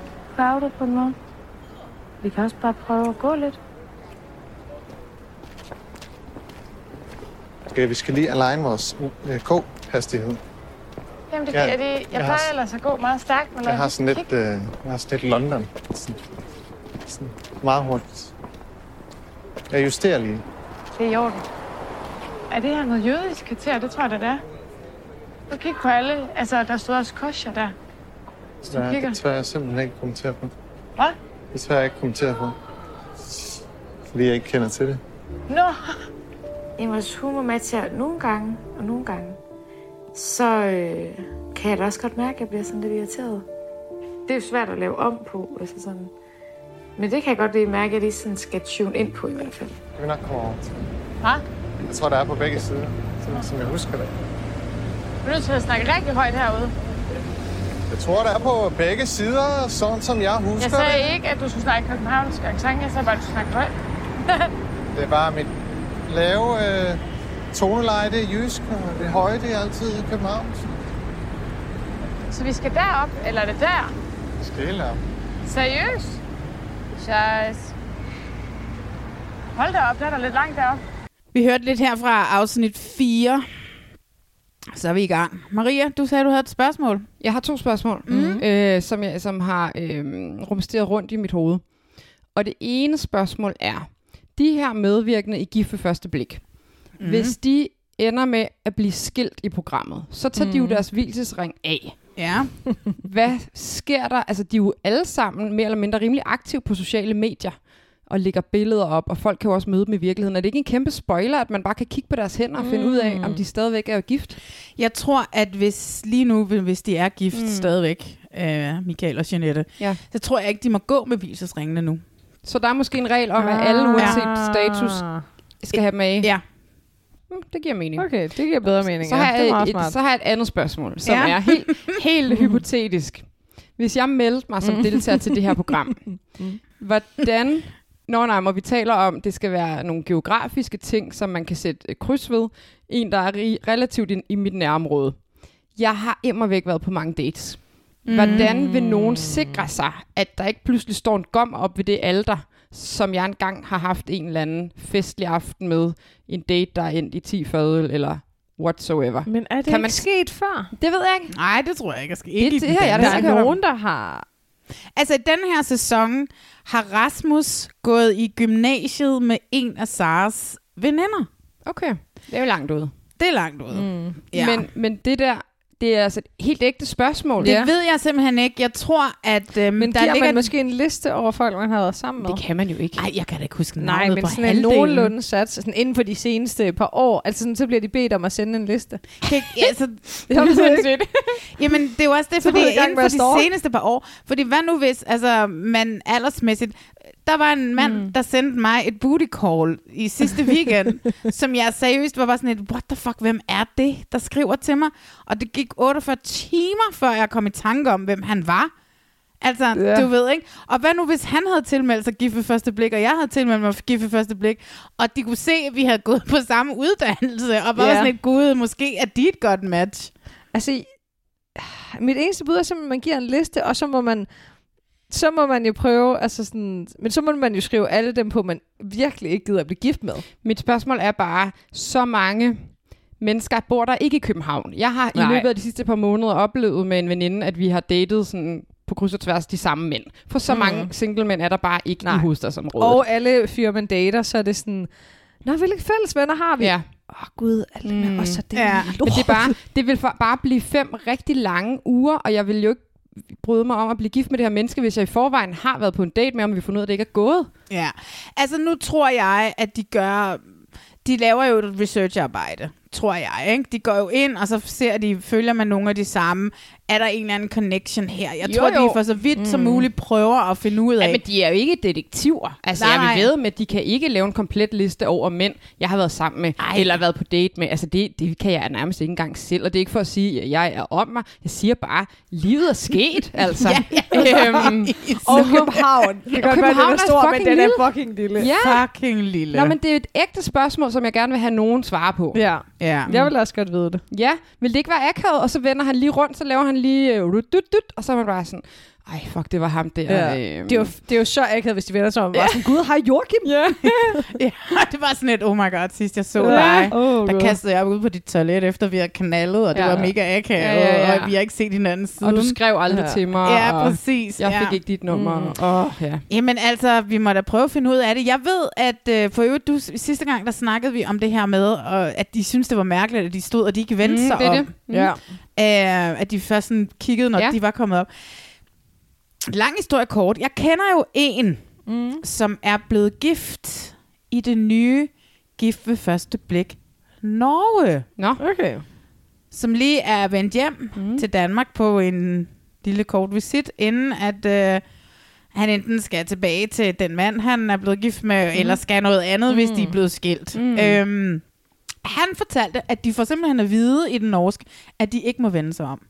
Speaker 6: Farvet på en måde. Vi kan også bare prøve at gå lidt.
Speaker 9: Okay, vi skal lige align vores øh, k-hastighed.
Speaker 6: Jamen, det
Speaker 9: Ja,
Speaker 6: ja, jeg, lige. jeg,
Speaker 9: jeg har
Speaker 6: jeg plejer
Speaker 9: s-
Speaker 6: ellers at gå meget stærkt, men når
Speaker 9: Jeg har
Speaker 6: lige
Speaker 9: sådan lidt, øh, jeg har sådan lidt London. Sådan, sådan meget hurtigt. Jeg justerer lige.
Speaker 6: kigger- Det er i orden. Er det her noget jødisk kvarter? Det tror jeg, da, det er. Du kigger på alle. Altså, der stod også kosher der.
Speaker 9: Så jeg,
Speaker 6: kigger.
Speaker 9: det tør jeg simpelthen ikke kommentere på.
Speaker 6: Hvad?
Speaker 9: Det tør jeg ikke kommentere på. Fordi jeg ikke kender til det.
Speaker 6: Nå! Emils humor med til at nogle gange, og nogle gange, så øh, kan jeg da også godt mærke, at jeg bliver sådan lidt irriteret. Det er jo svært at lave om på, altså sådan. Men det kan jeg godt lige mærke, at jeg lige sådan skal tune ind på i hvert fald.
Speaker 9: Det vil nok komme over.
Speaker 6: Hva?
Speaker 9: Jeg tror, der er på begge sider, som, som jeg husker det.
Speaker 6: Du er nødt til at snakke rigtig højt herude.
Speaker 9: Jeg tror, der er på begge sider, sådan som jeg husker
Speaker 6: Jeg sagde ikke, at du skulle snakke københavnsk accent. Jeg sagde bare, at du skulle snakke højt.
Speaker 9: det. Det er bare mit lave øh, toneleje, det er jysk, og det høje, det er altid i København.
Speaker 6: så vi skal derop, eller er det der?
Speaker 9: Stille op.
Speaker 6: Seriøst? Scheiß. Hold da op, der er der lidt langt derop.
Speaker 1: Vi hørte lidt her fra afsnit 4. Så er vi i gang. Maria, du sagde, du havde et spørgsmål.
Speaker 2: Jeg har to spørgsmål,
Speaker 4: Mhm.
Speaker 2: mm. øh, som, jeg, som har øh, rumsteret rundt i mit hoved. Og det ene spørgsmål er, de her medvirkende i Gift ved første blik, mm.
Speaker 4: Mhm.
Speaker 2: hvis de ender med at blive skilt i programmet, så tager mm. de jo
Speaker 4: Mhm.
Speaker 2: deres hvilesesring af.
Speaker 1: Ja.
Speaker 2: Hvad sker der? Altså, de er jo alle sammen mere eller mindre rimelig aktive på sociale medier og lægger billeder op, og folk kan jo også møde dem i virkeligheden. Er det ikke en kæmpe spoiler, at man bare kan kigge på deres hænder og finde ud af, om
Speaker 1: Mm.
Speaker 2: de stadigvæk er gift?
Speaker 1: Jeg tror, at hvis lige nu, hvis de er gift mm. stadigvæk, øh, Michael og Jeanette,
Speaker 2: ja.
Speaker 1: så tror jeg ikke, de må gå med bilsesringene nu.
Speaker 2: Så der er måske en regel om, at
Speaker 4: Ah.
Speaker 2: alle uanset status skal have dem af?
Speaker 1: Ja.
Speaker 2: Mm, Det giver mening.
Speaker 4: Okay, det giver bedre mening.
Speaker 2: Så
Speaker 4: ja.
Speaker 2: har,
Speaker 4: det er
Speaker 2: jeg
Speaker 4: meget
Speaker 2: et,
Speaker 4: smart.
Speaker 2: så har jeg et andet spørgsmål, som
Speaker 4: Ja.
Speaker 2: ja. er helt, helt hypotetisk. Hvis jeg meldte mig som
Speaker 4: Mm.
Speaker 2: deltager til det her program, hvordan... Nå nej, hvor vi taler om, det skal være nogle geografiske ting, som man kan sætte øh, kryds ved. En, der er ri- relativt i, i mit nærområde. Jeg har immer væk været på mange dates.
Speaker 4: Mm.
Speaker 2: Hvordan vil nogen sikre sig, at der ikke pludselig står en gom op ved det alder, som jeg engang har haft en eller anden festlig aften med, en date, der er endt i 10 fadøl, eller whatsoever.
Speaker 4: Men er det
Speaker 2: Kan
Speaker 4: ikke
Speaker 2: man-
Speaker 4: sket før?
Speaker 2: Det ved jeg ikke.
Speaker 1: Nej, det tror jeg ikke. Jeg skal
Speaker 2: Det-
Speaker 1: ikke
Speaker 2: det her, jeg er da
Speaker 4: Der er
Speaker 2: sikker på.
Speaker 4: nogen, der har...
Speaker 1: Altså, i den her sæson har Rasmus gået i gymnasiet med en af Saras veninder.
Speaker 2: Okay, det er jo langt ude.
Speaker 1: Det er langt ude. Mm. Ja.
Speaker 2: Men, men det der, det er altså et helt ægte spørgsmål.
Speaker 1: Det ja. ved jeg simpelthen ikke. Jeg tror, at øhm,
Speaker 4: Men
Speaker 1: der
Speaker 4: giver
Speaker 1: ligger...
Speaker 4: man måske en liste over folk, man har været sammen med?
Speaker 2: Det kan man jo ikke.
Speaker 1: Nej, jeg kan da ikke huske
Speaker 4: Nej,
Speaker 1: navnet
Speaker 4: men
Speaker 1: på
Speaker 4: sådan en
Speaker 1: halvdelen.
Speaker 4: nogenlunde sats, sådan inden for de seneste par år, altså sådan, så bliver de bedt om at sende en liste.
Speaker 1: Kan, altså,
Speaker 4: det har man sådan set.
Speaker 1: Jamen, det er jo også det,
Speaker 4: Så
Speaker 1: fordi
Speaker 4: ved jeg ikke,
Speaker 1: inden
Speaker 4: hvor
Speaker 1: for
Speaker 4: jeg står.
Speaker 1: de seneste par år, fordi hvad nu hvis, altså, man aldersmæssigt, der var en mand, mm. der sendte mig et booty call i sidste weekend, som jeg seriøst var bare sådan et, what the fuck, hvem er det, der skriver til mig? Og det gik 48 timer, før jeg kom i tanke om, hvem han var. Altså,
Speaker 4: Ja.
Speaker 1: du ved ikke. Og hvad nu, hvis han havde tilmeldt sig gift ved første blik, og jeg havde tilmeldt mig gift ved første blik, og de kunne se, at vi havde gået på samme uddannelse, og var
Speaker 4: Ja.
Speaker 1: yeah. sådan et gud, måske er de et godt match.
Speaker 4: Altså, mit eneste bud er simpelthen, at man giver en liste, og så må man så må man jo prøve, altså sådan, men så må man jo skrive alle dem på, man virkelig ikke gider at blive gift med.
Speaker 2: Mit spørgsmål er bare, så mange mennesker bor der ikke i København. Jeg har Nej.
Speaker 4: Nej.
Speaker 2: i løbet af de sidste par måneder oplevet med en veninde, at vi har datet sådan på kryds og tværs de samme mænd. For så mm.
Speaker 4: Mhm.
Speaker 2: mange single mænd er der bare ikke Nej. i hovedstadsområdet.
Speaker 4: Og alle fyre, man dater, så er det sådan, Nå, hvilke fælles venner har vi?
Speaker 2: Ja.
Speaker 4: Åh oh, gud, alle mm. med os er det.
Speaker 2: Ja.
Speaker 4: Ja.
Speaker 2: Men det, er bare, det vil for, bare blive fem rigtig lange uger, og jeg vil jo ikke bryde mig om at blive gift med det her menneske, hvis jeg i forvejen har været på en date med ham, og vi får ud af, at det ikke er gået.
Speaker 1: Ja, altså nu tror jeg, at de gør... De laver jo et researcharbejde. tror jeg. Ikke? De går jo ind, og så ser de, følger man nogle af de samme. Er der en eller anden connection her? Jeg
Speaker 2: Jo,
Speaker 1: jo, tror,
Speaker 2: jo.
Speaker 1: de for så vidt mm. som
Speaker 2: Mm.
Speaker 1: muligt prøver at finde ud af.
Speaker 2: Ja, men de er jo ikke detektiver. Altså, nej,
Speaker 1: Nej,
Speaker 2: jeg vil
Speaker 1: nej.
Speaker 2: ved med, at de kan ikke lave en komplet liste over mænd, jeg har været sammen med, Ej. eller været på date med. Altså, det, det kan jeg nærmest ikke engang selv, og det er ikke for at sige, at jeg er om mig. Jeg siger bare, livet er sket, altså. Øhm,
Speaker 1: Ja,
Speaker 3: ja. Og København. Det kan godt være, den er stor, men den er
Speaker 2: fucking
Speaker 3: lille.
Speaker 2: Ja.
Speaker 1: Fucking lille.
Speaker 2: Nå, men det er et ægte spørgsmål, som jeg gerne vil have nogen svare på.
Speaker 3: Ja.
Speaker 1: ja.
Speaker 3: Jeg vil også godt vide det.
Speaker 2: Ja, vil det ikke være akavet? Og så vender han lige rundt, så laver han lige... Øh, rut, dut, dut, og så er man bare sådan... Ej, fuck, det var ham der.
Speaker 3: Ja.
Speaker 2: øhm."
Speaker 3: Det, er jo, det er jo så akavet, hvis de vender sig om. Ja. Sådan, Gud, har Joachim? Ja.
Speaker 1: ja, det var sådan et, oh my god, sidst jeg så
Speaker 3: Ja.
Speaker 1: dig,
Speaker 3: Oh,
Speaker 1: der
Speaker 3: God.
Speaker 1: kastede jeg op ude på dit toilet, efter vi havde knaldet, og det
Speaker 2: Ja.
Speaker 1: ja. var mega akavet,
Speaker 2: Ja, ja, ja.
Speaker 1: og vi har ikke set hinanden siden.
Speaker 2: Og du skrev aldrig
Speaker 1: ja.
Speaker 2: til mig.
Speaker 1: Ja,
Speaker 2: og
Speaker 1: præcis.
Speaker 2: Jeg
Speaker 1: ja.
Speaker 2: fik ikke dit nummer.
Speaker 1: Mm.
Speaker 2: Mm. Og, ja.
Speaker 1: Jamen altså, vi må da prøve at finde ud af det. Jeg ved, at øh, for øvrigt, du, sidste gang, der snakkede vi om det her med, og, at de syntes, det var mærkeligt, at de stod, og de ikke vendte
Speaker 2: Mm,
Speaker 1: sig
Speaker 2: det er
Speaker 1: om.
Speaker 2: det. Mm. Ja.
Speaker 1: Øh, at de først sådan kiggede, når
Speaker 2: Ja.
Speaker 1: ja. de var kommet op. Lang historie kort. Jeg kender jo en, mm. som er blevet gift i det nye Gift ved første blik Norge.
Speaker 2: Nå.
Speaker 3: Okay.
Speaker 1: Som lige er vendt hjem mm. til Danmark på en lille kort visit, inden at... Øh, han enten skal tilbage til den mand, han er blevet gift med, mm. eller skal noget andet, mm. hvis de er blevet skilt.
Speaker 2: Mm.
Speaker 1: Mm. Øhm, han fortalte, at de får simpelthen at vide i den norske, at de ikke må vende sig om.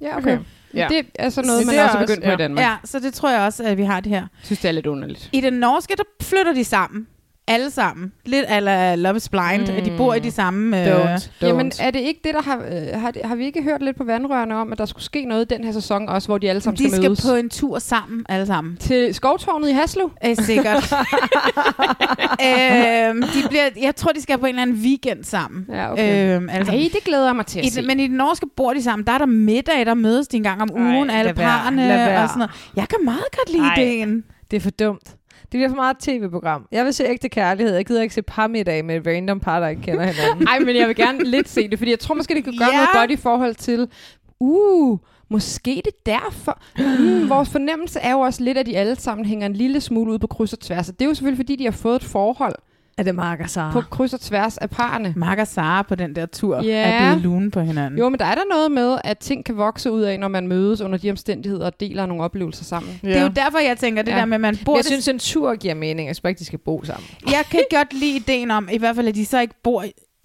Speaker 2: Ja,
Speaker 1: okay.
Speaker 2: okay. Ja. Det er sådan noget, man er også begyndt på i Danmark.
Speaker 1: Ja, så det tror jeg også, at vi har det her.
Speaker 2: Jeg synes, det er lidt underligt.
Speaker 1: I den norske, der flytter de sammen. Alle sammen. Lidt ala Love is Blind, mm. at de bor i de samme... øh,
Speaker 2: Jamen, er det ikke det, der har, øh, har, har vi ikke hørt lidt på vandrørene om, at der skulle ske noget i den her sæson også, hvor de alle sammen
Speaker 1: de
Speaker 2: skal
Speaker 1: skal
Speaker 2: mødes?
Speaker 1: på en tur sammen, alle sammen.
Speaker 2: Til skovtårnet i Haslev?
Speaker 1: Øh, sikkert. øhm, de bliver, jeg tror, de skal på en eller anden weekend sammen.
Speaker 2: Ja, okay.
Speaker 1: Øhm, altså,
Speaker 2: Ej, det glæder jeg mig til at
Speaker 1: I,
Speaker 2: se.
Speaker 1: den- Men i den norske bor de sammen. Der er der middag, der mødes de en gang om ugen,
Speaker 3: lad
Speaker 1: alle
Speaker 3: være,
Speaker 1: parrene
Speaker 3: lad være.
Speaker 1: og sådan noget. Jeg kan meget godt lide
Speaker 3: Ej.
Speaker 1: ideen.
Speaker 3: Det er for dumt. Det bliver for meget tv-program. Jeg vil se ægte kærlighed. Jeg gider ikke se parmiddag med et random par, der ikke kender hinanden.
Speaker 2: Nej, men jeg vil gerne lidt se det, fordi jeg tror måske, det kan gøre
Speaker 3: Ja.
Speaker 2: noget godt i forhold til, uh, måske det er derfor. Mm, vores fornemmelse er jo også lidt, at de alle sammen hænger en lille smule ud på kryds og tværs, og det er jo selvfølgelig, fordi de har fået et forhold
Speaker 3: Er det Mark og Sara?
Speaker 2: på kryds og tværs af parerne.
Speaker 1: Mark og Sara på den der tur
Speaker 2: Ja.
Speaker 1: er blevet lune på hinanden.
Speaker 2: Jo, men der er der noget med, at ting kan vokse ud af, når man mødes under de omstændigheder og deler nogle oplevelser sammen.
Speaker 1: Det er jo derfor, jeg tænker, det
Speaker 2: Ja.
Speaker 1: ja. der med, at man bor...
Speaker 2: Jeg
Speaker 1: det-
Speaker 2: synes,
Speaker 3: en tur giver mening. Jeg synes bare ikke, de skal bo sammen.
Speaker 1: jeg kan godt lide ideen om, i hvert fald, at de så ikke bor...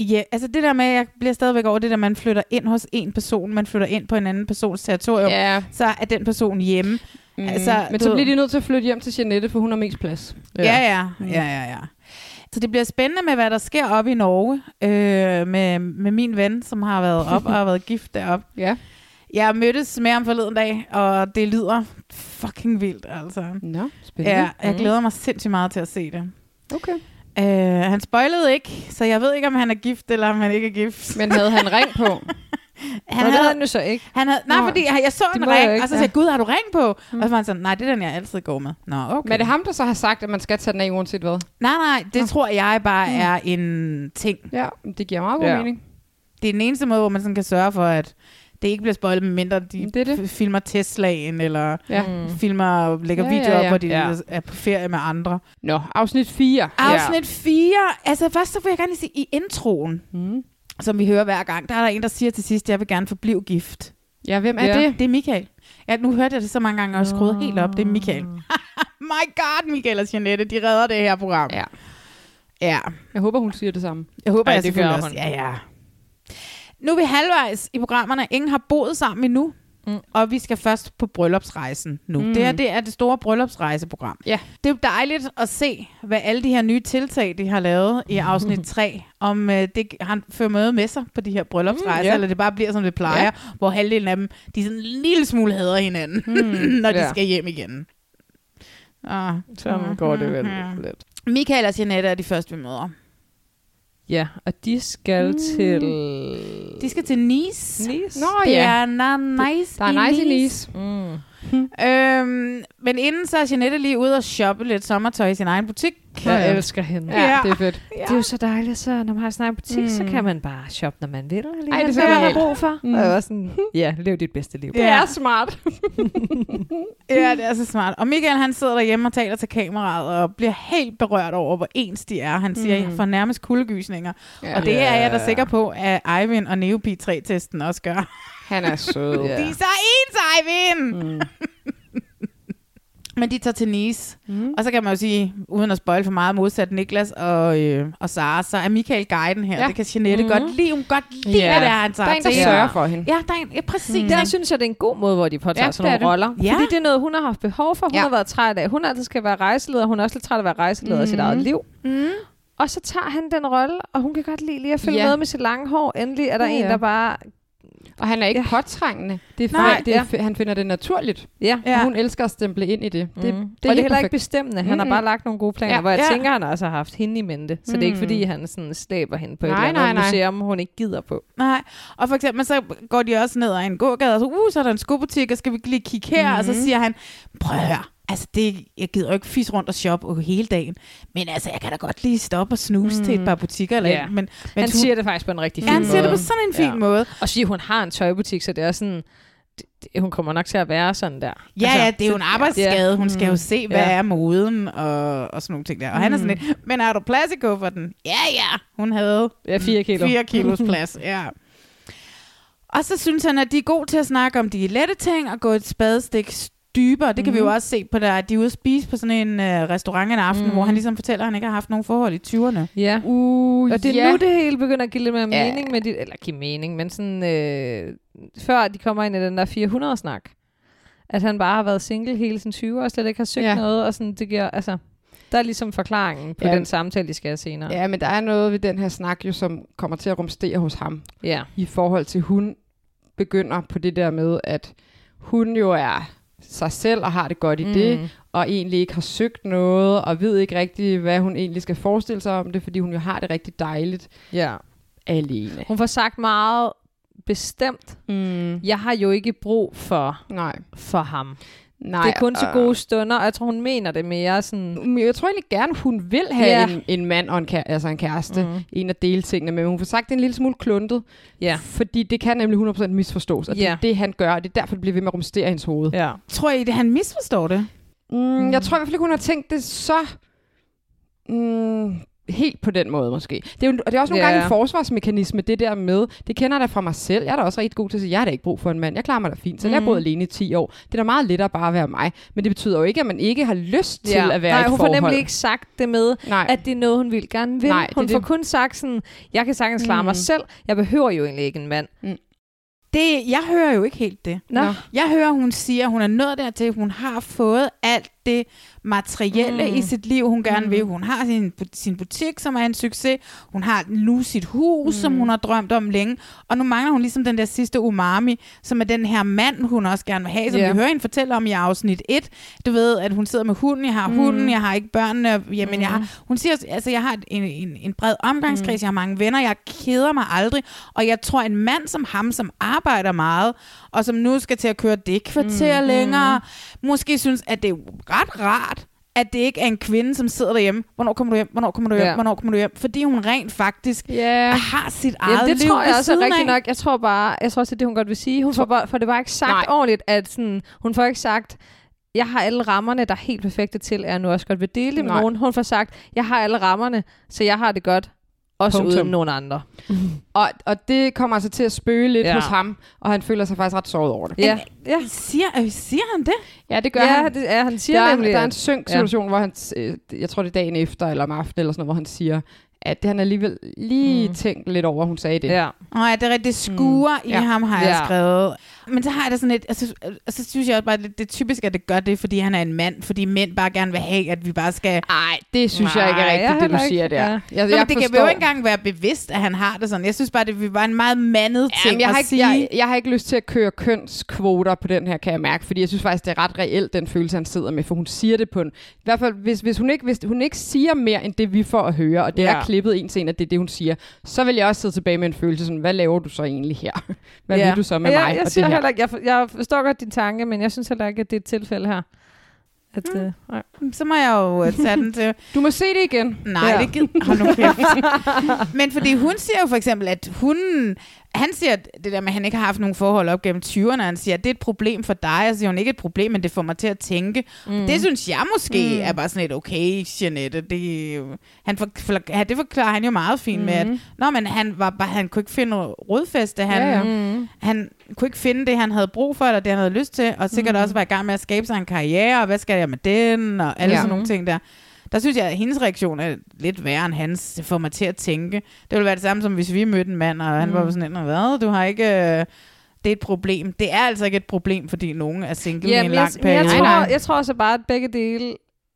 Speaker 1: Ja, altså det der med, at jeg bliver stadigvæk over det der, man flytter ind hos en person, man flytter ind på en anden persons territorium,
Speaker 2: Ja.
Speaker 1: så er den person hjemme.
Speaker 2: Mm.
Speaker 1: Altså,
Speaker 2: men
Speaker 1: du
Speaker 2: så
Speaker 1: ved-
Speaker 2: bliver de nødt til at flytte hjem til Janette, for hun har mest plads.
Speaker 1: Ja, ja,
Speaker 2: Mm.
Speaker 1: ja, ja, ja. Så det bliver spændende med, hvad der sker op i Norge øh, med, med min ven, som har været op og har været gift deroppe.
Speaker 2: Ja.
Speaker 1: Jeg mødtes med ham forleden dag, og det lyder fucking vildt, altså.
Speaker 2: Nå, spændende.
Speaker 1: Ja, jeg
Speaker 2: Mm.
Speaker 1: glæder mig sindssygt meget til at se det.
Speaker 2: Okay.
Speaker 1: Øh, han spoilede ikke, så jeg ved ikke, om han er gift, eller om han ikke er gift.
Speaker 2: Men havde han ring på?
Speaker 1: han
Speaker 2: det
Speaker 1: havde
Speaker 2: havde han jo så ikke.
Speaker 1: Han havde, nej,
Speaker 2: Nå,
Speaker 1: fordi jeg, jeg så
Speaker 2: det
Speaker 1: en
Speaker 2: må jeg
Speaker 1: ring,
Speaker 2: ikke,
Speaker 1: og så
Speaker 2: ja. Mm.
Speaker 1: sagde jeg, gud, har du ring på? Og så var han sådan, nej, det er den, jeg altid går med. Nå, okay.
Speaker 2: Men er det ham, der så har sagt, at man skal tage den af uanset hvad?
Speaker 1: Nej, nej, det tror jeg bare
Speaker 2: Mm.
Speaker 1: er en ting.
Speaker 2: Ja, det giver meget god
Speaker 1: Ja.
Speaker 2: mening.
Speaker 1: Det er den eneste måde, hvor man sådan kan sørge for, at det ikke bliver spoilet, mindre de det det. filmer Teslaen, eller
Speaker 2: Ja.
Speaker 1: ja.
Speaker 2: Mm.
Speaker 1: filmer lægger
Speaker 2: Ja,
Speaker 1: videoer
Speaker 2: ja,
Speaker 1: op,
Speaker 2: ja.
Speaker 1: hvor de
Speaker 2: Ja.
Speaker 1: ja. er på ferie med andre.
Speaker 2: Nå, afsnit 4.
Speaker 1: Afsnit 4. Altså først så vil jeg gerne lige sige, i introen,
Speaker 2: mm.
Speaker 1: som vi hører hver gang, der er der en, der siger til sidst, jeg vil gerne forblive gift.
Speaker 2: Ja, hvem er
Speaker 1: ja.
Speaker 2: det?
Speaker 1: Det er Michael. Ja, nu hørte jeg det så mange gange, og jeg skruede helt op. Det er Michael. My God, Michael og Jeanette, de redder det her program.
Speaker 2: Ja.
Speaker 1: Ja.
Speaker 2: Jeg håber, hun siger det samme.
Speaker 1: Jeg håber,
Speaker 2: Ej,
Speaker 1: Ej, jeg
Speaker 2: det
Speaker 1: selvfølgelig
Speaker 2: gør
Speaker 1: også.
Speaker 2: hun.
Speaker 1: Ja, ja. Nu er vi halvvejs i programmerne. Ingen har boet sammen endnu. Mm. Og vi skal først på bryllupsrejsen nu.
Speaker 2: Mm.
Speaker 1: Mm. Det her det er det store bryllupsrejseprogram.
Speaker 2: Ja.
Speaker 1: Det er jo dejligt at se, hvad alle de her nye tiltag, de har lavet i afsnit 3, om øh, det han fører møde med sig på de her bryllupsrejser, mm,
Speaker 2: ja.
Speaker 1: eller det bare bliver, som det plejer,
Speaker 2: Ja.
Speaker 1: ja. hvor halvdelen af dem, de sådan en lille smule hader hinanden,
Speaker 2: Mm,
Speaker 1: mm, når de
Speaker 2: ja.
Speaker 1: skal hjem igen. Ah.
Speaker 3: Sådan går det vel
Speaker 1: Mhm.
Speaker 3: lidt.
Speaker 1: Michael og Jeanette er de første, vi møder.
Speaker 3: Ja, og de skal mm. til...
Speaker 1: De skal til Nice.
Speaker 3: Nice.
Speaker 1: Nå
Speaker 3: Det
Speaker 1: ja.
Speaker 3: er
Speaker 1: na nice
Speaker 2: Der er nice i Nice.
Speaker 3: Mm.
Speaker 1: øhm, men inden så er Jeanette lige ude og shoppe lidt sommertøj i sin egen butik.
Speaker 4: Hvor jeg elsker hende.
Speaker 2: Ja, det er fedt.
Speaker 4: Ja. Det er jo så dejligt, så når man har sin egen butik, mm. så kan man bare shoppe, når man vil.
Speaker 2: Ej, det er så
Speaker 4: hvad man har
Speaker 2: genialt.
Speaker 4: brug for.
Speaker 2: Mm.
Speaker 4: Mm. Og jeg var sådan, ja, lev dit bedste liv.
Speaker 2: Det er smart.
Speaker 1: Ja, det er så smart. Og Michael, han sidder derhjemme og taler til kameraet, og bliver helt berørt over, hvor ens de er. Han siger,
Speaker 2: Mm.
Speaker 1: mm. jeg får nærmest kuldegysninger.
Speaker 2: Ja.
Speaker 1: Ja. Og det er jeg da
Speaker 2: Ja.
Speaker 1: sikker på, at Ivan og Neopi 3-testen også gør.
Speaker 2: Han er sød.
Speaker 1: De er så ens, Ivan! Mm. Men de tager til Nice. Mm. Og så kan man jo sige, uden at spoil for meget, modsat Niklas og, øh, og Sara, så er Michael guiden her.
Speaker 2: Ja.
Speaker 1: Ja. Det kan Jeanette
Speaker 2: Mhm.
Speaker 1: mm. godt lide. Hun kan godt lide,
Speaker 2: Ja.
Speaker 1: yeah. hvad det er, han tager
Speaker 2: Der er en, der
Speaker 1: til.
Speaker 2: sørger for hende.
Speaker 1: Ja, der er en, ja præcis.
Speaker 4: Mm. Der synes jeg, det er en god måde, hvor de påtager
Speaker 2: Ja,
Speaker 4: ja,
Speaker 2: det
Speaker 4: sådan
Speaker 2: er
Speaker 4: nogle roller.
Speaker 2: det. Ja.
Speaker 4: Fordi det er noget, hun har haft behov for. Hun
Speaker 2: Ja.
Speaker 4: ja. har været træt af. Hun altid skal være rejseleder. Hun er også lidt træt af at være rejseleder mm. af sit
Speaker 2: Mhm.
Speaker 4: eget liv.
Speaker 1: Mm.
Speaker 4: Og så tager han den rolle, og hun kan godt lide lige at følge
Speaker 2: Ja.
Speaker 4: ja. med med sit lange hår. Endelig er der
Speaker 2: Ja,
Speaker 4: ja, en,
Speaker 2: ja.
Speaker 4: der bare...
Speaker 2: Og han er ikke ja. påtrængende. Det er
Speaker 4: Nej,
Speaker 2: Nej, det er,
Speaker 4: ja.
Speaker 2: f- han finder det naturligt.
Speaker 4: Ja.
Speaker 2: Og Hun elsker at stemple ind i det. Det,
Speaker 4: Det, mm. det, Mm. og det er heller ikke bestemmende. Han mm. har bare lagt nogle gode planer,
Speaker 2: Ja.
Speaker 4: ja. hvor jeg
Speaker 2: Ja.
Speaker 4: tænker, han også har haft hende i mente. Så mm. det er ikke, fordi han sådan slæber hende på et
Speaker 2: Nej,
Speaker 4: eller andet
Speaker 2: nej, nej.
Speaker 4: museum, hun ikke gider på.
Speaker 1: Nej, og for eksempel så går de også ned ad en gågade, og så, uh, så er der en skobutik, og skal vi ikke lige kigge her? Mm-hmm. Og så siger han, prøv at høre, altså det, jeg gider jo ikke fisse rundt og shoppe over hele dagen, men altså jeg kan da godt lige stoppe og snuse mm-hmm. til et par butikker. Eller,
Speaker 4: Ja.
Speaker 1: yeah. men, men
Speaker 4: Men han
Speaker 1: hun-
Speaker 4: siger det faktisk på en rigtig
Speaker 1: Ja,
Speaker 4: fin
Speaker 1: han
Speaker 4: måde.
Speaker 1: siger det på sådan en fin måde.
Speaker 4: Og siger, hun har en tøjbutik, så det er sådan... Det, det, hun kommer nok til at være sådan der.
Speaker 1: Ja, altså, ja, det er jo en arbejdsskade. Hun skal jo se, hvad
Speaker 4: Ja.
Speaker 1: er moden og, og sådan nogle ting der. Og mm. han er sådan lidt, men har du plads i kufferten? Ja, ja. Hun havde
Speaker 4: Ja, fire kilo.
Speaker 1: 4 kilos plads, ja. Og så synes han, at de er gode til at snakke om de lette ting og gå et spadestik dybere. Det kan mm. vi jo også se på der, at de er ude at spise på sådan en øh, restaurant en aften, mm. hvor han ligesom fortæller, at han ikke har haft nogen forhold i 20'erne.
Speaker 4: Ja.
Speaker 2: Uh,
Speaker 4: Og det er
Speaker 2: ja.
Speaker 4: nu, det hele begynder at give lidt mere
Speaker 2: Ja.
Speaker 4: mening med dit, eller give mening, men sådan, øh, før de kommer ind i den der 400-snak, at han bare har været single hele sin 20 år, og slet ikke har søgt
Speaker 2: Ja.
Speaker 4: ja. noget, og sådan, det giver, altså, der er ligesom forklaringen på
Speaker 2: Ja.
Speaker 4: ja. den samtale, de skal have senere.
Speaker 2: Ja, men der er noget ved den her snak, jo, som kommer til at rumstere hos ham.
Speaker 4: Ja.
Speaker 2: I forhold til, hun begynder på det der med, at hun jo er sig selv og har det godt i mm.
Speaker 4: Mm.
Speaker 2: det, og egentlig ikke har søgt noget, og ved ikke rigtig, hvad hun egentlig skal forestille sig om det, fordi hun jo har det rigtig dejligt
Speaker 4: ja.
Speaker 2: alene.
Speaker 4: Hun får sagt meget bestemt,
Speaker 2: mm.
Speaker 4: jeg har jo ikke brug for,
Speaker 2: Nej.
Speaker 4: for ham.
Speaker 2: Nej,
Speaker 4: det er kun til
Speaker 2: og-
Speaker 4: gode stunder, og jeg tror, hun mener det mere sådan...
Speaker 2: Men Jeg tror egentlig gerne, hun vil have
Speaker 4: Ja. Mhm.
Speaker 2: yeah. en, en mand og en, kære, altså en kæreste, mm. en af deltingene, men hun får sagt det er en lille smule kluntet,
Speaker 4: Ja.
Speaker 2: fordi det kan nemlig 100% misforstås, og yeah. det er
Speaker 4: Ja.
Speaker 2: det, han gør, og det er derfor, det bliver ved med at rumstere i hendes hoved.
Speaker 4: Ja. Mhm.
Speaker 1: Tror I, det han misforstår det?
Speaker 2: Mm, jeg tror i hvert fald ikke, hun har tænkt det så mm, helt på den måde måske. Det er, jo, og det er også nogle
Speaker 4: Ja.
Speaker 2: gange en forsvarsmekanisme, det der med, det kender jeg da fra mig selv, jeg er da også rigtig god til at sige, jeg har da ikke brug for en mand, jeg klarer mig da fint, så mm. jeg har
Speaker 4: Mhm.
Speaker 2: boet alene i 10 år. Det er da meget lettere bare at være mig, men det betyder jo ikke, at man ikke har lyst til at være i
Speaker 4: Nej,
Speaker 2: et
Speaker 4: hun
Speaker 2: forhold.
Speaker 4: får nemlig ikke sagt det med,
Speaker 2: Nej.
Speaker 4: Nej. at det er noget, hun vil gerne vil.
Speaker 2: Nej,
Speaker 4: Nej,
Speaker 2: det er
Speaker 4: hun får
Speaker 2: det.
Speaker 4: kun sagt sådan, jeg kan sagtens klare mm.
Speaker 2: Mm.
Speaker 4: mig selv, jeg behøver jo egentlig ikke en mand.
Speaker 1: det? Jeg hører jo ikke helt det.
Speaker 4: Nå. Nå.
Speaker 1: Jeg hører, hun siger, hun er nået dertil, hun har fået alt det materielle mm. i sit liv, hun gerne mm. vil. Hun har sin, bu- sin butik, som er en succes. Hun har nu sit hus, mm. som hun har drømt om længe. Og nu mangler hun ligesom den der sidste umami, som er den her mand, hun også gerne vil have, som
Speaker 4: Ja.
Speaker 1: yeah. vi hører hende fortælle om i afsnit 1. Du ved, at hun sidder med hunden, jeg har mm. hunden, jeg har ikke børnene. og- Jamen, mm. jeg har, hun siger, også, altså, jeg har en, en, en bred omgangskreds, mm. jeg har mange venner, jeg keder mig aldrig. Og jeg tror, en mand som ham, som arbejder meget, og som nu skal til at køre det kvarter mm. længere, måske synes, at det er ret rart, at det ikke er en kvinde, som sidder derhjemme. Hvornår kommer du hjem? Hvornår kommer du hjem?
Speaker 4: Ja.
Speaker 1: Hvornår kommer du hjem? Fordi hun rent faktisk
Speaker 2: Ja.
Speaker 1: har sit eget
Speaker 4: Jamen, det
Speaker 1: liv
Speaker 4: tror jeg
Speaker 1: ved
Speaker 4: også er
Speaker 1: siden
Speaker 4: rigtigt
Speaker 1: af.
Speaker 4: nok. Jeg tror bare, jeg tror også, det er det, hun godt vil sige. Hun får, bare, for det var ikke sagt
Speaker 2: Nej.
Speaker 4: Nej. ordentligt, at sådan, hun får ikke sagt, jeg har alle rammerne, der er helt perfekte til, at jeg nu også godt vil dele det med
Speaker 2: Nej.
Speaker 4: nogen. Hun får sagt, jeg har alle rammerne, så jeg har det godt, også
Speaker 2: Punktum.
Speaker 4: Punktum. uden nogen andre.
Speaker 2: Og, og det kommer altså til at spøge lidt ja.
Speaker 4: Ja.
Speaker 2: hos ham, og han føler sig faktisk ret såret over det.
Speaker 4: Ja, ja.
Speaker 1: Siger, øh, siger han det?
Speaker 2: ja det gør
Speaker 4: ja,
Speaker 2: han.
Speaker 4: det, ja han siger
Speaker 2: der, er, en-
Speaker 4: nemlig,
Speaker 2: der er
Speaker 4: at-
Speaker 2: en synk
Speaker 4: ja.
Speaker 2: situation, ja. hvor han, øh, jeg tror det er dagen efter, eller om aftenen, eller sådan noget, hvor han siger, at det, han alligevel lige mm. tænkt lidt over, at hun sagde det.
Speaker 4: Ja.
Speaker 1: Nå ja, det er rigtigt. Det skuer mm. i
Speaker 2: Ja.
Speaker 1: ja. ham, har ja. jeg
Speaker 4: Ja.
Speaker 1: skrevet. Men så har jeg da sådan lidt, altså, så synes jeg også bare, det, det er typisk, at det gør det, fordi han er en mand. Fordi mænd bare gerne vil have, at vi bare skal...
Speaker 2: Nej, det synes Nej,
Speaker 4: Nej,
Speaker 2: jeg ikke er
Speaker 4: jeg
Speaker 2: rigtigt, det du
Speaker 4: heller ikke.
Speaker 2: siger der.
Speaker 4: Ja.
Speaker 2: altså, Jeg,
Speaker 1: Nå, men det kan jo ikke engang være bevidst, at han har det sådan. Jeg synes bare, det var en meget mandet
Speaker 2: Jamen,
Speaker 1: ting
Speaker 2: jeg,
Speaker 1: at
Speaker 2: har ikke,
Speaker 1: sige.
Speaker 2: jeg, jeg har ikke lyst til at køre kønskvoter på den her, kan jeg mærke, fordi jeg synes faktisk, det er ret reelt, den følelse, han sidder med, for hun siger det på en... I hvert fald, hvis, hvis, hun, ikke, hvis hun ikke siger mere, end det vi får at høre, og det ja.
Speaker 4: Ja.
Speaker 2: er klippet en scene, at det er det, hun siger, så vil jeg også sidde tilbage med en følelse sådan, hvad laver du så egentlig her? Hvad ja. vil du så med
Speaker 4: jeg,
Speaker 2: mig
Speaker 4: Jeg,
Speaker 2: og
Speaker 4: siger
Speaker 2: det her?
Speaker 4: heller ikke, jeg, for- jeg forstår godt din tanke, men jeg synes heller ikke, at det er et tilfælde her. At, mm. øh, nej.
Speaker 1: Så må jeg jo øh, tage den til...
Speaker 2: Du må se det igen.
Speaker 1: Nej, ja. det gider Hold nu kæft. Men fordi hun siger jo for eksempel, at hun... Han siger det der med, at han ikke har haft nogen forhold op gennem 20'erne. Han siger, at det er et problem for dig. Jeg siger, hun ikke er et problem, men det får mig til at tænke. Mm. Det synes jeg måske mm. er bare sådan et, okay, Jeanette. Det, han for, for, ja, det forklarer han jo meget fint mm. med, at Nå, men han, var bare, han kunne ikke finde rodfæste. Han,
Speaker 2: Ja,
Speaker 1: ja,
Speaker 2: ja.
Speaker 1: ja. Mm. han kunne ikke finde det, han havde brug for, eller det, han havde lyst til. Og sikkert mm. også var i gang med at skabe sig en karriere, og hvad skal jeg med den, og alle
Speaker 2: Ja.
Speaker 1: ja. sådan nogle ting der. Der synes jeg, at hendes reaktion er lidt værre end hans. Det får mig til at tænke. Det ville være det samme som, hvis vi mødte en mand, og han
Speaker 2: Mm.
Speaker 1: var sådan en, "Nå, hvad, du har ikke... øh, Det er et problem. Det er altså ikke et problem, fordi nogen er single i en
Speaker 4: Jamen, jeg,
Speaker 1: lang
Speaker 4: men
Speaker 1: periode.
Speaker 4: jeg, tror, jeg tror også bare, at begge dele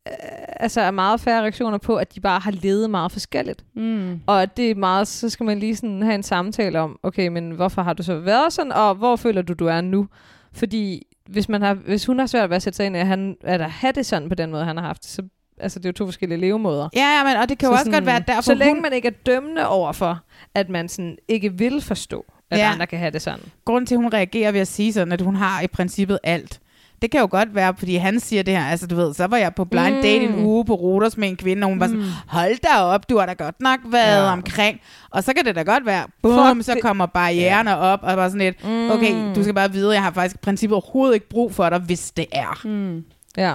Speaker 4: øh, altså er meget færre reaktioner på, at de bare har levet meget forskelligt.
Speaker 2: Mm.
Speaker 4: Og at det er meget, så skal man lige sådan have en samtale om, okay, men hvorfor har du så været sådan, og hvor føler du, du er nu? Fordi hvis, man har, hvis hun har svært ved at sætte sig ind i, at, han, at have det sådan på den måde, han har haft, det, så altså, det er jo to forskellige levemåder.
Speaker 1: Ja, ja, men, og det kan
Speaker 4: Så
Speaker 1: jo også
Speaker 4: sådan-
Speaker 1: godt være, at derfor
Speaker 4: Så længe
Speaker 1: hun-
Speaker 4: man ikke er dømmende overfor, at man sådan ikke vil forstå, at ja.
Speaker 1: Ja.
Speaker 4: andre kan have det sådan.
Speaker 1: grunden til, at hun reagerer ved at sige sådan, at hun har i princippet alt. Det kan jo godt være, fordi han siger det her, altså du ved, så var jeg på blind
Speaker 4: Mm.
Speaker 1: mm. date en uge på Rodos med en kvinde, og hun var sådan, hold da op, du har da godt nok været ja. omkring. Og så kan det da godt være, bum, så kommer barrieren ja. op, og bare sådan lidt, mm. okay, du skal bare vide, jeg har faktisk i princippet overhovedet ikke brug for dig, hvis det er.
Speaker 2: Mm.
Speaker 4: Ja.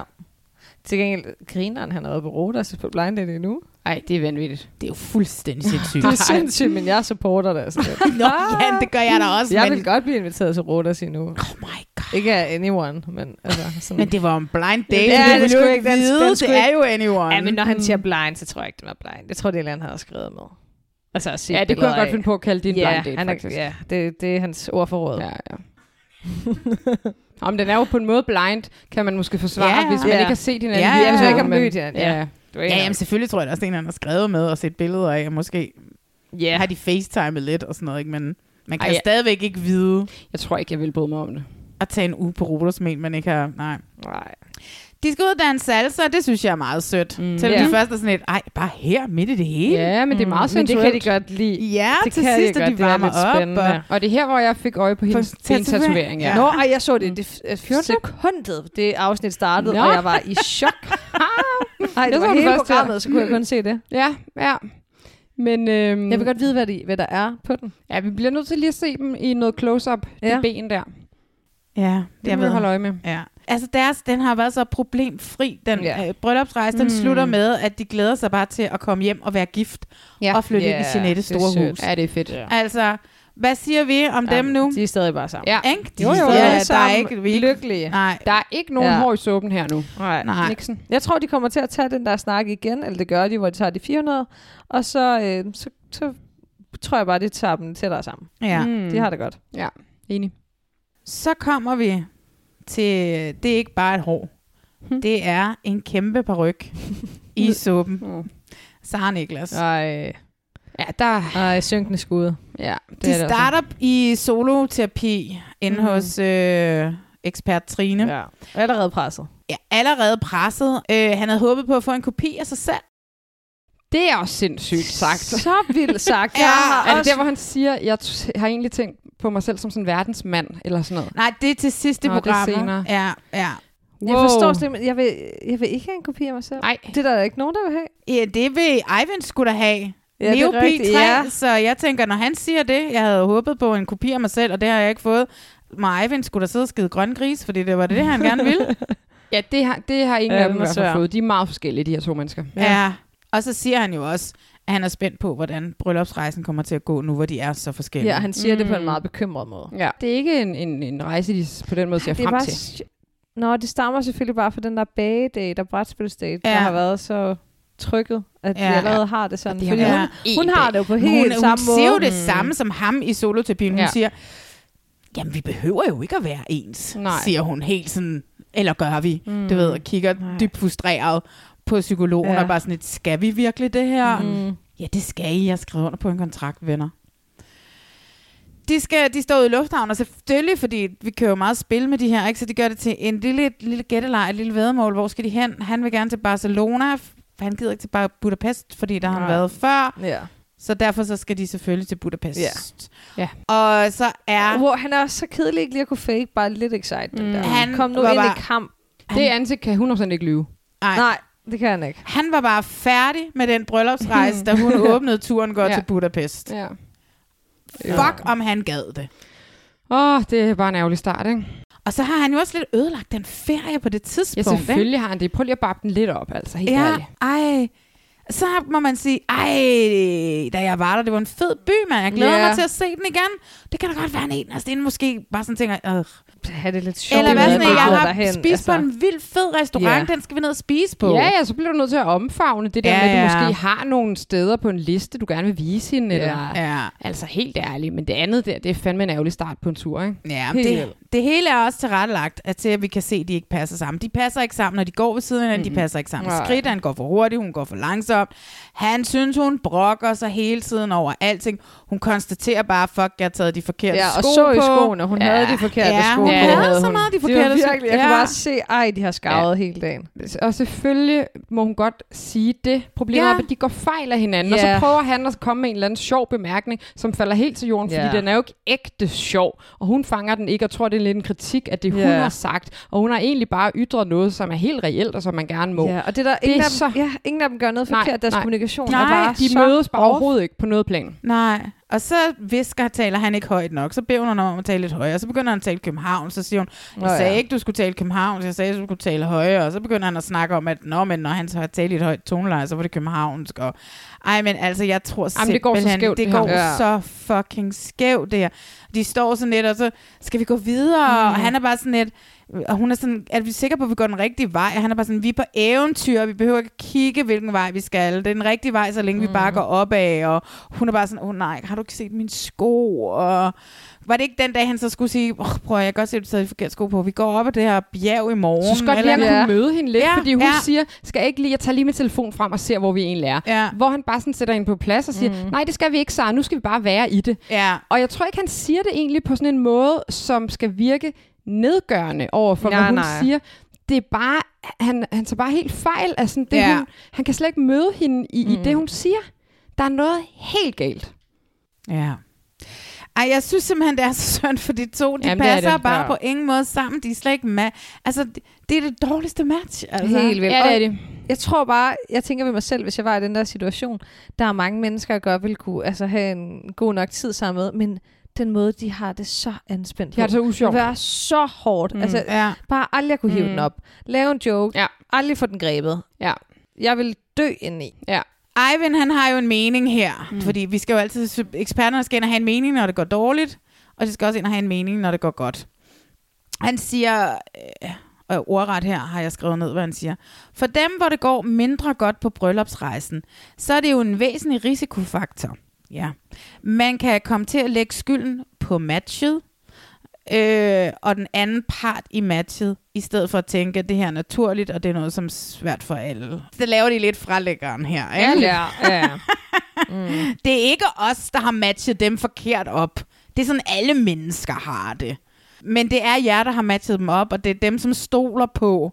Speaker 4: Til gengæld, grineren, han har været på Rodas på blind date endnu.
Speaker 2: Ej, det er vanvittigt.
Speaker 1: Det er jo fuldstændig sindssygt.
Speaker 4: Det er sindssygt, men jeg supporter det. Altså.
Speaker 1: Nå, ja, det gør jeg da også,
Speaker 4: Jeg
Speaker 1: men-
Speaker 4: vil godt blive inviteret til Rodas endnu. Oh my god. Ikke af anyone, men altså... Sådan.
Speaker 1: Men det var en blind date,
Speaker 4: Ja,
Speaker 1: det kunne
Speaker 4: det
Speaker 1: du
Speaker 4: skulle
Speaker 1: jo ikke
Speaker 4: ikke, den-
Speaker 1: vide,
Speaker 4: den
Speaker 1: det
Speaker 4: skulle
Speaker 1: er
Speaker 4: ikke-
Speaker 1: jo anyone.
Speaker 4: Ja, men når han siger blind, så tror jeg ikke, det var blind. Jeg tror, det er et eller andet, han har skrevet med. Altså, at se
Speaker 2: Ja, det kunne
Speaker 4: billeder
Speaker 2: jeg godt
Speaker 4: af.
Speaker 2: finde på at kalde det en
Speaker 4: ja,
Speaker 2: blind date,
Speaker 4: han er,
Speaker 2: faktisk.
Speaker 4: Ja, det, det er hans ordforråd.
Speaker 2: Ja, ja. Om den er jo på en måde blind, kan man måske forsvare,
Speaker 1: Ja.
Speaker 2: hvis man
Speaker 1: Ja.
Speaker 2: ikke har set hinanden.
Speaker 1: Ja,
Speaker 2: i
Speaker 1: ja.
Speaker 2: personen,
Speaker 1: Hvis man ikke har
Speaker 2: men-
Speaker 1: mødt
Speaker 4: hinanden,
Speaker 2: Ja.
Speaker 4: ja. Du er
Speaker 1: Ja,
Speaker 4: enig.
Speaker 1: jamen selvfølgelig tror jeg da også, det er en, han har skrevet med og set billeder af, og måske
Speaker 4: yeah.
Speaker 1: har de facetimet lidt og sådan noget, ikke? men man kan
Speaker 2: Ej,
Speaker 1: Ej,
Speaker 2: ja.
Speaker 1: stadigvæk ikke vide
Speaker 2: Jeg tror ikke, jeg vil bryde mig om det.
Speaker 1: at tage en uge på ruters men man ikke har... Nej.
Speaker 4: Nej.
Speaker 1: De skal ud og danse salsa, det synes jeg er meget sødt. Mm. Selvom
Speaker 2: Ja.
Speaker 1: de først er sådan lidt, ej, bare her midt i det hele.
Speaker 2: Ja, men det er meget
Speaker 1: Men det
Speaker 2: sensuelt.
Speaker 1: kan de
Speaker 4: godt lide.
Speaker 1: Ja,
Speaker 2: det
Speaker 1: til
Speaker 2: kan
Speaker 1: sidst,
Speaker 2: de
Speaker 1: at
Speaker 2: godt.
Speaker 1: de
Speaker 2: Det er
Speaker 1: varmer
Speaker 2: lidt
Speaker 1: op.
Speaker 2: spændende.
Speaker 1: Og,
Speaker 2: Og det er her, hvor jeg fik øje på hendes tatovering. Ja.
Speaker 4: Nå, ej, jeg så det, det f- første sekundet, det afsnit startede,
Speaker 2: Nå.
Speaker 4: og jeg var i chok. Ej,
Speaker 2: Jeg
Speaker 4: det
Speaker 2: så
Speaker 4: var
Speaker 2: det
Speaker 4: hele
Speaker 2: først her.
Speaker 4: programmet, så kunne jeg kun se det.
Speaker 2: Ja, ja. Men, øhm,
Speaker 4: Jeg vil godt vide, hvad, de, hvad der er på den.
Speaker 2: Ja, vi bliver nødt til lige at se dem i noget close-up, ja.
Speaker 4: Ja.
Speaker 2: de ben der. Det
Speaker 1: ja,
Speaker 2: jeg må
Speaker 1: ved.
Speaker 2: vi holde øje med.
Speaker 1: Ja. Altså deres, den har været så problemfri, den
Speaker 2: Ja.
Speaker 1: ja. øh, bryllupsrejse, den
Speaker 2: Mm.
Speaker 1: slutter med, at de glæder sig bare til at komme hjem og være gift
Speaker 2: Ja.
Speaker 1: og flytte ind
Speaker 2: Ja,
Speaker 1: i Jeanettes
Speaker 2: det er
Speaker 1: store
Speaker 2: sødt.
Speaker 1: hus.
Speaker 2: Ja, det er fedt. Ja.
Speaker 1: Altså, hvad siger vi om dem
Speaker 2: Jamen,
Speaker 1: nu?
Speaker 4: De er stadig bare sammen.
Speaker 2: Ja.
Speaker 1: Ikke? De
Speaker 2: Jo, jo,
Speaker 1: siger,
Speaker 2: jo.
Speaker 1: at der er
Speaker 4: Sammen,
Speaker 1: ikke, vi ikke
Speaker 4: lykkelige.
Speaker 1: Nej.
Speaker 2: Der er ikke nogen ja.
Speaker 4: Ja.
Speaker 2: hår i såben her nu.
Speaker 4: Nej.
Speaker 1: Nej.
Speaker 2: Nixon.
Speaker 4: Jeg tror, de kommer til at tage den der snak igen, eller det gør de, hvor de tager de 400, og så, øh, så, så tror jeg bare, de tager dem tættere sammen.
Speaker 1: Ja.
Speaker 2: Mm.
Speaker 4: De har det godt.
Speaker 2: Ja, enig.
Speaker 1: Så kommer vi til, det er ikke bare et hår. Det er en kæmpe peruk i suppen.
Speaker 2: Mm.
Speaker 1: Sara Niklas.
Speaker 4: Ej.
Speaker 2: Ja, der...
Speaker 4: Ej, synkende skud.
Speaker 2: Ja, det
Speaker 1: De
Speaker 2: er det også.
Speaker 1: starter i soloterapi inde
Speaker 2: Mm.
Speaker 1: mm. hos øh, ekspert Trine.
Speaker 4: Ja. Allerede presset.
Speaker 1: Ja, allerede presset. Øh, han havde håbet på at få en kopi af sig selv.
Speaker 2: Det er også sindssygt sagt.
Speaker 4: Så vildt sagt.
Speaker 1: Ja.
Speaker 2: Er det
Speaker 4: også-
Speaker 2: der, hvor han siger, jeg t- har egentlig tænkt på mig selv som sådan en verdensmand, eller sådan noget?
Speaker 1: Nej, det er til sidste
Speaker 2: Nå, det er
Speaker 1: program.
Speaker 2: senere.
Speaker 1: Ja, ja.
Speaker 4: Jeg forstår slet ikke, men jeg vil, jeg vil ikke have en kopi af mig selv.
Speaker 2: Nej.
Speaker 4: Det er der ikke nogen, der vil have.
Speaker 1: ja, det vil Ivan skulle da have.
Speaker 4: Ja,
Speaker 1: Ja,
Speaker 4: det er
Speaker 1: Neopi 3,
Speaker 4: rigtigt, ja.
Speaker 1: ja. så jeg tænker, når han siger det, jeg havde håbet på en kopi af mig selv, og det har jeg ikke fået, må Ivan skulle da sidde og skide grøn gris, fordi det var det, han gerne ville.
Speaker 2: Ja, det har, det har ingen
Speaker 4: Ja,
Speaker 2: af dem
Speaker 4: den
Speaker 2: i hvert fald
Speaker 4: var svær.
Speaker 2: fået. De er meget forskellige, de her to mennesker.
Speaker 1: Ja. ja. Og så siger han jo også, at han er spændt på, hvordan bryllupsrejsen kommer til at gå nu, hvor de er så forskellige.
Speaker 4: Ja, han siger mm. det på en meget bekymret måde.
Speaker 2: Ja. Det er ikke en, en, en rejse, de s- på den måde ser
Speaker 4: Det er
Speaker 2: frem
Speaker 4: bare...
Speaker 2: til.
Speaker 4: sj- Nå, det stammer selvfølgelig bare fra den der bagedate og brætspilsdate, ja. der
Speaker 1: Ja.
Speaker 4: har været så trykket, at ja.
Speaker 1: Ja.
Speaker 4: de allerede har det
Speaker 2: Det
Speaker 4: sådan. Det
Speaker 2: har
Speaker 4: fordi
Speaker 1: været
Speaker 4: hun, hun har det jo på
Speaker 1: Men
Speaker 4: helt
Speaker 1: hun,
Speaker 4: samme
Speaker 1: hun
Speaker 4: måde. Mm.
Speaker 1: siger jo det samme som ham i soloterapien. Hun
Speaker 2: Ja.
Speaker 1: ja. siger, jamen vi behøver jo ikke at være ens,
Speaker 2: Nej.
Speaker 1: Nej. siger hun helt sådan, eller gør vi? Mm. Du ved, og kigger Nej. dybt frustreret på psykologen
Speaker 4: Ja.
Speaker 1: ja. og bare sådan lidt, skal vi virkelig det her? Mm. Ja, det skal I. Jeg skriver under på en kontrakt, venner. De, skal, de står ude i lufthavnen, og selvfølgelig, fordi vi kører jo meget spil med de her, ikke? så de gør det til en lille, lille gætteleg, et lille vedmål. Hvor skal de hen? Han vil gerne til Barcelona. Han gider ikke til bare Budapest, fordi der har han
Speaker 4: Nej.
Speaker 1: været før.
Speaker 4: Ja.
Speaker 1: Så derfor så skal de selvfølgelig til Budapest.
Speaker 4: Ja.
Speaker 2: Ja.
Speaker 1: Og så er...
Speaker 4: Wow, han er også så kedelig ikke lige at kunne fake, bare lidt excited. Mm. Der.
Speaker 1: Han
Speaker 4: Kom nu
Speaker 1: var
Speaker 4: ind
Speaker 1: bare-
Speaker 4: i kamp.
Speaker 2: Det ansigt kan 100% ikke lyve.
Speaker 1: Ej. Nej,
Speaker 4: det kan han ikke.
Speaker 1: Han var bare færdig med den bryllupsrejse, da hun åbnede turen går
Speaker 2: Ja.
Speaker 1: ja. til Budapest.
Speaker 2: Ja.
Speaker 1: Fuck, om han gad det.
Speaker 2: Åh, oh, det er bare en ærgerlig start, ikke?
Speaker 1: Og så har han jo også lidt ødelagt den ferie på det tidspunkt.
Speaker 2: Ja, selvfølgelig
Speaker 1: ikke?
Speaker 2: har han det. Prøv lige at bappe den lidt op, altså. Helt
Speaker 1: Ja,
Speaker 2: ærligt.
Speaker 1: ej. Så må man sige, ej, da jeg var der, det var en fed by, mand. Jeg glæder
Speaker 2: Ja.
Speaker 1: yeah. mig til at se den igen. Det kan da godt være, at en altså, det er måske bare sådan tænker, øh.
Speaker 4: have det lidt sjovt.
Speaker 1: Eller hvad
Speaker 4: med,
Speaker 1: sådan,
Speaker 4: at
Speaker 1: jeg
Speaker 4: vi går
Speaker 1: har
Speaker 4: derhen,
Speaker 1: spist altså. på en vild fed restaurant,
Speaker 2: Ja.
Speaker 1: yeah. den skal vi ned og spise på.
Speaker 2: Ja, ja, så bliver du nødt til at omfavne det der
Speaker 1: Ja,
Speaker 2: ja, med, at du
Speaker 1: ja.
Speaker 2: måske har nogle steder på en liste, du gerne vil vise hende.
Speaker 1: Ja.
Speaker 2: Eller,
Speaker 1: Ja.
Speaker 2: Altså helt ærligt, men det andet der, det er fandme en ærgerlig start på en tur, ikke?
Speaker 1: Ja,
Speaker 2: Helt
Speaker 1: det,
Speaker 2: vildt.
Speaker 1: det hele er også tilrettelagt at til, at vi kan se, at de ikke passer sammen. De passer ikke sammen, når de går ved siden af hinanden. De passer ikke sammen i
Speaker 2: Nej.
Speaker 1: skridt. Han går for hurtigt, hun går for langsomt. Han synes, hun brokker sig hele tiden over alting. Hun konstaterer bare, fuck, jeg har taget de forkerte
Speaker 4: Ja,
Speaker 1: sko
Speaker 4: og så
Speaker 1: på.
Speaker 4: i skoene. Hun
Speaker 1: ja.
Speaker 4: havde de forkerte
Speaker 1: ja,
Speaker 4: sko
Speaker 1: Hun
Speaker 4: på.
Speaker 1: havde så meget de
Speaker 4: Det var
Speaker 1: forkerte sko.
Speaker 4: virkelig, jeg kunne bare se, ej, de har skarvet ja. hele dagen.
Speaker 2: Og selvfølgelig må hun godt sige det. Problemet
Speaker 4: Ja.
Speaker 2: ja. er, at de går fejl af hinanden, ja.
Speaker 4: Ja.
Speaker 2: og så prøver han at komme med en eller anden sjov bemærkning, som falder helt til jorden, fordi
Speaker 4: Ja.
Speaker 2: den er jo ikke ægte sjov, og hun fanger den ikke, og tror, det er lidt en kritik af det, hun
Speaker 4: Ja.
Speaker 2: har sagt. Og hun har egentlig bare ytret noget, som er helt reelt, og som man gerne må.
Speaker 4: Ja, og det er der ingen, af dem,
Speaker 2: så-
Speaker 4: ja, ingen af dem gør noget
Speaker 2: Nej,
Speaker 4: forkert. Deres
Speaker 2: nej.
Speaker 4: kommunikation
Speaker 2: Nej,
Speaker 4: er bare
Speaker 2: de
Speaker 4: så
Speaker 2: mødes bare
Speaker 4: off.
Speaker 2: overhovedet ikke på noget plan.
Speaker 1: Nej, og så visker, taler han ikke højt nok. Så beder hun ham om at tale lidt højere. Så begynder han at tale København. Så siger hun,
Speaker 4: Nå
Speaker 1: jeg
Speaker 4: ja.
Speaker 1: sagde ikke, du skulle tale København. Jeg sagde, du skulle tale højere. Og så begynder han at snakke om, at Nå, men når han så har talt i et højt toneleje, så var det københavnsk. Og... Ej, men altså, jeg tror
Speaker 2: Jamen, det går så
Speaker 1: simpelthen,
Speaker 2: skævt,
Speaker 1: det
Speaker 2: det her.
Speaker 1: går
Speaker 2: Ja.
Speaker 1: så fucking skævt, det her. De står sådan lidt, og så skal vi gå videre? Mm. Og han er bare sådan lidt, og hun er sådan, er vi sikre på, at vi går den rigtige vej? Og han er bare sådan, vi er på eventyr, og vi behøver ikke kigge, hvilken vej vi skal. Det er den rigtige vej, så længe mm. vi bare går opad. Og hun er bare sådan, åh oh, nej, har du ikke set mine sko? Og var det ikke den dag, han så skulle sige, oh, prøv at jeg kan godt se, at du tager de forkerte sko på. Vi går op ad det her bjerg i morgen.
Speaker 2: Jeg synes godt,
Speaker 1: eller-
Speaker 2: jeg kunne møde hende lidt,
Speaker 1: Ja,
Speaker 2: ja, fordi hun
Speaker 1: ja.
Speaker 2: ja. siger, skal jeg ikke lige, jeg tager lige min telefon frem og ser, hvor vi egentlig er.
Speaker 1: Ja.
Speaker 2: Hvor han bare sådan sætter hende på plads og siger, mm. nej, det skal vi ikke, Sara, nu skal vi bare være i det.
Speaker 1: Ja.
Speaker 2: Og jeg tror ikke, han siger det egentlig på sådan en måde, som skal virke nedgørende over for,
Speaker 4: Nej,
Speaker 2: nej, hvad hun
Speaker 4: nej.
Speaker 2: nej. siger. Det er bare, han, han tager bare helt fejl af sådan det,
Speaker 1: Ja.
Speaker 2: ja. hun, han kan slet ikke møde hende i, mm. i det, hun siger. Der er noget helt galt.
Speaker 1: Ja. Ej, jeg synes simpelthen, det er så synd for de to. De
Speaker 2: Jamen,
Speaker 1: Jamen,
Speaker 2: det er
Speaker 1: passer
Speaker 2: det.
Speaker 1: bare
Speaker 2: Ja.
Speaker 1: på ingen måde sammen. De er slet ikke med. Altså, det, det er det dårligste match. Altså.
Speaker 4: Helt vildt.
Speaker 2: Ja, det er det.
Speaker 4: Og Jeg tror bare, jeg tænker ved mig selv, hvis jeg var i den der situation, der er mange mennesker, jeg godt ville kunne altså, have en god nok tid sammen med, men den måde, de har det så anspændt på.
Speaker 2: De har det så usjovt.
Speaker 4: Det var så hårdt. Mm. Altså,
Speaker 1: ja.
Speaker 4: bare aldrig at kunne hive
Speaker 2: Mm.
Speaker 4: den op. Lave en joke.
Speaker 2: Ja.
Speaker 4: Aldrig få den grebet.
Speaker 2: Ja.
Speaker 4: Jeg vil dø indeni.
Speaker 2: Ja.
Speaker 1: Ivan, han har jo en mening her. Mm. Fordi vi skal jo altid, eksperterne skal ind og have en mening, når det går dårligt. Og de skal også ind og have en mening, når det går godt. Han siger, øh, og ordret her har jeg skrevet ned, hvad han siger. For dem, hvor det går mindre godt på bryllupsrejsen, så er det jo en væsentlig risikofaktor. Ja. Man kan komme til at lægge skylden på matchet, øh, og den anden part i matchet, i stedet for at tænke, at det her er naturligt, og det er noget, som er svært for alle. Det laver de lidt frelæggeren her. Ikke?
Speaker 2: ja.
Speaker 1: Det er ikke os, der har matchet dem forkert op. Det er sådan, alle mennesker har det. Men det er jer, der har matchet dem op, og det er dem, som stoler på,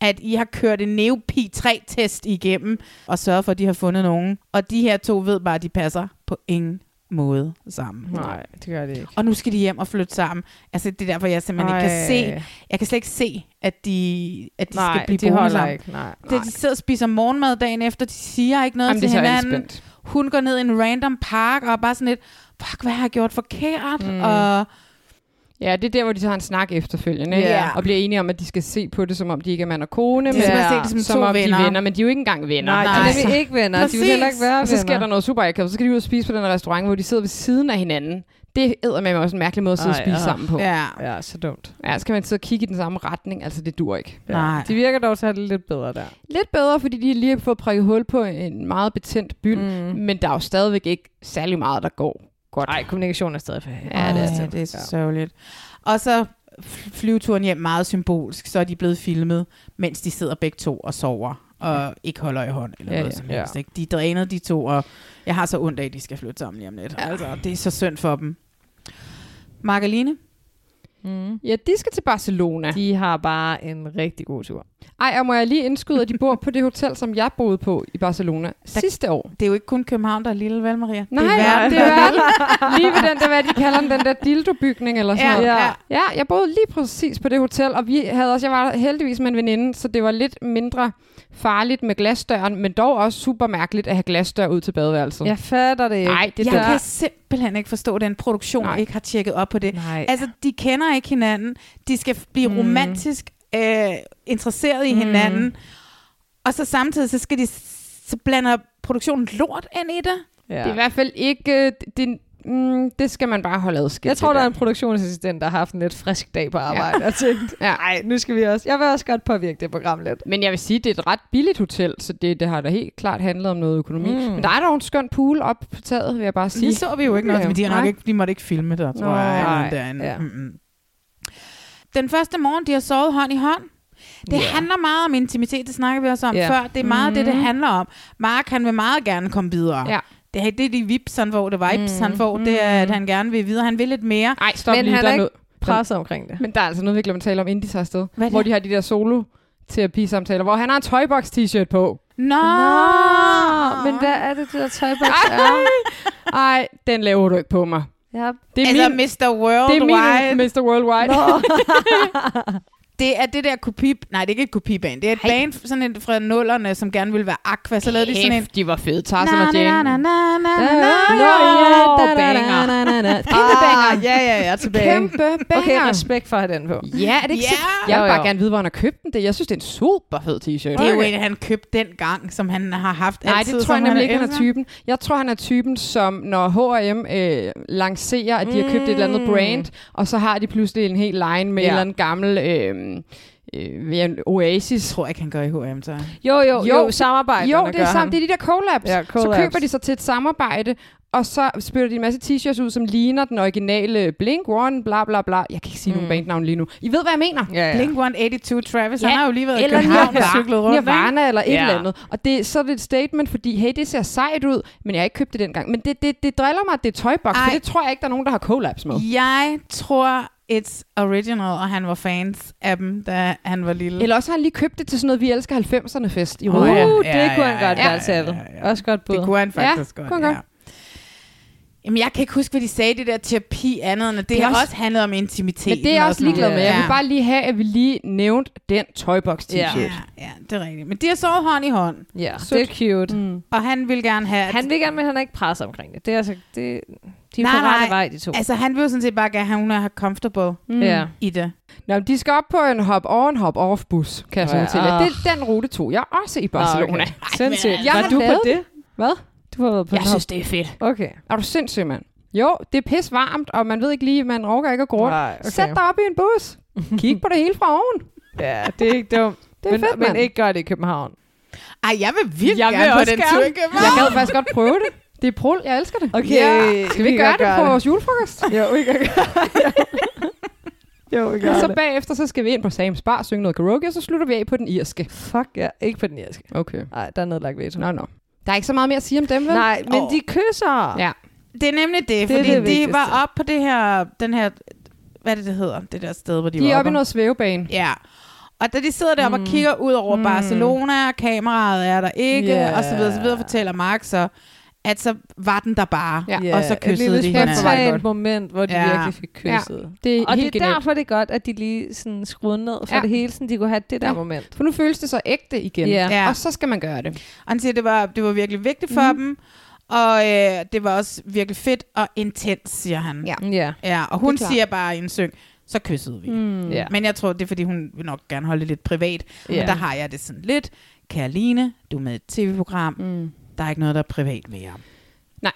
Speaker 1: at I har kørt en Neopi 3-test igennem, og sørget for, at de har fundet nogen. Og de her to ved bare, at de passer på ingen måde sammen.
Speaker 4: Nej, det gør det ikke.
Speaker 1: Og nu skal de hjem og flytte sammen. Altså, det er derfor, jeg simpelthen Ej. ikke kan
Speaker 4: Ej.
Speaker 1: se. Jeg kan slet ikke se, at de, at de
Speaker 4: Nej,
Speaker 1: skal blive
Speaker 4: de
Speaker 1: boende
Speaker 4: holder
Speaker 1: sammen.
Speaker 4: ikke. Nej,
Speaker 1: Det,
Speaker 4: nej.
Speaker 1: de sidder og spiser morgenmad dagen efter. De siger ikke noget
Speaker 2: Jamen,
Speaker 1: til
Speaker 2: det er så
Speaker 1: hinanden.
Speaker 2: anspændt.
Speaker 1: Hun går ned i en random park og er bare sådan lidt, fuck, hvad har jeg gjort forkert? Mm. Og
Speaker 2: Ja, det er der, hvor de så har en snak efterfølgende, ikke?
Speaker 1: Ja.
Speaker 2: og bliver enige om, at de skal se på det, som om de ikke er mand og kone,
Speaker 1: De
Speaker 2: men
Speaker 1: skal bare se det som to
Speaker 2: om de
Speaker 1: venner.
Speaker 2: er venner, men de er jo ikke engang venner.
Speaker 4: Nej, de Altså, er ikke venner. De vil
Speaker 1: Præcis.
Speaker 4: heller ikke være
Speaker 2: Og så sker
Speaker 4: venner.
Speaker 2: der noget super akavet, så skal de ud og spise på den her restaurant, hvor de sidder ved siden af hinanden. Det æder med også en mærkelig måde at sidde og
Speaker 4: Ej,
Speaker 2: spise
Speaker 4: ja.
Speaker 2: sammen på.
Speaker 1: Ja.
Speaker 4: Ja, så dumt.
Speaker 2: ja, så skal man sidde og kigge i den samme retning, altså det dur ikke.
Speaker 1: Nej.
Speaker 4: De virker dog til at have det lidt bedre der.
Speaker 2: Lidt bedre, fordi de lige har fået prikket hul på en meget betændt byld, mm. men der er jo stadigvæk ikke særlig meget, der går godt.
Speaker 4: Nej, kommunikation er stadig for
Speaker 2: Ja, det er
Speaker 1: Ej,
Speaker 2: det.
Speaker 1: det er så sørgeligt. Og så f- flyveturen hjem meget symbolsk, så er de blevet filmet, mens de sidder begge to og sover og ikke holder i hånd eller
Speaker 2: Ja,
Speaker 1: ja, noget
Speaker 2: ja.
Speaker 1: ja. som helst. Ikke? De er drænet, de to, og jeg har så ondt af, at de skal flytte sammen lige om lidt. Ja. Altså, det er så synd for dem. Margaline?
Speaker 4: Mm.
Speaker 2: Ja, de skal til Barcelona.
Speaker 4: De har bare en rigtig god tur.
Speaker 2: Ej, og må jeg lige indskyde, at de bor på det hotel, som jeg boede på i Barcelona der, sidste år.
Speaker 1: Det er jo ikke kun København, der er lille, vel Maria?
Speaker 2: Nej,
Speaker 1: det er verden,
Speaker 2: det er
Speaker 1: der
Speaker 2: verden. lige ved den der, hvad de kalder den, den der dildo-bygning eller sådan
Speaker 1: Ja,
Speaker 2: noget.
Speaker 1: ja.
Speaker 2: ja, jeg boede lige præcis på det hotel, og vi havde også, jeg var der heldigvis med en veninde, så det var lidt mindre farligt med glasdøren, men dog også super mærkeligt at have glasdør ud til badeværelset.
Speaker 4: Jeg fatter det ikke.
Speaker 2: Nej, det er
Speaker 1: jeg
Speaker 2: dumt.
Speaker 1: kan simpelthen ikke forstå, at den produktion Nej. ikke har tjekket op på det.
Speaker 4: Nej.
Speaker 1: Altså, de kender ikke hinanden. De skal f- blive mm. romantisk øh, interesseret i hinanden.
Speaker 4: Mm.
Speaker 1: Og så samtidig, så, skal de, s- så blander produktionen lort ind i det.
Speaker 4: Ja.
Speaker 2: Det er i hvert fald ikke... øh, Det, det, mm, det skal man bare holde adskilt.
Speaker 4: Jeg tror,
Speaker 2: det
Speaker 4: der er en produktionsassistent, der har haft en lidt frisk dag på arbejde
Speaker 2: Ja.
Speaker 4: ja. og tænkt, nej, nu skal vi også, jeg vil også godt påvirke det program lidt.
Speaker 2: Men jeg vil sige, det er et ret billigt hotel, så det, det har da helt klart handlet om noget økonomi.
Speaker 4: Mm.
Speaker 2: Mm. Men der er dog en skøn pool op på taget, vil jeg bare sige.
Speaker 1: Det så vi jo ikke noget, men de, har nok
Speaker 2: Nej.
Speaker 1: ikke, de måtte ikke filme der, tror
Speaker 2: Nå,
Speaker 1: jeg. eller
Speaker 2: nej.
Speaker 1: derinde.
Speaker 2: Ja.
Speaker 1: Mm-mm. Den første morgen, de har sovet hånd i hånd. Det yeah. handler meget om intimitet, det snakker vi også om
Speaker 2: Ja.
Speaker 1: yeah. før. Det er meget mm. det, det
Speaker 2: Mhm.
Speaker 1: handler om. Mark, han vil meget gerne komme videre.
Speaker 2: Ja. Mm-hmm.
Speaker 1: Det, er, det er de vips, han får, det vibes, mm. han får, det er, at han gerne vil videre. Han vil lidt mere.
Speaker 2: Nej, stop lige, der er noget-
Speaker 4: presset omkring det.
Speaker 2: Men der er altså noget, vi glemmer at tale om, inden de tager afsted.
Speaker 1: Hvad er
Speaker 2: Hvor
Speaker 1: det?
Speaker 2: de har de der solo terapisamtaler, hvor han har en tøjboks t-shirt på.
Speaker 1: Nå!
Speaker 4: Men hvad er det, det der tøjboks
Speaker 2: er? Ej, den laver du ikke på mig.
Speaker 4: Ja.
Speaker 2: Det er min,
Speaker 1: altså, Mr.
Speaker 2: det er
Speaker 1: Worldwide.
Speaker 2: min Mr. Worldwide.
Speaker 1: Det er det der kopi... Nej, det er ikke et kopiband. Det er et band sådan en, fra nullerne, som gerne ville være aqua. Så lavede de sådan en...
Speaker 2: de var fede,
Speaker 1: Altså,
Speaker 2: Tarzan og Jane.
Speaker 1: Na, na, na, na, na, na,
Speaker 2: Nå, banger. Kæmpe banger.
Speaker 4: Ah, ja, ja, ja, tilbage.
Speaker 2: Kæmpe banger.
Speaker 4: Okay, respekt for at have den på.
Speaker 2: Ja, er det ikke
Speaker 1: Ja.
Speaker 2: yeah. Jeg vil
Speaker 4: Jo,
Speaker 2: bare
Speaker 4: jo.
Speaker 2: gerne vide, hvor han har købt den. Det- Jeg synes, det er en super fed t-shirt.
Speaker 1: Det er jo en, han købte dengang, som han har haft
Speaker 2: Nej,
Speaker 1: altid.
Speaker 2: det tror jeg
Speaker 1: som
Speaker 2: nemlig ikke, han er
Speaker 1: elsker.
Speaker 2: typen. Jeg tror, han er typen, som når H&M øh, lancerer, at de har købt et eller andet
Speaker 4: Mm.
Speaker 2: brand, og så har de pludselig en hel line med ja.
Speaker 4: Ja.
Speaker 2: en eller anden gammel øh, øh, ja, en Oasis.
Speaker 1: Jeg tror ikke, han gør i H&M, så.
Speaker 4: Jo, jo, jo, jo samarbejde.
Speaker 2: Jo, det er, sammen, det er de der collabs.
Speaker 4: Ja,
Speaker 2: Så
Speaker 4: collabs.
Speaker 2: køber de sig til et samarbejde, og så spytter de en masse t-shirts ud, som ligner den originale Blink-1, bla bla bla. Jeg kan ikke sige mm. nogen bandnavn lige nu. I ved, hvad jeg mener.
Speaker 4: Ja, ja.
Speaker 1: Blink-182 Travis,
Speaker 2: Ja,
Speaker 1: han har jo lige været i
Speaker 2: eller
Speaker 1: København og
Speaker 2: Nirvana.
Speaker 1: cyklet rundt.
Speaker 2: Nirvana eller et
Speaker 4: Ja.
Speaker 2: eller andet. Og det, så er det et statement, fordi hey, det ser sejt ud, men jeg har ikke købt det dengang. Men det, det, det driller mig, at det er tøjboks, for
Speaker 1: Ej.
Speaker 2: det tror jeg ikke, der er nogen, der har collabs med.
Speaker 1: ikke? Jeg tror, it's original, og han var fans af dem, da han var lille.
Speaker 2: Eller også har han lige købt det til sådan noget, vi elsker 90'erne fest i
Speaker 1: Åh,
Speaker 2: Røde.
Speaker 1: ja.
Speaker 4: Uh,
Speaker 1: Ja,
Speaker 4: det kunne
Speaker 1: ja,
Speaker 4: han godt
Speaker 1: ja,
Speaker 4: være
Speaker 2: altså.
Speaker 1: ja,
Speaker 4: til. Også godt bud.
Speaker 1: Det kunne han
Speaker 2: Ja,
Speaker 1: faktisk
Speaker 2: kunne
Speaker 1: godt,
Speaker 2: han godt.
Speaker 1: ja. Jamen, jeg kan ikke huske, hvad de sagde, i det der terapi andet, end at det, det
Speaker 2: er
Speaker 1: har
Speaker 2: også-
Speaker 1: også handlet om intimitet.
Speaker 2: Men det er jeg også ligeglad med. Jeg vil bare lige have, at vi lige nævnte den tøjboks t-shirt.
Speaker 1: Ja, ja, det er rigtigt. Men de har sovet hånd i hånd,
Speaker 4: Ja,
Speaker 2: Sødt.
Speaker 4: det er cute.
Speaker 2: Mm.
Speaker 1: og han vil gerne have... at-
Speaker 4: Han vil gerne, men han er ikke presset omkring det. Det er altså, det, de er
Speaker 1: Nej,
Speaker 4: på
Speaker 1: nej.
Speaker 4: rette vej, de to.
Speaker 1: Altså, han vil jo sådan set bare gerne have, at hun er comfortable
Speaker 2: Mm.
Speaker 4: Ja.
Speaker 1: i det.
Speaker 2: Nå, men de skal op på en hop-on, hop-off-bus, kan jeg så
Speaker 4: Ja.
Speaker 2: ja. til. Det, den rute tog jeg også i Barcelona. Okay.
Speaker 4: Sindssygt.
Speaker 2: Jeg
Speaker 4: Var
Speaker 2: har
Speaker 4: du på
Speaker 2: lavet-
Speaker 4: det?
Speaker 2: Hvad?
Speaker 4: Du har været på
Speaker 2: Jeg
Speaker 4: den
Speaker 2: synes,
Speaker 4: hop-
Speaker 2: det er fedt.
Speaker 4: Okay.
Speaker 2: Er du sindssyg, mand? Jo, det er pis varmt, og man ved ikke lige, man rokker ikke at gå rundt.
Speaker 4: Nej, okay.
Speaker 2: Sæt dig op i en bus. Kig på det hele fra oven.
Speaker 4: Ja, det er ikke dumt.
Speaker 2: Det er
Speaker 4: men,
Speaker 2: fedt,
Speaker 4: men
Speaker 2: mand.
Speaker 4: ikke gør det i København.
Speaker 1: Ej, jeg vil virkelig
Speaker 2: Jeg
Speaker 1: jeg
Speaker 2: vil
Speaker 1: gerne på
Speaker 2: også
Speaker 1: den
Speaker 2: gerne.
Speaker 1: tur, ikke?
Speaker 2: Jeg gad faktisk godt prøve det. Det er prul, jeg elsker det.
Speaker 4: Okay,
Speaker 2: Ja. Skal vi
Speaker 4: vi
Speaker 2: ikke
Speaker 4: kan
Speaker 2: gøre
Speaker 4: godt
Speaker 2: det
Speaker 4: gøre
Speaker 2: på
Speaker 4: det.
Speaker 2: vores julefrokost?
Speaker 4: Jo, vi kan gøre det. Jo, vi gør
Speaker 2: Og så
Speaker 4: det.
Speaker 2: bagefter, så skal vi ind på Sam's Bar, synge noget karaoke, og så slutter vi af på den irske.
Speaker 4: Fuck ja, ikke på den irske.
Speaker 2: Okay.
Speaker 4: Nej, der er nedlagt veto.
Speaker 2: Nå, nå. Der er ikke så meget mere at sige om dem, vel?
Speaker 4: Nej, men
Speaker 1: Åh.
Speaker 4: de kysser.
Speaker 2: Ja.
Speaker 1: Det er nemlig det,
Speaker 4: Det er
Speaker 1: fordi
Speaker 4: det
Speaker 1: de
Speaker 4: vigtigste.
Speaker 1: var oppe på det her, den her, hvad er det, det hedder? Det der sted, hvor de,
Speaker 2: De
Speaker 1: var
Speaker 2: er oppe i noget svævebane.
Speaker 1: Ja. Og da de sidder deroppe og kigger ud over mm. Barcelona, og kameraet er der ikke,
Speaker 4: Ja.
Speaker 1: yeah. og så videre, så videre, fortæller Mark så, at så var den der bare,
Speaker 2: Ja.
Speaker 1: yeah. og så kyssede de
Speaker 4: Et lille
Speaker 1: hinanden.
Speaker 4: spontant moment, hvor de
Speaker 1: Ja.
Speaker 4: virkelig fik kysset. Ja.
Speaker 2: Det er
Speaker 4: Og det er
Speaker 2: helt genialt.
Speaker 4: derfor, det er godt, at de lige sådan skruede ned for
Speaker 2: Ja.
Speaker 4: det hele, så de kunne have det der
Speaker 2: Ja.
Speaker 4: moment.
Speaker 2: For nu føles det så ægte igen.
Speaker 4: Ja.
Speaker 1: Ja.
Speaker 2: Og så skal man gøre det.
Speaker 1: Og han siger, at det var, det var virkelig vigtigt for mm. dem, og øh, det var også virkelig fedt og intens, siger han.
Speaker 2: Ja.
Speaker 4: Ja.
Speaker 1: ja og hun
Speaker 2: Det er klart.
Speaker 1: siger bare i en syng, så kyssede vi.
Speaker 2: Mm.
Speaker 4: Ja.
Speaker 1: Men jeg tror, det er, fordi hun vil nok gerne holde det lidt privat. Yeah.
Speaker 4: Ja.
Speaker 1: Men der har jeg det sådan lidt. Kære Line, du er med i et tv-program.
Speaker 2: Mm.
Speaker 1: Der er ikke noget, der er privat mere.
Speaker 2: Nej.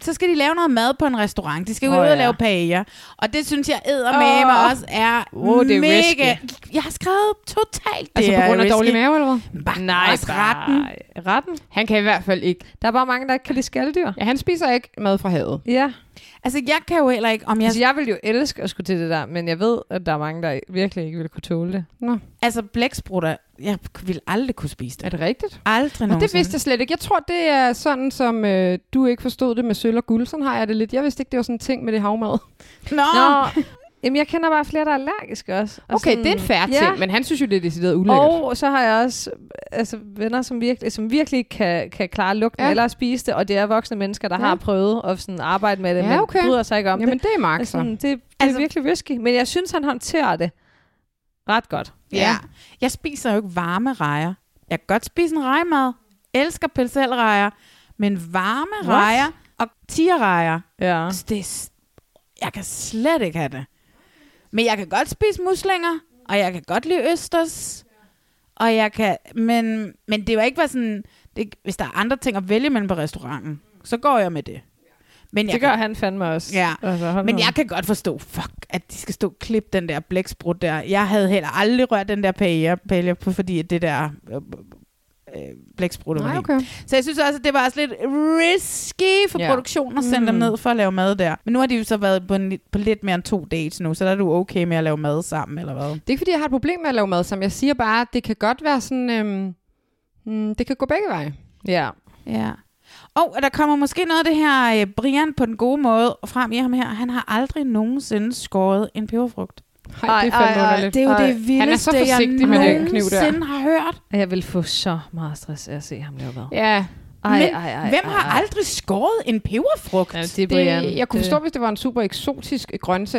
Speaker 1: Så skal de lave noget mad på en restaurant. De skal
Speaker 4: Åh,
Speaker 1: oh, ud og
Speaker 4: ja.
Speaker 1: lave paella. Og det synes jeg eddermame med
Speaker 4: Åh.
Speaker 1: også er
Speaker 4: Åh, det er
Speaker 1: mega...
Speaker 4: risky.
Speaker 1: Jeg har skrevet totalt det
Speaker 2: Altså på
Speaker 1: er
Speaker 2: grund af
Speaker 1: risky.
Speaker 2: dårlig mave, eller hvad?
Speaker 1: Bare Nej, også retten.
Speaker 4: Retten?
Speaker 2: Han kan i hvert fald ikke.
Speaker 4: Der er bare mange, der ikke kan lide skalddyr.
Speaker 2: Ja, han spiser ikke mad fra havet.
Speaker 4: Ja.
Speaker 1: Altså, jeg kan jo heller ikke... Om jeg,
Speaker 4: Altså, jeg ville jo elske at skulle til det der, men jeg ved, at der er mange, der virkelig ikke ville kunne tåle det.
Speaker 2: Nå,
Speaker 1: altså, blæksprutter... Jeg ville aldrig kunne spise
Speaker 2: er
Speaker 1: det.
Speaker 2: det rigtigt?
Speaker 1: Aldrig
Speaker 2: Og det
Speaker 1: nogensinde.
Speaker 2: vidste jeg slet ikke. Jeg tror, det er sådan, som øh, du ikke forstod det med sølv og guld. Sådan har jeg det lidt. Jeg vidste ikke, det var sådan en ting med det havmad.
Speaker 1: Nå,
Speaker 4: Nå, Jamen, jeg kender bare flere, der er allergiske også. Og
Speaker 2: Okay, det er en fair ting, men han synes jo, det er decideret ulækkert.
Speaker 4: Og så har jeg også altså, venner, som virkelig, som virkelig kan, kan klare lugten
Speaker 2: Ja.
Speaker 4: ja. eller spise det, og det er voksne mennesker, der ja. har prøvet at sådan arbejde med det,
Speaker 2: Ja,
Speaker 4: men
Speaker 2: okay.
Speaker 4: bryder sig ikke om
Speaker 2: Jamen,
Speaker 4: det.
Speaker 2: det er Mark,
Speaker 4: Altså,
Speaker 2: så.
Speaker 4: Det, det altså, er virkelig risky, men jeg synes, han håndterer det ret godt.
Speaker 1: Ja. ja. Jeg spiser jo ikke varme rejer. Jeg kan godt spise en rejemad. Elsker pelselrejer. Men varme
Speaker 4: What?
Speaker 1: rejer og tierrejer.
Speaker 4: Ja.
Speaker 1: Det er, s- jeg kan slet ikke have det. Men jeg kan godt spise muslinger, og jeg kan godt lide østers. Og jeg kan, men, men det var ikke være sådan, det, hvis der er andre ting at vælge mellem på restauranten, så går jeg med det. Men
Speaker 4: Det gør han fandme også.
Speaker 1: Ja,
Speaker 4: Altså,
Speaker 1: altså,
Speaker 4: hold
Speaker 1: men
Speaker 4: nu.
Speaker 1: jeg kan godt forstå, fuck, at de skal stå og klippe den der blæksprut der. Jeg havde heller aldrig rørt den der paella, paella på, fordi at det der øh, øh, blæksprut var
Speaker 2: Nej,
Speaker 1: i.
Speaker 2: okay.
Speaker 1: Så jeg synes også, at det var også lidt risky for
Speaker 2: Ja.
Speaker 1: ja. produktionen at sende mm. dem
Speaker 2: Mm.
Speaker 1: ned for at lave mad der. Men nu har de jo så været på, en, på lidt mere end to dates nu, så der er du okay med at lave mad sammen, eller hvad?
Speaker 2: Det er ikke, fordi jeg har et problem med at lave mad, som jeg siger bare, det kan godt være sådan, øhm, mm, det kan gå begge veje.
Speaker 4: Ja.
Speaker 1: Ja. Og der kommer måske noget af det her øh, Brian på den gode måde frem i ham her. Han har aldrig nogensinde skåret en peberfrugt.
Speaker 2: Ej, det er fandme underligt.
Speaker 1: Det er jo
Speaker 2: Ej.
Speaker 1: det vildeste,
Speaker 2: Han er så forsigtig
Speaker 1: jeg
Speaker 2: med den kniv der.
Speaker 1: nogensinde har hørt.
Speaker 4: Jeg vil få så meget stress af at se ham lave hvad.
Speaker 2: Ja.
Speaker 4: Ej,
Speaker 1: Men
Speaker 4: ej, ej,
Speaker 1: hvem
Speaker 4: ej,
Speaker 1: har
Speaker 4: ej.
Speaker 1: aldrig skåret en peberfrugt? Ja,
Speaker 4: det er Brian.
Speaker 2: Det, jeg kunne forstå,
Speaker 1: Det-
Speaker 2: hvis det var en super eksotisk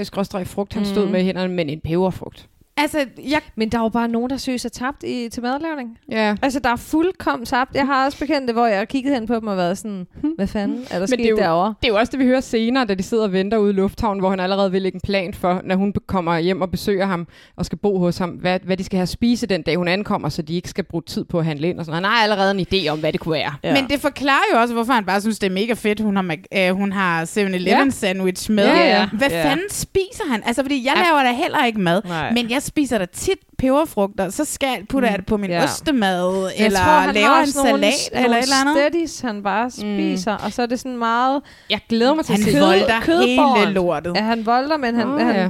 Speaker 2: grøntsags-frugt, han stod
Speaker 4: Mhm.
Speaker 2: med i hænderne, men en peberfrugt.
Speaker 1: Altså, jeg...
Speaker 4: Men der er jo bare nogen, der søger sig tabt i, til madlavning.
Speaker 2: Ja.
Speaker 4: Altså, der er fuldkommen tabt. Jeg har også bekendte, hvor jeg har kigget hen på dem og været sådan, hvad fanden Hmm. er der
Speaker 2: Men
Speaker 4: sket
Speaker 2: det er, jo,
Speaker 4: derovre?
Speaker 2: det er jo også det, vi hører senere, da de sidder og venter ude i lufthavnen, hvor han allerede vil lægge en plan for, når hun kommer hjem og besøger ham og skal bo hos ham, hvad, hvad de skal have at spise den dag, hun ankommer, så de ikke skal bruge tid på at handle ind. Og sådan. Han har allerede en idé om, hvad det kunne være.
Speaker 1: Ja. Men det forklarer jo også, hvorfor han bare synes, det er mega fedt, hun har, Mac- øh, hun har 7-Eleven
Speaker 2: Ja.
Speaker 1: ja. sandwich med.
Speaker 2: Ja, ja.
Speaker 1: Hvad
Speaker 2: Ja.
Speaker 1: fanden spiser han? Altså, fordi jeg
Speaker 2: Ja.
Speaker 1: laver da heller ikke mad,
Speaker 2: Nej.
Speaker 1: men jeg spiser da tit peberfrugter, så skal jeg putte jeg det på min
Speaker 4: Ja.
Speaker 1: ja. ostemad,
Speaker 4: Jeg
Speaker 1: eller
Speaker 4: tror, han
Speaker 1: laver
Speaker 4: har
Speaker 1: en
Speaker 4: sådan nogle-
Speaker 1: salat, eller
Speaker 4: nogle
Speaker 1: et eller andet.
Speaker 4: Steadies, han bare spiser, mm. og så er det sådan meget...
Speaker 2: Jeg glæder mig til
Speaker 1: at Han se det. volder hele lortet.
Speaker 4: Ja, han volder, men han,
Speaker 2: Åh,
Speaker 4: oh, han
Speaker 2: ja.
Speaker 4: ja.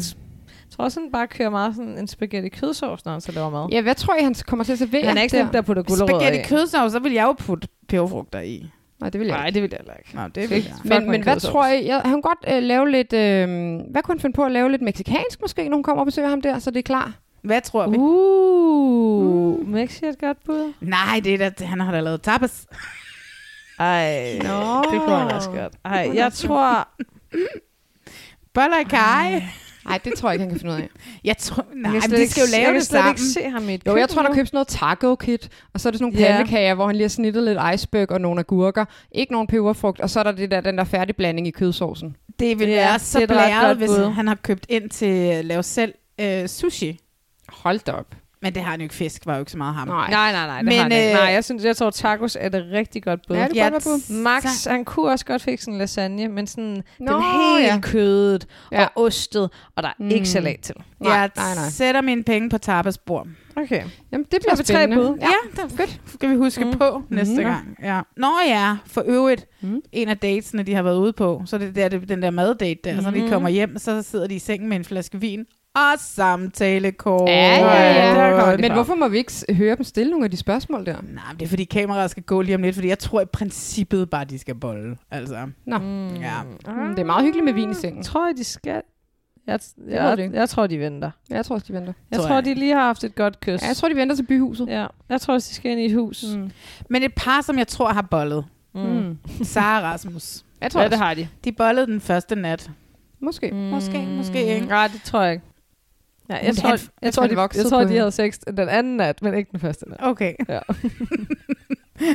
Speaker 4: tror også, han bare kører meget sådan en spaghetti kødsovs, når han så laver mad.
Speaker 2: Ja, hvad tror I, han kommer til at servere?
Speaker 4: Han er ikke nemt at putte gulerødder i.
Speaker 1: Spaghetti kødsovs, så vil jeg jo putte peberfrugter i.
Speaker 2: Nej, det vil jeg
Speaker 4: Nej,
Speaker 2: ikke.
Speaker 4: det vil jeg heller ikke.
Speaker 1: Nå, det
Speaker 4: vil
Speaker 1: vil
Speaker 4: jeg.
Speaker 1: jeg.
Speaker 4: Fuck,
Speaker 2: Men,
Speaker 4: man
Speaker 2: men hvad
Speaker 4: kødsovs.
Speaker 2: tror I? Jeg, han kunne godt øh, lave lidt... Øh, hvad kunne han finde på at lave lidt meksikansk måske, når hun kommer og besøger ham der, så det er klar?
Speaker 1: Hvad tror vi?
Speaker 4: Uh, mm. Mexi er et godt bud.
Speaker 1: Nej, det er da, han har da lavet tapas.
Speaker 4: Ej,
Speaker 1: Nå.
Speaker 4: det kunne han også godt. Ej, jeg tror...
Speaker 1: Boller i kaj.
Speaker 2: Nej, det tror jeg ikke, han kan finde ud af.
Speaker 1: Jeg tror... Nej, jeg men
Speaker 2: Jeg kan slet
Speaker 1: de
Speaker 2: ikke-
Speaker 1: skal jo lave
Speaker 2: jeg kan
Speaker 1: det
Speaker 2: slet
Speaker 1: sammen.
Speaker 2: ikke se
Speaker 4: ham i et
Speaker 2: Jo, jeg tror, der
Speaker 4: køkken nu.
Speaker 2: købes noget taco kit, og så er der sådan nogle
Speaker 4: Ja.
Speaker 2: pandekager, hvor han lige har snittet lidt iceberg og nogle agurker. Ikke nogen peberfrugt, og så er der det der, den der færdige blanding i kødsovsen.
Speaker 1: Det ville
Speaker 4: Ja,
Speaker 1: ja, være så
Speaker 4: det er da ret
Speaker 1: blæret,
Speaker 4: godt
Speaker 1: hvis
Speaker 4: bud.
Speaker 1: han har købt ind til at lave selv øh, sushi.
Speaker 2: Hold da op.
Speaker 1: Men det har han jo ikke. Fisk var jo ikke så meget ham.
Speaker 4: Nej, nej, nej. Det
Speaker 1: Men,
Speaker 4: har han ikke.
Speaker 1: øh,
Speaker 4: nej, jeg, synes, jeg tror, tacos er det rigtig godt bud.
Speaker 2: Ja, det kunne godt være
Speaker 1: bud.
Speaker 4: Max,
Speaker 1: Så-
Speaker 4: han kunne også godt fikse en lasagne, men sådan Nå,
Speaker 2: Nå,
Speaker 4: den helt
Speaker 2: ja.
Speaker 4: ja. kødet ja.
Speaker 2: Ja.
Speaker 4: og ostet, og der er mm. ikke salat til.
Speaker 2: Nej,
Speaker 1: jeg
Speaker 2: nej, nej.
Speaker 1: sætter mine penge på tapasbord.
Speaker 4: Okay.
Speaker 2: Jamen, det
Speaker 4: Så
Speaker 2: bliver
Speaker 4: har vi tre
Speaker 2: spændende.
Speaker 4: bud.
Speaker 1: Ja, ja det godt. skal vi huske mm. på næste
Speaker 2: Mhm.
Speaker 1: mm. gang. Ja. Nå ja, for øvrigt, mm. en af datesene, de har været ude på, så er det der, det, den der maddate der, mm. så når
Speaker 2: Mm-hmm.
Speaker 4: Mhm.
Speaker 1: de kommer hjem, så sidder de i sengen med en flaske vin og samtalekort.
Speaker 2: Ja, ja,
Speaker 4: Der kommer
Speaker 2: ja.
Speaker 4: de
Speaker 2: Men
Speaker 4: fra.
Speaker 2: hvorfor må vi ikke s- høre dem stille nogle af de spørgsmål der?
Speaker 1: Nej, men det er fordi kameraet skal gå lige om lidt, fordi jeg tror i princippet bare, de skal bolle. Altså,
Speaker 2: Nå,
Speaker 4: Mm.
Speaker 1: ja.
Speaker 2: mm. det er meget hyggeligt med vin i sengen.
Speaker 4: Tror jeg, de skal? Jeg,
Speaker 2: ved
Speaker 4: jeg,
Speaker 2: du
Speaker 4: jeg,
Speaker 2: ikke.
Speaker 4: jeg tror, de venter.
Speaker 2: Ja, jeg tror også, de venter.
Speaker 4: Jeg tror,
Speaker 1: Tror
Speaker 4: tror
Speaker 1: jeg
Speaker 4: de lige har haft et godt kys.
Speaker 2: Ja, jeg tror, de venter til byhuset.
Speaker 4: ja. jeg tror også, de skal ind i et hus. Mm.
Speaker 1: Men et par, som jeg tror har bollet.
Speaker 4: Mm.
Speaker 1: Sara og Rasmus.
Speaker 2: Jeg tror
Speaker 4: Ja,
Speaker 2: ja,
Speaker 4: det
Speaker 2: også.
Speaker 4: har de.
Speaker 1: De bollede den første nat.
Speaker 2: Måske.
Speaker 1: Måske, måske ikke.
Speaker 4: Mm. Nej, det tror jeg ikke. Ja, jeg,
Speaker 1: Men
Speaker 4: tror,
Speaker 1: han-
Speaker 4: jeg,
Speaker 2: han
Speaker 4: tror, de,
Speaker 2: voksede
Speaker 4: jeg tror,
Speaker 2: på
Speaker 4: de
Speaker 2: hende.
Speaker 4: havde sex den anden nat, men ikke den første nat.
Speaker 1: Okay.
Speaker 4: Ja.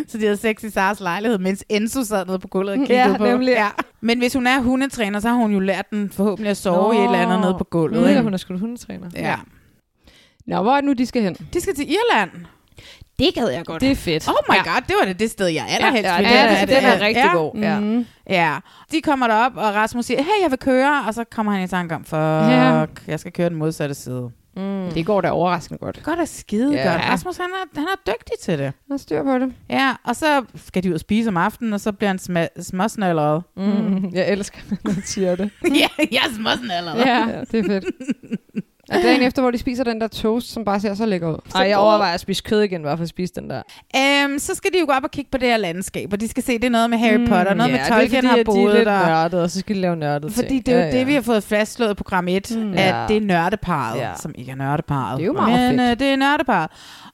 Speaker 1: Så de havde sex i Saras lejlighed, mens Enzo sad nede på gulvet og kiggede
Speaker 4: Ja,
Speaker 1: på.
Speaker 4: nemlig.
Speaker 1: Ja. Men hvis hun er hundetræner, så har hun jo lært den forhåbentlig at sove i et eller andet
Speaker 4: Nå.
Speaker 1: nede på gulvet.
Speaker 4: Nu er
Speaker 1: ikke?
Speaker 4: hun er sgu da hundetræner.
Speaker 1: Ja.
Speaker 2: Nå, hvor er det nu, de skal hen?
Speaker 1: De skal til Irland.
Speaker 2: Det gad jeg godt.
Speaker 4: Det er fedt.
Speaker 1: Oh my ja. god, det var da det sted, jeg allerhelst
Speaker 4: ja,
Speaker 1: ville
Speaker 4: den
Speaker 1: hen.
Speaker 4: er- den er rigtig
Speaker 1: ja.
Speaker 4: god. Ja.
Speaker 2: Mm.
Speaker 1: Ja, de kommer derop, og Rasmus siger, hey, jeg vil køre, og så kommer han i tanke om,
Speaker 2: Ja.
Speaker 1: fuck, jeg skal køre den modsatte side.
Speaker 4: Mm.
Speaker 2: Det går da overraskende godt.
Speaker 1: Godt og skide
Speaker 2: Ja.
Speaker 1: godt. Rasmus, han er, han er dygtig til det.
Speaker 2: Lad os styr på det.
Speaker 1: Ja, og så skal de ud og spise om aftenen, og så bliver han sma- småsnallerede.
Speaker 4: Mm. Jeg elsker, når man siger det.
Speaker 1: ja, jeg er småsnallerede.
Speaker 2: Ja, det er fedt. Og dagen efter, hvor de spiser den der toast, som bare ser så lækker ud.
Speaker 4: Ej, jeg overvejer at spise kød igen, bare for at spise den der.
Speaker 1: Øhm, så skal de jo gå op og kigge på det her landskab, og de skal se, det er noget med Harry Potter, noget
Speaker 4: Mm, ja,
Speaker 1: med
Speaker 4: det er
Speaker 1: Tolkien
Speaker 4: fordi,
Speaker 1: har
Speaker 4: at de er
Speaker 1: boet
Speaker 4: lidt
Speaker 1: der.
Speaker 4: nørdede, og så skal de lave nørdede
Speaker 1: Fordi
Speaker 4: ting.
Speaker 1: det er jo
Speaker 4: Ja,
Speaker 1: det,
Speaker 4: ja.
Speaker 1: vi har fået fastslået i program 1, mm. at
Speaker 4: Ja.
Speaker 1: det er nørdeparet,
Speaker 4: Ja.
Speaker 1: ja. som ikke er nørdeparet.
Speaker 4: Det er jo meget
Speaker 1: Men
Speaker 4: fedt.
Speaker 1: øh, det er nørdeparet.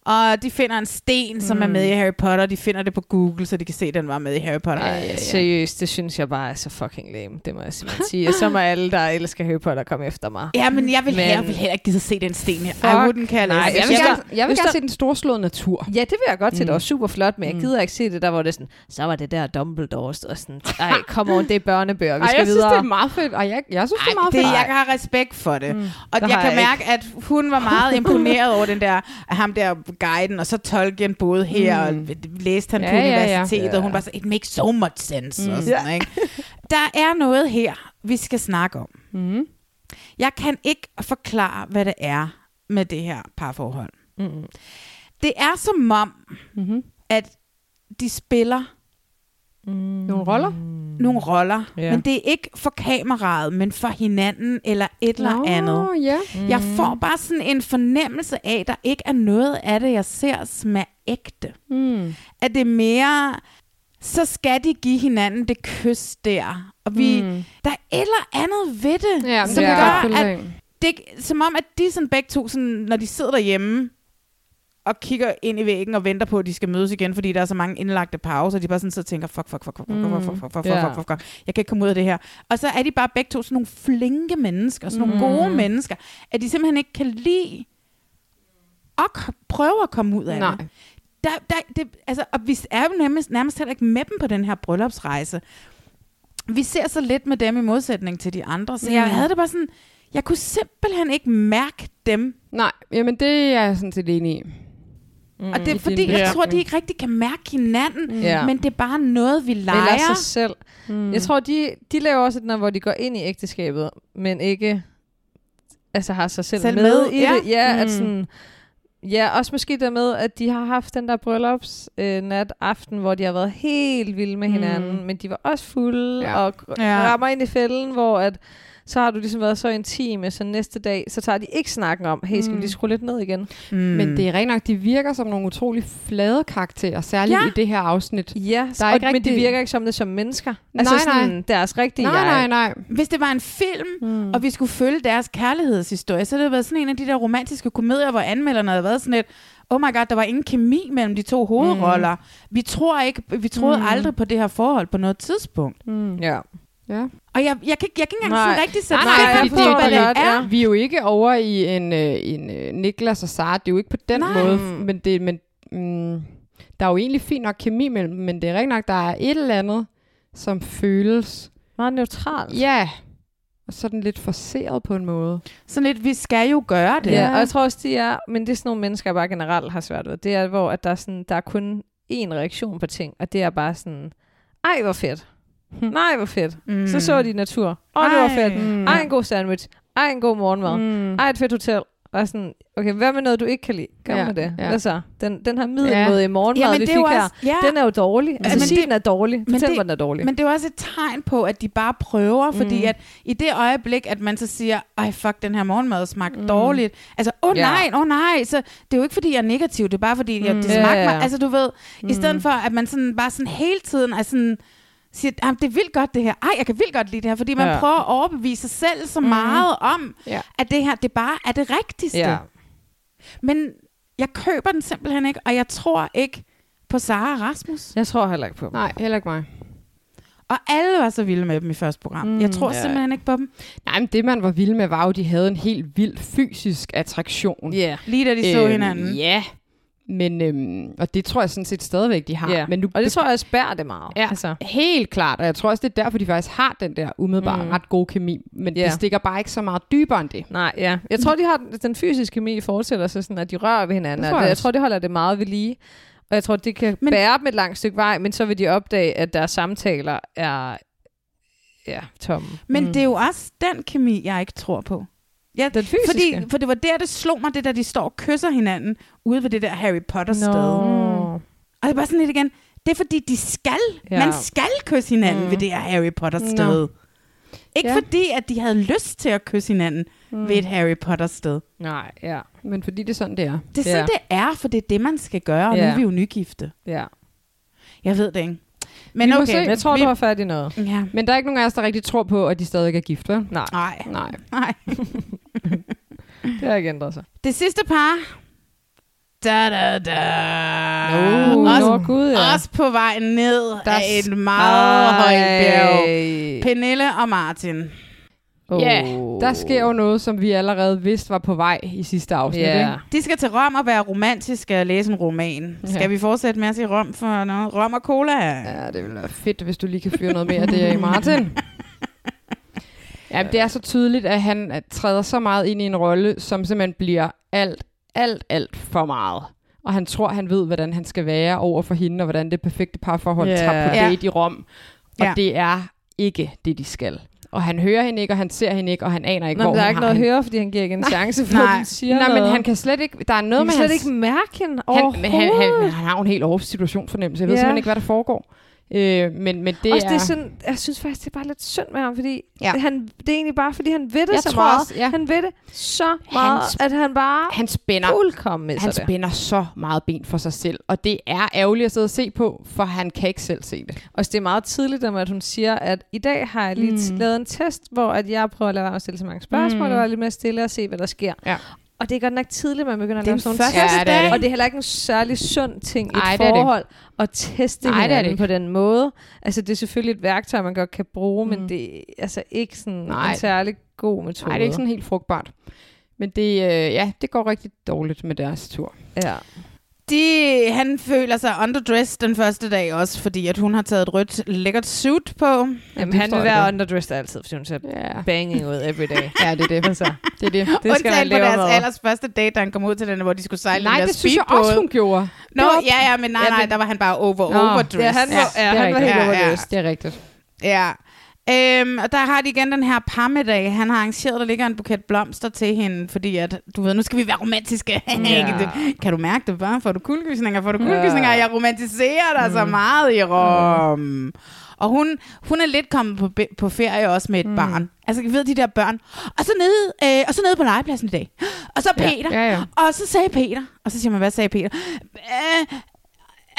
Speaker 1: Og de finder en sten, som mm. er med i Harry Potter, og de finder det på Google, så de kan se, at den var med i Harry Potter.
Speaker 4: Ej, ja. seriøst, det synes jeg bare er så fucking lame. Det må jeg simpelthen sige. Og så må alle, der elsker Harry Potter, komme efter mig.
Speaker 1: Ja, men jeg vil,
Speaker 4: Men-
Speaker 1: men... Have, jeg vil heller ikke gide at se den sten her. I
Speaker 4: Fuck.
Speaker 1: wouldn't care
Speaker 4: Nej,
Speaker 1: less.
Speaker 4: jeg vil gerne-
Speaker 2: Jeg vil
Speaker 4: Hvis
Speaker 2: gerne
Speaker 4: der-
Speaker 2: se den storslåede natur.
Speaker 4: Ja, det vil jeg godt se. Mm.
Speaker 2: Mm.
Speaker 4: Det var super flot, men jeg gider ikke se det der, hvor det er sådan, så var det der Dumbledore, stod sådan, ej, kom on, det er børnebøger, vi
Speaker 2: Ej,
Speaker 4: skal
Speaker 2: jeg synes,
Speaker 4: videre.
Speaker 2: det er meget fedt. Og jeg, jeg synes, det er meget
Speaker 1: det,
Speaker 2: fedt.
Speaker 1: jeg har respekt for det. Mm, og
Speaker 2: der
Speaker 1: jeg
Speaker 2: har
Speaker 1: kan
Speaker 2: jeg
Speaker 1: mærke, at hun var meget imponeret over den der, af ham der guiden, og så Tolkien boede her,
Speaker 2: Mm.
Speaker 1: mm. og læste han
Speaker 2: Ja,
Speaker 1: ja, på
Speaker 2: ja, ja.
Speaker 1: universitetet, ja,
Speaker 2: Ja.
Speaker 1: og hun var så, it makes so much sense.
Speaker 2: Mm.
Speaker 1: Mm. Og sådan,
Speaker 2: Ja.
Speaker 1: ikke? Der er noget her, vi skal snakke om.
Speaker 2: Mm.
Speaker 1: Jeg kan ikke forklare, hvad det er med det her parforhold.
Speaker 4: Mm.
Speaker 1: Det er som om,
Speaker 2: mm-hmm.
Speaker 1: at de spiller
Speaker 2: Nogle roller?
Speaker 1: Mm. nogle roller,
Speaker 2: Ja.
Speaker 1: ja. men det er ikke for kameraet, men for hinanden eller et eller
Speaker 2: Nå,
Speaker 1: andet.
Speaker 2: ja.
Speaker 1: Jeg
Speaker 2: Mm.
Speaker 1: får bare sådan en fornemmelse af, at der ikke er noget af det, jeg ser, som er ægte.
Speaker 2: Mm.
Speaker 1: At det er mere, så skal de give hinanden det kys der. Og vi,
Speaker 2: Mm.
Speaker 1: mm. der er et eller andet ved det,
Speaker 2: Ja,
Speaker 1: ja,
Speaker 2: men
Speaker 1: som
Speaker 2: det kan jeg godt
Speaker 1: gør,
Speaker 2: følge dig
Speaker 1: at det, ikke- som om, at de sådan begge to, sådan, når de sidder derhjemme, og kigger ind i væggen og venter på, at de skal mødes igen, fordi der er så mange indlagte pauser, og de bare sådan sidder og tænker, fuck, fuck, fuck, fuck, fuck, fuck, fuck, fuck, fuck,
Speaker 2: Ja.
Speaker 1: fuck, fuck, fuck, jeg kan ikke komme ud af det her. Og så er de bare begge to sådan nogle flinke mennesker, sådan nogle gode
Speaker 2: Mm.
Speaker 1: mennesker, at de simpelthen ikke kan lide at k- prøve at komme ud af
Speaker 2: Nej.
Speaker 1: det. Der, der, det altså, og vi er jo nærmest, nærmest heller ikke med dem på den her bryllupsrejse. Vi ser så lidt med dem i modsætning til de andre, så jeg
Speaker 2: Mm.
Speaker 1: havde det bare sådan, jeg kunne simpelthen ikke mærke dem.
Speaker 2: Nej, jamen det er jeg sådan set enig i.
Speaker 1: Og det er fordi, jeg tror, de ikke rigtig kan mærke hinanden,
Speaker 4: Ja.
Speaker 1: men det er bare noget, vi leger.
Speaker 4: Eller sig selv. Mm. Jeg tror, de, de laver også den der, hvor de går ind i ægteskabet, men ikke altså har sig selv,
Speaker 1: Selv
Speaker 4: med,
Speaker 1: med,
Speaker 4: i
Speaker 1: ja.
Speaker 4: det. Ja, mm.
Speaker 1: Mm.
Speaker 4: at sådan, ja, også måske der med, at de har haft den der bryllups øh, nat aften, hvor de har været helt vilde med hinanden, mm. men de var også fulde
Speaker 2: Ja.
Speaker 4: ja. og gr-
Speaker 2: Ja.
Speaker 4: rammer ind i fælden, hvor at så har du ligesom været så intime, så næste dag, så tager de ikke snakken om, hey, skal vi
Speaker 2: Mm.
Speaker 4: lige skrue lidt ned igen?
Speaker 1: Mm.
Speaker 2: Men det er rent nok, de virker som nogle utrolig flade karakterer, særligt
Speaker 4: Ja.
Speaker 2: i det her afsnit.
Speaker 4: Ja,
Speaker 2: der er ikke
Speaker 4: og, men de
Speaker 2: rigtig-
Speaker 4: virker ikke som det som mennesker.
Speaker 2: Nej,
Speaker 4: altså sådan
Speaker 2: nej.
Speaker 4: deres rigtige
Speaker 2: Nej, nej,
Speaker 4: jeg.
Speaker 2: nej.
Speaker 1: Hvis det var en film, mm. og vi skulle følge deres kærlighedshistorie, så havde det været sådan en af de der romantiske komedier, hvor anmelderne havde været sådan lidt, oh my god, der var ingen kemi mellem de to hovedroller. Mm. Vi, tror ikke, vi troede
Speaker 2: Mm.
Speaker 1: mm. aldrig på det her forhold på noget tidspunkt.
Speaker 2: Mm.
Speaker 4: Ja.
Speaker 2: Ja.
Speaker 1: Og jeg, jeg, kan, ikke- jeg kan ikke engang sådan rigtig sætte
Speaker 2: nej, nej,
Speaker 1: mig
Speaker 2: fordi
Speaker 1: på, hvad det er.
Speaker 2: Vi er jo ikke over i en, øh, en øh, Niklas og Sara. Det er jo ikke på den nej.
Speaker 1: Nej.
Speaker 2: måde. Men, det, men mm, der er jo egentlig fint nok kemi mellem dem, men det er rigtig nok, der er et eller andet, som føles...
Speaker 4: Meget neutralt.
Speaker 2: Ja, og sådan lidt forseret på en måde.
Speaker 1: Sådan lidt, vi skal jo gøre det.
Speaker 4: Ja, og jeg tror også, de er, men det er sådan nogle mennesker, jeg bare generelt har svært ved. Det er, hvor at der, er sådan, der er kun én reaktion på ting, og det er bare sådan, ej, hvor fedt.
Speaker 1: Hm.
Speaker 4: Nej, hvor fedt. Mm. Så så de natur. Åh, det var
Speaker 2: Ej.
Speaker 4: fedt.
Speaker 2: Mm.
Speaker 4: Ej, en god sandwich. Ej, en god morgenmad.
Speaker 2: Mm.
Speaker 4: Mm. Ej, et fedt hotel. Og sådan, okay, hvad med noget, du ikke kan lide? Gør
Speaker 2: Ja,
Speaker 4: med det.
Speaker 2: ja.
Speaker 4: Ja. Altså, den, den her middelmåde
Speaker 2: Ja.
Speaker 4: i morgenmad,
Speaker 1: Jamen,
Speaker 4: vi
Speaker 1: det er
Speaker 4: fik
Speaker 1: jo
Speaker 4: her,
Speaker 1: også- ja.
Speaker 4: den er jo dårlig. Altså,
Speaker 1: men
Speaker 4: sig,
Speaker 1: det-
Speaker 4: den er dårlig.
Speaker 1: men
Speaker 4: Fortæl
Speaker 1: det-
Speaker 4: mig, den er dårlig.
Speaker 1: Men det er jo også et tegn på, at de bare prøver, fordi
Speaker 4: Mm.
Speaker 1: at i det øjeblik, at man så siger, ej fuck, den her morgenmad smagte dårligt. Altså, åh oh,
Speaker 4: Ja.
Speaker 1: nej, åh oh, nej. Så det er jo ikke, fordi jeg er negativ, det er bare, fordi jeg, det
Speaker 4: Ja,
Speaker 1: smagte
Speaker 4: ja, ja.
Speaker 1: mig. Altså, du ved, i stedet for, at man sådan bare sådan hele tiden er sådan, siger, "Jamen, det er vildt godt det her. Ej, jeg kan vildt godt lide det her, fordi man
Speaker 4: Ja.
Speaker 1: ja. prøver at overbevise sig selv så meget om,
Speaker 2: Ja.
Speaker 1: at det her, det bare er det rigtigste.
Speaker 4: Ja.
Speaker 1: Men jeg køber den simpelthen ikke, og jeg tror ikke på Sara og Rasmus.
Speaker 4: Jeg tror heller ikke på dem.
Speaker 2: Nej, heller ikke mig.
Speaker 1: Og alle var så vilde med dem i første program. Mm, jeg tror
Speaker 2: ja.
Speaker 1: ja. simpelthen ikke på dem.
Speaker 2: Nej, men det man var vild med, var jo, at de havde en helt vild fysisk attraktion.
Speaker 4: Ja.
Speaker 1: Lige da de så hinanden.
Speaker 2: Øhm, Ja, men, øhm, og det tror jeg sådan set stadigvæk, de har.
Speaker 4: Ja.
Speaker 2: Men nu,
Speaker 4: Og det tror jeg også bærer det meget.
Speaker 2: Ja,
Speaker 4: Altså.
Speaker 2: helt klart. Og jeg tror også, det er derfor, de faktisk har den der umiddelbart mm. ret gode kemi. Men yeah.
Speaker 4: Ja.
Speaker 2: det stikker bare ikke så meget dybere end det.
Speaker 4: Nej, ja. Jeg tror, de har den, den fysiske kemi forestiller sig sådan, at de rører ved hinanden.
Speaker 2: Det
Speaker 4: Det
Speaker 2: tror
Speaker 4: tror
Speaker 2: jeg
Speaker 4: jeg, jeg
Speaker 2: også.
Speaker 4: tror, det holder det meget ved lige. Og jeg tror, det kan men,
Speaker 1: Men-
Speaker 4: bære dem et langt stykke vej, men så vil de opdage, at deres samtaler er ja, tomme.
Speaker 1: Men mm. det er jo også den kemi, jeg ikke tror på. Ja,
Speaker 4: Den fysiske.
Speaker 1: fordi, for det var der, det slog mig, det der, de står og kysser hinanden ude ved det der Harry Potter-sted.
Speaker 4: Nå.
Speaker 1: Og det er bare sådan lidt igen, det er fordi, de skal.
Speaker 4: Ja.
Speaker 1: Ja. Man skal kysse hinanden mm. ved det her Harry Potter-sted. Ikke
Speaker 2: Ja.
Speaker 1: ja. fordi, at de havde lyst til at kysse hinanden, mm. ved et Harry Potter-sted.
Speaker 2: Nej, ja. Men fordi det er sådan, det er.
Speaker 1: Det er sådan, det er, for det er det, man skal gøre, og nu
Speaker 2: Ja.
Speaker 1: er vi jo nygifte.
Speaker 4: Ja.
Speaker 1: Jeg ved det ikke.
Speaker 2: Men
Speaker 1: Men
Speaker 2: vi okay, må
Speaker 1: okay,
Speaker 2: se.
Speaker 1: jeg tror,
Speaker 2: vi...
Speaker 1: du har
Speaker 4: fat i noget.
Speaker 1: Ja.
Speaker 2: Men der er ikke nogen af os, der rigtig tror på, at de stadig er gift, vel? Nej.
Speaker 1: Nej.
Speaker 2: Nej.
Speaker 1: Nej.
Speaker 4: Det har ikke ændret sig.
Speaker 1: Det sidste par. Da, da, da.
Speaker 4: Nå,
Speaker 1: også,
Speaker 4: nå, Gud, ja.
Speaker 1: også på vej ned der af
Speaker 4: s-
Speaker 1: et meget
Speaker 4: Ej.
Speaker 1: højt bjerg. Pernille og Martin.
Speaker 2: Ja, der sker jo noget, som vi allerede vidste var på vej i sidste afsnit,
Speaker 1: Ja.
Speaker 2: ikke?
Speaker 1: De skal til Rom og være romantiske og læse en roman.
Speaker 2: Ja.
Speaker 1: Skal vi fortsætte med at sige Rom for noget? Rom og cola?
Speaker 2: Ja, det ville være fedt, hvis du lige kan fyre noget mere af det her i Martin. Ja, det er så tydeligt, at han øh, træder så meget ind i en rolle, som simpelthen bliver alt, alt, alt for meget. Og han tror, han ved, hvordan han skal være over for hende, og hvordan det perfekte parforhold
Speaker 4: Ja.
Speaker 2: yeah. tager på
Speaker 4: Ja.
Speaker 2: date i Rom. Og
Speaker 4: Ja.
Speaker 2: yeah. det er ikke det, de skal. Og han hører hende ikke, og han ser hende ikke, og han aner ikke,
Speaker 4: Nå,
Speaker 2: hvor
Speaker 4: men der er
Speaker 2: hun
Speaker 4: ikke
Speaker 2: har
Speaker 4: noget at
Speaker 2: hende.
Speaker 4: høre, fordi han giver ikke en chance, for
Speaker 2: Nej.
Speaker 4: den siger
Speaker 2: Nej,
Speaker 4: noget.
Speaker 2: men han kan slet ikke... Der er noget
Speaker 4: Han
Speaker 2: med
Speaker 4: kan slet
Speaker 2: hans...
Speaker 4: ikke mærke hende
Speaker 2: han, men han, han,
Speaker 4: overhovedet.
Speaker 2: han har jo en helt over situationsfornemmelse. Jeg ved
Speaker 4: Ja.
Speaker 2: simpelthen ikke, hvad der foregår. Øh, men, men det
Speaker 4: også
Speaker 2: er...
Speaker 4: det er sådan, jeg synes faktisk, det er bare lidt synd med ham, fordi
Speaker 2: Ja.
Speaker 4: ja. han, det er egentlig bare, fordi han ved det
Speaker 2: Jeg
Speaker 4: så
Speaker 2: tror
Speaker 4: meget.
Speaker 2: også, ja.
Speaker 4: Han ved det så meget,
Speaker 2: sp-
Speaker 4: at han bare...
Speaker 2: han spænder,
Speaker 4: fuldkommen med sig
Speaker 2: han
Speaker 4: der.
Speaker 2: spænder så meget ben for sig selv, og det er ærgerligt at sidde og se på, for han kan ikke selv se det.
Speaker 4: Og det er meget tidligt, at hun siger, at i dag har jeg lige
Speaker 2: Mm.
Speaker 4: mm. lavet en test, hvor at jeg prøver at lade være med at stille så mange spørgsmål,
Speaker 2: Mm.
Speaker 4: mm. og være lidt mere stille og se, hvad der sker.
Speaker 2: Ja.
Speaker 4: Og det er godt nok tidligt, man begynder at
Speaker 2: Det er
Speaker 4: lave
Speaker 2: en
Speaker 4: sådan
Speaker 2: første
Speaker 4: nogle test.
Speaker 2: Ja, det er det.
Speaker 4: Og det er heller ikke en særlig sund ting i
Speaker 2: Ej,
Speaker 4: et
Speaker 2: det er det ikke.
Speaker 4: forhold at teste
Speaker 2: Ej, det er det
Speaker 4: hinanden
Speaker 2: ikke.
Speaker 4: på den måde. Altså, det er selvfølgelig et værktøj, man godt kan bruge, mm. men det er altså ikke sådan
Speaker 2: Nej.
Speaker 4: en særlig god metode.
Speaker 2: Nej, det er ikke sådan helt frugtbart. Men det, øh, ja, det går rigtig dårligt med deres tur.
Speaker 4: Ja.
Speaker 1: De, han føler sig underdressed den første dag også, fordi at hun har taget et rødt lækkert suit på.
Speaker 4: Jamen, han vil være underdressed altid, fordi hun ser
Speaker 2: yeah.
Speaker 4: banging ud every day.
Speaker 2: Ja, det er det.
Speaker 4: Altså,
Speaker 2: det er det.
Speaker 4: Det skal man
Speaker 1: Undtagen på
Speaker 4: leve
Speaker 1: deres
Speaker 4: med.
Speaker 1: allers første date, da han kom ud til den, hvor de skulle sejle
Speaker 2: Nej,
Speaker 1: den der
Speaker 2: det synes jeg
Speaker 1: speedbåd.
Speaker 2: også, hun gjorde.
Speaker 1: Nå,
Speaker 2: Det var-
Speaker 1: ja, ja, men nej,
Speaker 2: Ja,
Speaker 1: nej,
Speaker 2: men-
Speaker 1: der var han bare over,
Speaker 2: Nå,
Speaker 1: overdressed.
Speaker 2: ja, han var- ja,
Speaker 1: det er
Speaker 2: han var
Speaker 1: rigtigt.
Speaker 2: helt
Speaker 1: Ja, ja.
Speaker 2: overdressed. Det er rigtigt.
Speaker 1: Ja. Øhm, og der har de igen den her parmiddag. Han har arrangeret, der ligger en buket blomster til hende, fordi at, du ved, nu skal vi være romantiske.
Speaker 2: Ja.
Speaker 1: Ja. kan du mærke det bare? Får du kuldegysninger? Får du kuldegysninger? Ja. Jeg romantiserer dig mm. så
Speaker 2: Mm.
Speaker 1: meget i Rom. Og hun, hun er lidt kommet på, be- på ferie også med et mm. barn. Altså, jeg ved de der børn. Og så nede, øh, og så nede på legepladsen i dag. Og så
Speaker 2: Ja.
Speaker 1: Peter.
Speaker 2: Ja, ja.
Speaker 1: Og så sagde Peter. Og så siger man, hvad sagde Peter? Øh,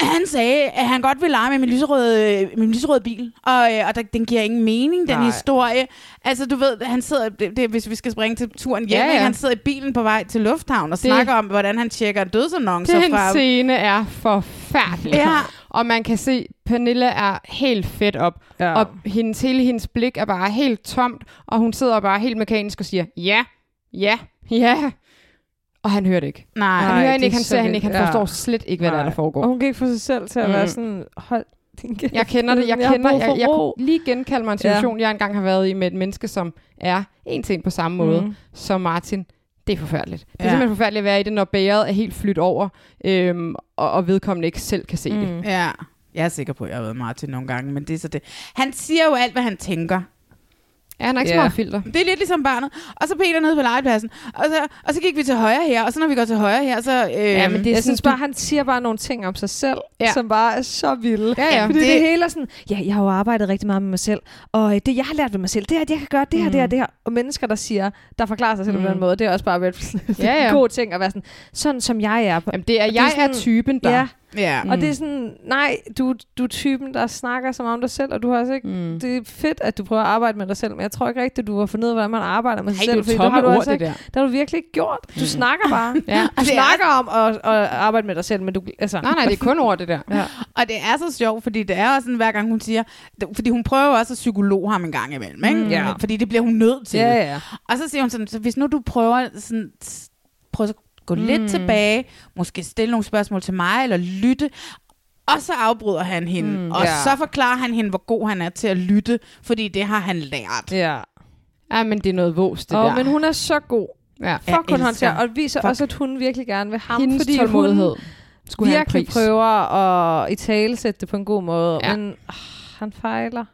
Speaker 1: han sagde, at han godt ville lege med min lyserøde, øh, min lyserøde bil, og, øh, og der, den giver ingen mening, den
Speaker 2: Nej.
Speaker 1: Nej. historie. Altså, du ved, han sidder, det, det, er, hvis vi skal springe til turen hjem,
Speaker 2: Ja,
Speaker 1: ja,
Speaker 2: ja.
Speaker 1: ja. han sidder i bilen på vej til lufthavn og
Speaker 2: Det-
Speaker 1: det, snakker om, hvordan han tjekker dødsannoncer
Speaker 2: Den
Speaker 1: fra...
Speaker 2: scene er forfærdelig.
Speaker 1: Ja.
Speaker 2: Og man kan se, at Pernille er helt fedt op. Ja. Og hendes, hele hendes blik er bare helt tomt. Og hun sidder bare helt mekanisk og siger, ja, ja, ja. Og han hører det ikke.
Speaker 1: Nej,
Speaker 2: han hører hende ikke, han ser hende
Speaker 4: vildt.
Speaker 2: ikke, han
Speaker 4: Ja. Oh,
Speaker 2: forstår slet ikke, hvad der, er, der foregår.
Speaker 4: Og hun kan ikke få sig selv til at
Speaker 2: Mm.
Speaker 4: være sådan, hold din kæft.
Speaker 2: Jeg kender det. Jeg,
Speaker 4: har
Speaker 2: kender,
Speaker 4: brug
Speaker 2: jeg,
Speaker 4: for
Speaker 2: jeg
Speaker 4: ro.
Speaker 2: kunne lige genkalde mig en
Speaker 4: Ja.
Speaker 2: situation, jeg engang har været i med et menneske, som er en til en på samme måde
Speaker 4: Mhm.
Speaker 2: som Martin. Det er forfærdeligt. Det er
Speaker 4: Ja.
Speaker 2: simpelthen forfærdeligt at være i det, når bæret er helt flydt over, øhm, og, og vedkommende ikke selv kan se
Speaker 1: Mm.
Speaker 2: det.
Speaker 1: Ja, jeg er sikker på, at jeg har været meget til nogle gange, men det er så det. Han siger jo alt, hvad han tænker.
Speaker 2: Ja, han har ikke så meget filter.
Speaker 1: Det er lidt ligesom barnet. Og så Peter nede på legepladsen. Og så, og så gik vi til højre her, og så når vi går til højre her, så... Øh,
Speaker 4: Ja, men det jeg synes bare, han siger bare nogle ting om sig selv,
Speaker 1: Ja.
Speaker 4: ja. som bare er så vilde.
Speaker 1: Ja, ja.
Speaker 4: Fordi det,
Speaker 1: Det-
Speaker 4: det hele er sådan, ja, jeg har jo arbejdet rigtig meget med mig selv, og øh, det, jeg har lært ved mig selv, det er, at jeg kan gøre det her, mm. det her, det her. Og mennesker, der siger, der forklarer sig selv mm. på den måde, det er også bare red flag.
Speaker 2: Ja, ja.
Speaker 4: en god ting at være sådan, sådan som jeg er.
Speaker 2: Jamen, det er,
Speaker 4: Og
Speaker 2: jeg er typen, der-
Speaker 4: Ja.
Speaker 1: Ja.
Speaker 4: Og
Speaker 2: Mm.
Speaker 4: det er sådan, nej, du, du er typen, der snakker som om dig selv, og du har altså ikke... Mm. Det er fedt, at du prøver at arbejde med dig selv, men jeg tror ikke rigtigt, du har fundet ud af, hvordan man arbejder med
Speaker 2: Nej,
Speaker 4: sig
Speaker 2: det er jo
Speaker 4: selv. fordi
Speaker 2: tomme
Speaker 4: har du
Speaker 2: ord,
Speaker 4: altså
Speaker 2: det
Speaker 4: ikke,
Speaker 2: der.
Speaker 4: Det har du virkelig ikke gjort. Du mm. snakker bare.
Speaker 2: Ja. Altså,
Speaker 4: ja. Du
Speaker 1: Det er-
Speaker 4: snakker om at, at arbejde med dig selv, men du... Altså.
Speaker 2: Nej, nej, det er kun ord, det der.
Speaker 4: Ja.
Speaker 1: Og det er så sjovt, fordi det er også sådan, hver gang hun siger, fordi hun prøver jo også at psykolog ham en gang imellem, ikke?
Speaker 4: Mm. Ja.
Speaker 1: fordi det bliver hun nødt til.
Speaker 4: Ja, ja.
Speaker 1: Og så siger hun sådan, så hvis nu du prøver sådan, s- prøver at gå mm.
Speaker 2: Mm.
Speaker 1: lidt tilbage, måske stille nogle spørgsmål til mig, eller lytte, og så afbryder han hende,
Speaker 2: Mm.
Speaker 1: mm. og
Speaker 2: Ja.
Speaker 1: ja. så forklarer han hende, hvor god han er til at lytte, fordi det har han lært.
Speaker 4: Ja.
Speaker 2: Ja, men det er noget vås, det
Speaker 4: Åh,
Speaker 2: der.
Speaker 4: men hun er så god.
Speaker 2: Ja.
Speaker 4: Fuck, hun håndterer, og
Speaker 2: Fuck.
Speaker 4: viser Fuck. også, at hun virkelig gerne vil ham,
Speaker 2: Hendes
Speaker 4: fordi
Speaker 2: tålmodighed
Speaker 4: hun
Speaker 2: skulle have en
Speaker 4: virkelig
Speaker 2: pris.
Speaker 4: prøver at i tale sætte det på en god måde,
Speaker 2: Ja.
Speaker 4: ja. men øh, han fejler.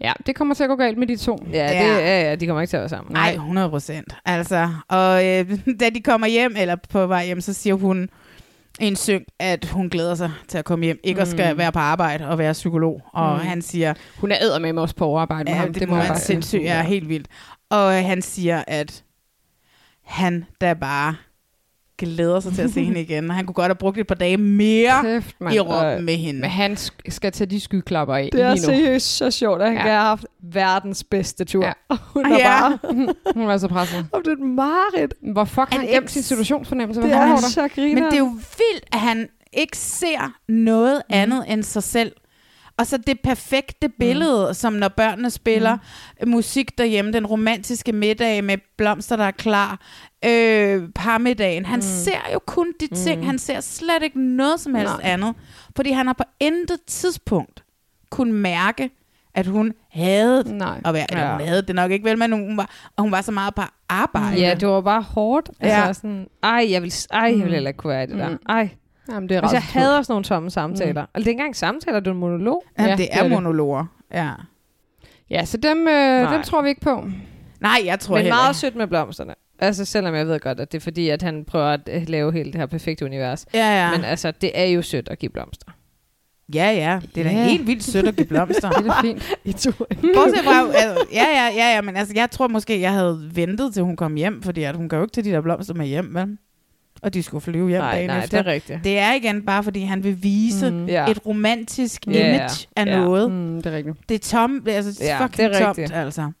Speaker 2: Ja, det kommer til at gå galt med de to.
Speaker 4: Ja, det, ja. ja, de kommer ikke til at være sammen.
Speaker 1: Nej, 100 procent. Altså, og øh, da de kommer hjem, eller på vej hjem, så siger hun i en syng, at hun glæder sig til at komme hjem. Ikke mm. at skal
Speaker 2: Mm.
Speaker 1: være på arbejde og være psykolog. Og
Speaker 2: Mm.
Speaker 1: mm. han siger...
Speaker 2: Hun er med også på overarbejde med
Speaker 1: ja,
Speaker 2: ham.
Speaker 1: Det,
Speaker 2: Det
Speaker 1: det
Speaker 2: må
Speaker 1: må
Speaker 2: jeg
Speaker 1: være
Speaker 2: bare
Speaker 1: sindssygt.
Speaker 2: sige.
Speaker 1: Ja, helt vildt. Og øh, han siger, at han da bare glæder sig til at se hende igen. Og Han kunne godt have brugt et par dage mere
Speaker 2: Kæft, mand.
Speaker 1: i rum
Speaker 2: Øh,
Speaker 1: med hende.
Speaker 2: Men han sk- skal tage de skyklapper af
Speaker 4: Det er
Speaker 2: lige nu.
Speaker 4: seriøst så sjovt, at han
Speaker 2: Ja.
Speaker 4: ja. har haft verdens bedste tur. Ja. Og hun er
Speaker 2: Ja.
Speaker 4: bare...
Speaker 2: Hun var så presset.
Speaker 4: Og det er et mareridt.
Speaker 2: Hvor fuck har han gemt sin situationsfornemmelse? Hvad
Speaker 4: Det er
Speaker 2: foregår
Speaker 4: han
Speaker 2: der?
Speaker 4: så griner.
Speaker 1: Men det er jo vildt, at han ikke ser noget mm. andet end sig selv. Og så det perfekte billede, mm. som når børnene spiller mm. musik derhjemme, den romantiske middag med blomster, der er klar, øh, parmiddagen. Han mm. ser jo kun de ting, mm. han ser slet ikke noget som helst
Speaker 2: Nej.
Speaker 1: Nej. andet. Fordi han har på intet tidspunkt kunne mærke, at hun havde
Speaker 2: Nej.
Speaker 1: at være, eller hun
Speaker 2: Ja.
Speaker 1: havde det nok ikke vel, men hun var, og hun var så meget på arbejde.
Speaker 4: Ja, det var bare hårdt. Ja.
Speaker 1: Ja.
Speaker 4: Altså sådan, ej, jeg vil, ej, jeg
Speaker 2: Mm.
Speaker 4: vil heller ikke kunne være i det der.
Speaker 2: Mm.
Speaker 4: Ej.
Speaker 2: Jamen, det er
Speaker 4: altså, jeg
Speaker 2: rædselsfuldt.
Speaker 4: hader sådan nogle tomme samtaler. Mm. Og det er ikke engang samtaler, det er en monolog.
Speaker 1: Ja, det er monologer. Ja.
Speaker 2: Ja, så dem, øh, dem
Speaker 4: Nej.
Speaker 2: tror vi ikke på.
Speaker 1: Nej, jeg tror
Speaker 4: Men
Speaker 1: heller
Speaker 4: meget
Speaker 1: ikke.
Speaker 4: sødt med blomsterne. Altså, selvom jeg ved godt, at det er fordi, at han prøver at øh, lave hele det her perfekte univers.
Speaker 1: Ja, ja.
Speaker 4: Men altså, det er jo sødt at give blomster.
Speaker 1: øh, Ja, ja. Det er da
Speaker 4: Ja.
Speaker 1: helt vildt sødt at give blomster.
Speaker 2: Det er da fint.
Speaker 4: I to.
Speaker 1: Bortset fra, altså, ja, ja, ja, ja, men altså, jeg tror måske, jeg havde ventet til hun kom hjem, fordi at hun kan jo ikke til de der blomster med hjem, vel? Og de skulle flyve hjem
Speaker 4: Nej,
Speaker 1: dagen
Speaker 4: nej,
Speaker 1: efter.
Speaker 4: det er rigtigt.
Speaker 1: Det er igen bare, fordi han vil vise
Speaker 4: Mm.
Speaker 1: mm.
Speaker 4: Ja.
Speaker 1: et romantisk
Speaker 4: Ja,
Speaker 1: yeah, image af
Speaker 4: ja.
Speaker 1: noget.
Speaker 2: Mm, det er rigtigt.
Speaker 1: Det er tom, altså
Speaker 4: Ja,
Speaker 1: ja, fucking
Speaker 4: det er
Speaker 1: tomt,
Speaker 4: rigtigt.
Speaker 1: altså.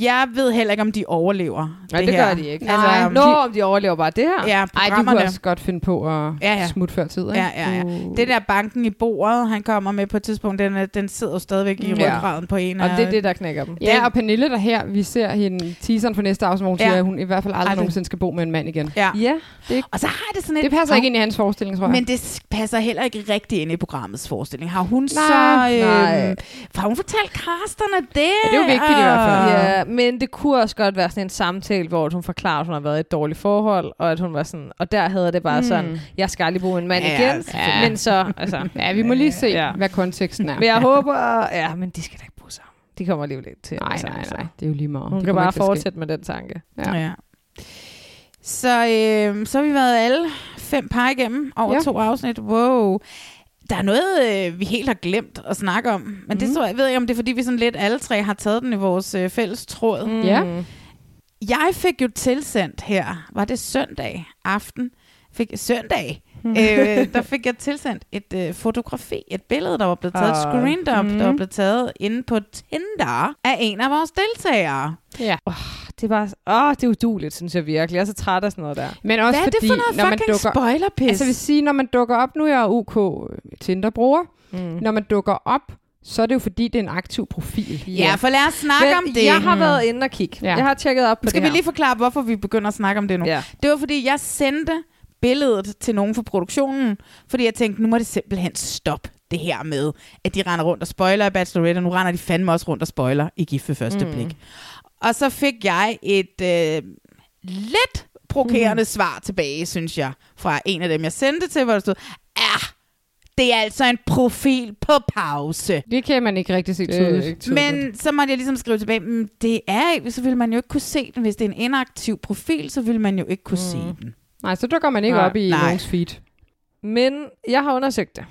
Speaker 1: Jeg ved heller ikke, om de overlever
Speaker 4: Nej, det, det
Speaker 1: her.
Speaker 4: gør de ikke.
Speaker 1: Altså,
Speaker 4: Altså, Nå, om de overlever bare det her.
Speaker 1: Ja,
Speaker 2: Ej, de kunne
Speaker 1: programmerne.
Speaker 2: også godt finde på at
Speaker 1: Ja,
Speaker 2: ja,
Speaker 1: ja.
Speaker 2: ja. smutte før tid, ikke?
Speaker 1: Ja, ja, ja.
Speaker 2: Uh.
Speaker 1: Det der banken i bordet, han kommer med på et tidspunkt, den, er- den sidder jo stadigvæk i
Speaker 2: Ja.
Speaker 1: ryggraden på en
Speaker 4: Mm. Og
Speaker 1: af
Speaker 4: det er det, der knækker dem.
Speaker 2: Ja, og Pernille der her, vi ser hende teaseren for næste afsnit, hvor hun
Speaker 1: Ja.
Speaker 2: ja. siger, at hun i hvert fald aldrig,
Speaker 1: Aldrig.
Speaker 2: aldrig nogensinde skal bo med en mand igen.
Speaker 1: Ja.
Speaker 4: Ja.
Speaker 2: Det, er ikke,
Speaker 1: Og så har det sådan et...
Speaker 2: det passer
Speaker 1: Hov.
Speaker 2: ikke ind i hans forestilling, tror jeg.
Speaker 1: Men det s- passer heller ikke rigtigt ind i programmets forestilling. Har hun så...
Speaker 2: Nej.
Speaker 1: Øh,
Speaker 2: Nej.
Speaker 1: har hun fortalt kasterne det? Ja,
Speaker 2: det er jo vigtigt i hvert fald.
Speaker 4: Ja, men det kunne også godt være sådan en samtale, hvor hun forklarer, at hun har været i et dårligt forhold, og at hun var sådan, og der havde det bare mm.
Speaker 2: Mm.
Speaker 4: sådan, jeg skal aldrig bruge en mand
Speaker 1: Ja,
Speaker 4: igen,
Speaker 2: selvfølgelig.
Speaker 4: men så, altså.
Speaker 2: Ja, vi må lige se,
Speaker 4: Ja.
Speaker 2: ja. hvad konteksten er.
Speaker 4: Men jeg håber, ja, men de skal da ikke bruge sammen. De kommer alligevel ikke til. at
Speaker 2: Nej,
Speaker 4: være sammen,
Speaker 2: nej,
Speaker 4: så.
Speaker 2: nej. Det er jo lige meget.
Speaker 4: Hun
Speaker 2: Det
Speaker 4: kan
Speaker 2: kommer
Speaker 4: bare
Speaker 2: ikke til at ske.
Speaker 4: fortsætte med den tanke.
Speaker 2: Ja.
Speaker 1: ja. Så, øh, så har vi været alle fem par igennem over ja.
Speaker 2: Ja.
Speaker 1: to afsnit. Wow. Der er noget, øh, vi helt har glemt at snakke om. Men
Speaker 2: Mhm.
Speaker 1: mm. det tror jeg, ved jeg, om det er, fordi vi sådan lidt alle tre har taget den i vores øh, fælles tråd. Mm.
Speaker 2: Ja.
Speaker 1: Jeg fik jo tilsendt her, var det søndag aften? Fik, søndag,
Speaker 4: Hmm.
Speaker 1: øh, der fik jeg tilsendt et øh, fotografi, et billede, der var blevet taget, et
Speaker 4: Ah.
Speaker 1: screendop, mm. der var
Speaker 2: Mhm.
Speaker 1: blevet taget inde på Tinder af en af vores deltagere.
Speaker 2: ja.
Speaker 4: Det er bare, åh, det er uduligt, synes jeg virkelig. Jeg er så træt af sådan noget der.
Speaker 2: Men også
Speaker 1: Hvad er det
Speaker 2: fordi,
Speaker 1: for noget
Speaker 2: når man
Speaker 1: fucking
Speaker 2: dukker...
Speaker 1: spoilerpis?
Speaker 2: Altså jeg vil sige, når man dukker op, nu er jeg UK Tinder-bruger,
Speaker 4: Mm.
Speaker 2: når man dukker op, så er det jo fordi, det er en aktiv profil.
Speaker 1: ja, for lad os snakke om det. Hmm.
Speaker 4: Jeg har været inde og kigge.
Speaker 2: Ja.
Speaker 4: Jeg har tjekket op på
Speaker 1: Skal
Speaker 4: det
Speaker 1: vi
Speaker 4: her.
Speaker 1: lige forklare, hvorfor vi begynder at snakke om det nu?
Speaker 4: Ja.
Speaker 1: Det var, fordi jeg sendte billedet til nogen fra produktionen, fordi jeg tænkte, nu må det simpelthen stoppe det her med, at de render rundt og spoiler i Bachelorette, og nu render de fandme også rundt og spoiler i Gift ved første mm. blik. Og så fik jeg et øh, lidt provokerende mm. svar tilbage, synes jeg, fra en af dem, jeg sendte til, hvor der stod, ah, det er altså en profil på pause.
Speaker 2: Det kan man ikke rigtig se
Speaker 4: Det er
Speaker 2: tydeligt.
Speaker 4: ikke tydeligt.
Speaker 1: Men så måtte jeg ligesom skrive tilbage, "Mm, det er ikke, så vil man jo ikke kunne se den. Hvis det er en inaktiv profil, så vil man jo ikke kunne mm. se den.
Speaker 2: Nej, så dukker man ikke
Speaker 4: Nej.
Speaker 2: op i
Speaker 1: Nej.
Speaker 2: nogens feed.
Speaker 4: Men jeg har undersøgt det.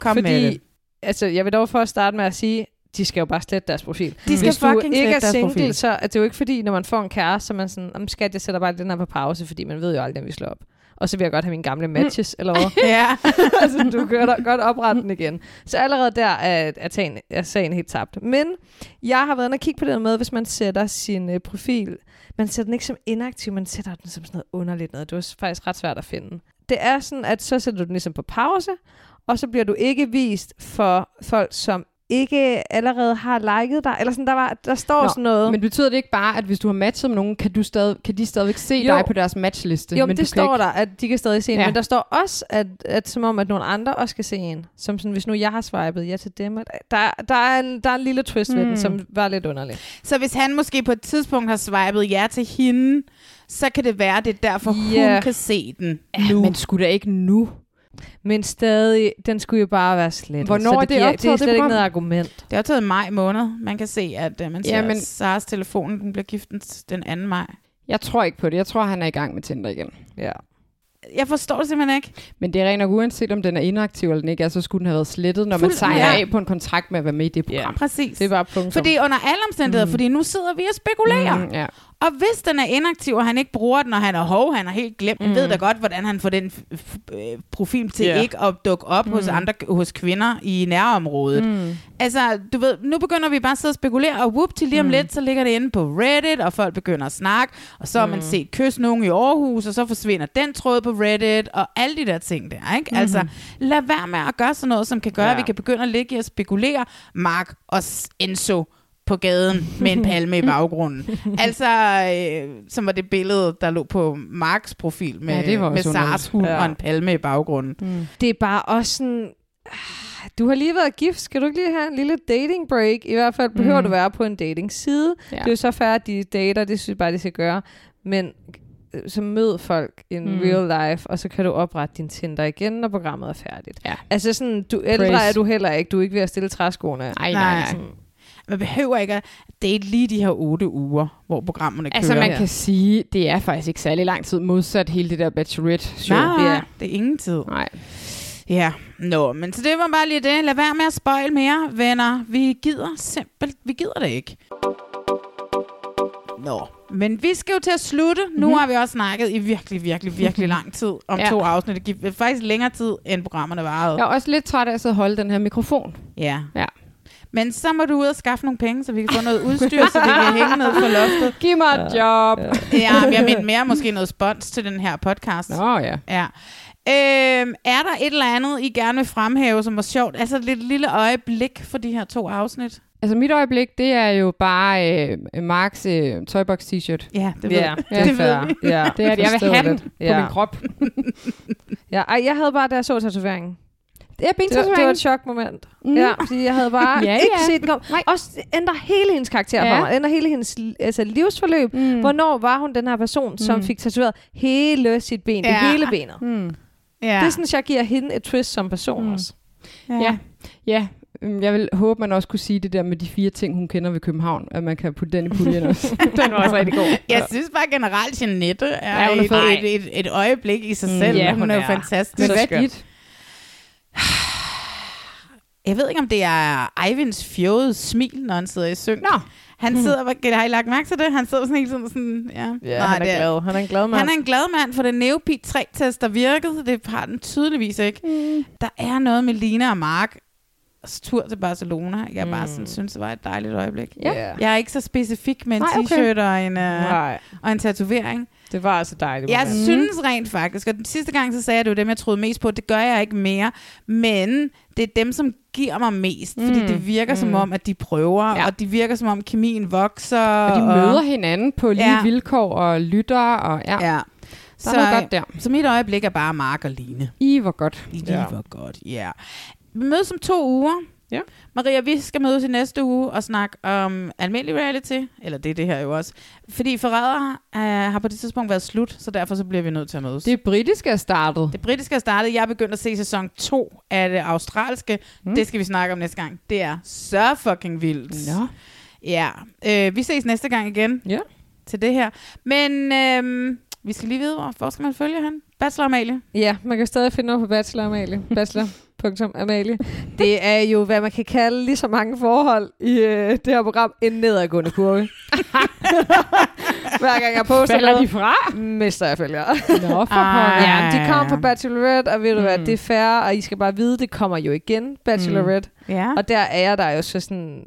Speaker 1: Kom
Speaker 4: fordi,
Speaker 1: med det.
Speaker 4: altså, jeg vil dog for at starte med at sige, de skal jo bare slette deres profil.
Speaker 1: De skal
Speaker 4: Hvis du
Speaker 1: fucking
Speaker 4: ikke
Speaker 1: slette
Speaker 4: er
Speaker 1: deres
Speaker 4: single,
Speaker 1: profil.
Speaker 4: så er det jo ikke fordi, når man får en kæreste, så er man sådan, om skat, jeg sætter bare den her på pause, fordi man ved jo aldrig, om vi slår op. Og så vil jeg godt have mine gamle matches, mm. eller hvad?
Speaker 1: Ja.
Speaker 4: altså, du kan da godt oprette den igen. Så allerede der er, er, tagen, er sagen helt tabt. Men jeg har været inde og kigge på det der med, hvis man sætter sin øh, profil, man sætter den ikke som inaktiv, man sætter den som sådan noget underligt noget. Det var faktisk ret svært at finde. Det er sådan, at så sætter du den ligesom på pause, og så bliver du ikke vist for folk, som ikke allerede har liket dig. Eller sådan, der, var, der står Nå, sådan noget.
Speaker 2: Men betyder det ikke bare, at hvis du har matchet med nogen, kan, du stadig, kan de stadigvæk se
Speaker 4: Jo.
Speaker 2: jo. dig på deres matchliste?
Speaker 4: Jo, men
Speaker 2: men
Speaker 4: det
Speaker 2: du kan
Speaker 4: står
Speaker 2: ikke...
Speaker 4: der, at de kan stadig se en. Ja.
Speaker 2: Ja.
Speaker 4: Men der står også, at, at som om, at nogle andre også kan se en. Som sådan, hvis nu jeg har swipet ja til dem. At der, der, er en, der er en lille twist mm. ved den,
Speaker 2: Mm.
Speaker 4: som var lidt underlig.
Speaker 1: Så hvis han måske på et tidspunkt har swipet ja til hende, så kan det være, det er derfor,
Speaker 4: Ja.
Speaker 1: yeah. hun kan se den.
Speaker 2: nu. Men skulle da ikke nu?
Speaker 4: Men stadig, den skulle jo bare være slettet.
Speaker 2: Hvornår
Speaker 4: så
Speaker 2: er det
Speaker 4: giver,
Speaker 2: optaget,
Speaker 4: Det er
Speaker 2: det
Speaker 4: slet ikke
Speaker 2: program?
Speaker 4: noget argument.
Speaker 1: Det er optaget i maj måned. Man kan se, at øh, man ser
Speaker 2: Jamen-
Speaker 1: Jamen. Saras telefon, den bliver gift den, den 2. maj.
Speaker 2: Jeg tror ikke på det. Jeg tror, han er i gang med Tinder igen.
Speaker 4: Ja.
Speaker 1: Jeg forstår det simpelthen ikke.
Speaker 2: Men det er rent nok, uanset om den er inaktiv eller den ikke er, så skulle den have været slettet, når man
Speaker 1: Fuldt-
Speaker 2: sejler
Speaker 1: ja.
Speaker 2: af på en kontrakt med at være med i det program.
Speaker 1: Præcis.
Speaker 4: Det er bare punkt.
Speaker 1: Fordi under alle omstændigheder, mm. fordi nu sidder vi og spekulerer. Mm.
Speaker 2: Mm, ja.
Speaker 1: Og hvis den er inaktiv, og han ikke bruger den, og han er hov, han er helt glemt, mm. han ved da godt, hvordan han får den f- f- øh, profil til
Speaker 2: Ja.
Speaker 1: yeah. ikke at dukke op mm. hos andre hos kvinder i nærområdet. Mm. Altså, du ved, nu begynder vi bare at sidde og spekulere, og whoop, til lige om mm. lidt, så ligger det inde på Reddit, og folk begynder at snakke, og så har man
Speaker 2: Mm.
Speaker 1: set kys nogen i Aarhus, og så forsvinder den tråd på Reddit, og alle de der ting der, ikke? Mm. Altså, lad være med at gøre sådan noget, som kan gøre, ja.
Speaker 2: Ja.
Speaker 1: at vi kan begynde at ligge i at spekulere, Mark og S- Enzo på gaden med en palme i baggrunden. altså, øh, som var det billede, der lå på Marks profil med,
Speaker 2: Ja, det var
Speaker 1: med
Speaker 2: også underligt.
Speaker 1: Sars hund ja.
Speaker 2: Ja.
Speaker 1: og en palme i baggrunden. Mm.
Speaker 4: Det er bare også sådan... ah, Du har lige været gift. Skal du ikke lige have en lille dating break? I hvert fald behøver
Speaker 2: Mhm.
Speaker 4: mm. du være på en datingside.
Speaker 2: Ja.
Speaker 4: Ja. Det er jo så færre, at de dater. Det synes jeg bare, de skal gøre. Men øh, så mød folk in
Speaker 2: Mm.
Speaker 4: mm. real life, og så kan du oprette din Tinder igen, når programmet er færdigt.
Speaker 2: Ja.
Speaker 4: Altså sådan, du ældre
Speaker 2: Praise.
Speaker 4: er du heller ikke. Du er ikke ved at stille træskoene.
Speaker 2: Ej, nej, nej.
Speaker 4: Sådan,
Speaker 1: Man behøver ikke at date lige de her otte uger, hvor programmerne
Speaker 2: Altså,
Speaker 1: kører.
Speaker 2: man kan sige, det er faktisk ikke særlig lang tid modsat hele det der bachelorette-show.
Speaker 1: Nej, ja. det er ingen tid.
Speaker 2: Nej.
Speaker 1: Ja, nå, men så det var bare lige det. Lad være med at spøjle mere, venner. Vi gider simpelt, vi gider det ikke. Nå, men vi skal jo til at slutte. Nu
Speaker 2: Mhm.
Speaker 1: har vi også snakket i virkelig, virkelig, virkelig lang tid om
Speaker 2: Ja.
Speaker 1: ja. to afsnit. Det gik faktisk længere tid, end programmerne varede.
Speaker 2: Jeg er også lidt træt af at sidde og holde den her mikrofon.
Speaker 1: Ja.
Speaker 2: Ja.
Speaker 1: Men så må du ud og skaffe nogle penge, så vi kan få noget udstyr, så det kan hænge ned for loftet.
Speaker 2: Giv mig et job.
Speaker 1: Ja, men jeg mente mere måske noget spons til den her podcast.
Speaker 2: Nå ja.
Speaker 1: Ja. Øhm, er der et eller andet, I gerne vil fremhæve, som var sjovt? Altså et lille, lille øjeblik for de her to afsnit.
Speaker 2: Altså mit øjeblik, det er jo bare øh, Marks øh, Toybox t-shirt.
Speaker 1: Ja, det ved
Speaker 4: Ja,
Speaker 1: vi.
Speaker 4: det er
Speaker 1: Det ved
Speaker 4: fair.
Speaker 1: vi.
Speaker 4: Ja,
Speaker 2: Det er, at jeg vil
Speaker 4: forstået
Speaker 2: have den
Speaker 4: lidt.
Speaker 2: på min krop.
Speaker 4: Ja, ej, jeg havde bare, da jeg så tatoveringen.
Speaker 2: Det er
Speaker 4: Det, var- det var et
Speaker 2: bentatovering.
Speaker 4: chokmoment.
Speaker 2: Mm.
Speaker 4: Mm. Ja, fordi jeg havde bare
Speaker 2: Ja,
Speaker 4: ja, ikke
Speaker 2: ja.
Speaker 4: set den komme. Også det ændrer hele hendes karakter
Speaker 2: Ja.
Speaker 4: ja. for mig. Ændrer hele hendes altså, livsforløb.
Speaker 2: Mm.
Speaker 4: Mm. Hvornår var hun den her person, som
Speaker 2: Mm.
Speaker 4: mm. fik tatoveret hele sit ben? Ja. Det
Speaker 1: Ja.
Speaker 4: hele benet. Mm.
Speaker 2: Mm.
Speaker 1: Ja.
Speaker 4: Det er sådan, jeg giver hende et twist som person mm. også.
Speaker 2: Ja. ja. Øhm, Jeg vil håbe, man også kunne sige det der med de fire ting, hun kender ved København, at man kan putte den i puljen også. den var også rigtig god.
Speaker 1: Jeg synes bare generelt, Jeanette er,
Speaker 2: Ja, hun er
Speaker 1: et,
Speaker 2: fed.
Speaker 1: et, et, et øjeblik i sig
Speaker 2: Mm,
Speaker 1: selv.
Speaker 2: ja,
Speaker 1: hun,
Speaker 2: hun
Speaker 1: er jo
Speaker 2: er.
Speaker 1: fantastisk.
Speaker 2: Men hvad er dit?
Speaker 1: Jeg ved ikke, om det er Eivinds fjode smil, når han sidder i synk. Nå. Han sidder, mm. har I lagt mærke til det? Han sidder sådan hele tiden sådan, ja.
Speaker 4: Ja,
Speaker 1: Nej,
Speaker 4: han
Speaker 1: det
Speaker 4: er glad. Han er en glad mand.
Speaker 1: Han er en glad mand, for den Neopit 3-test, der virkede, det har den tydeligvis ikke. Mm. Der er noget med Lina og Mark tur til Barcelona. Jeg mm. bare sådan, synes, det var et dejligt øjeblik.
Speaker 2: Ja.
Speaker 1: Jeg er ikke så specifik med en
Speaker 2: Nej, okay.
Speaker 1: t-shirt og en, øh,
Speaker 4: Nej,
Speaker 1: og en tatovering.
Speaker 4: det var altså dejligt.
Speaker 1: Jeg
Speaker 4: moment.
Speaker 1: synes rent faktisk, og den sidste gang, så sagde jeg, at det var dem, jeg troede mest på. Det gør jeg ikke mere. Men det er dem, som giver mig mest. Fordi
Speaker 2: Mm.
Speaker 1: det virker som
Speaker 2: Mm.
Speaker 1: om, at de prøver,
Speaker 2: Ja.
Speaker 1: ja. og det virker som om, kemien vokser.
Speaker 2: Og de møder hinanden på lige
Speaker 1: Ja.
Speaker 2: vilkår og lytter. Og, ja.
Speaker 1: Ja.
Speaker 2: Der er noget godt der.
Speaker 1: Så mit øjeblik er bare Mark og Line.
Speaker 2: I var godt.
Speaker 1: I
Speaker 2: Ja.
Speaker 1: ja. var godt, ja. Yeah. Vi mødes om to uger.
Speaker 4: Ja.
Speaker 1: Maria, vi skal mødes i næste uge og snakke om almindelig reality. Eller det er det her jo også. Fordi forræder øh, har på det tidspunkt været slut, så derfor så bliver vi nødt til at mødes.
Speaker 2: Det britiske er startet.
Speaker 1: Det britiske er startet. Jeg er begyndt at se sæson 2 af det australske. Mm. Det skal vi snakke om næste gang. Det er så fucking vildt.
Speaker 2: Nå.
Speaker 1: Ja. Øh, vi ses næste gang igen
Speaker 2: Ja.
Speaker 1: til det her. Men øh, vi skal lige vide, hvor, hvor skal man følge han? Bachelor Amalie.
Speaker 4: Ja, man kan stadig finde noget på Bachelor Amalie. Bachelor.amalie. Det er jo, hvad man kan kalde lige så mange forhold i øh, det her program, en nedadgående kurve. Hver gang jeg poster
Speaker 2: Falder de
Speaker 4: noget,
Speaker 2: fra?
Speaker 4: mister jeg følgere.
Speaker 2: Nå, for
Speaker 1: Ej.
Speaker 2: pokker.
Speaker 4: Ja, men de kom
Speaker 1: Ah, ja.
Speaker 4: på Bachelorette, og ved du hvad,
Speaker 2: Mm.
Speaker 4: det er fair, og I skal bare vide, det kommer jo igen, Bachelorette.
Speaker 1: Ja.
Speaker 4: Og der er jeg der jo så sådan,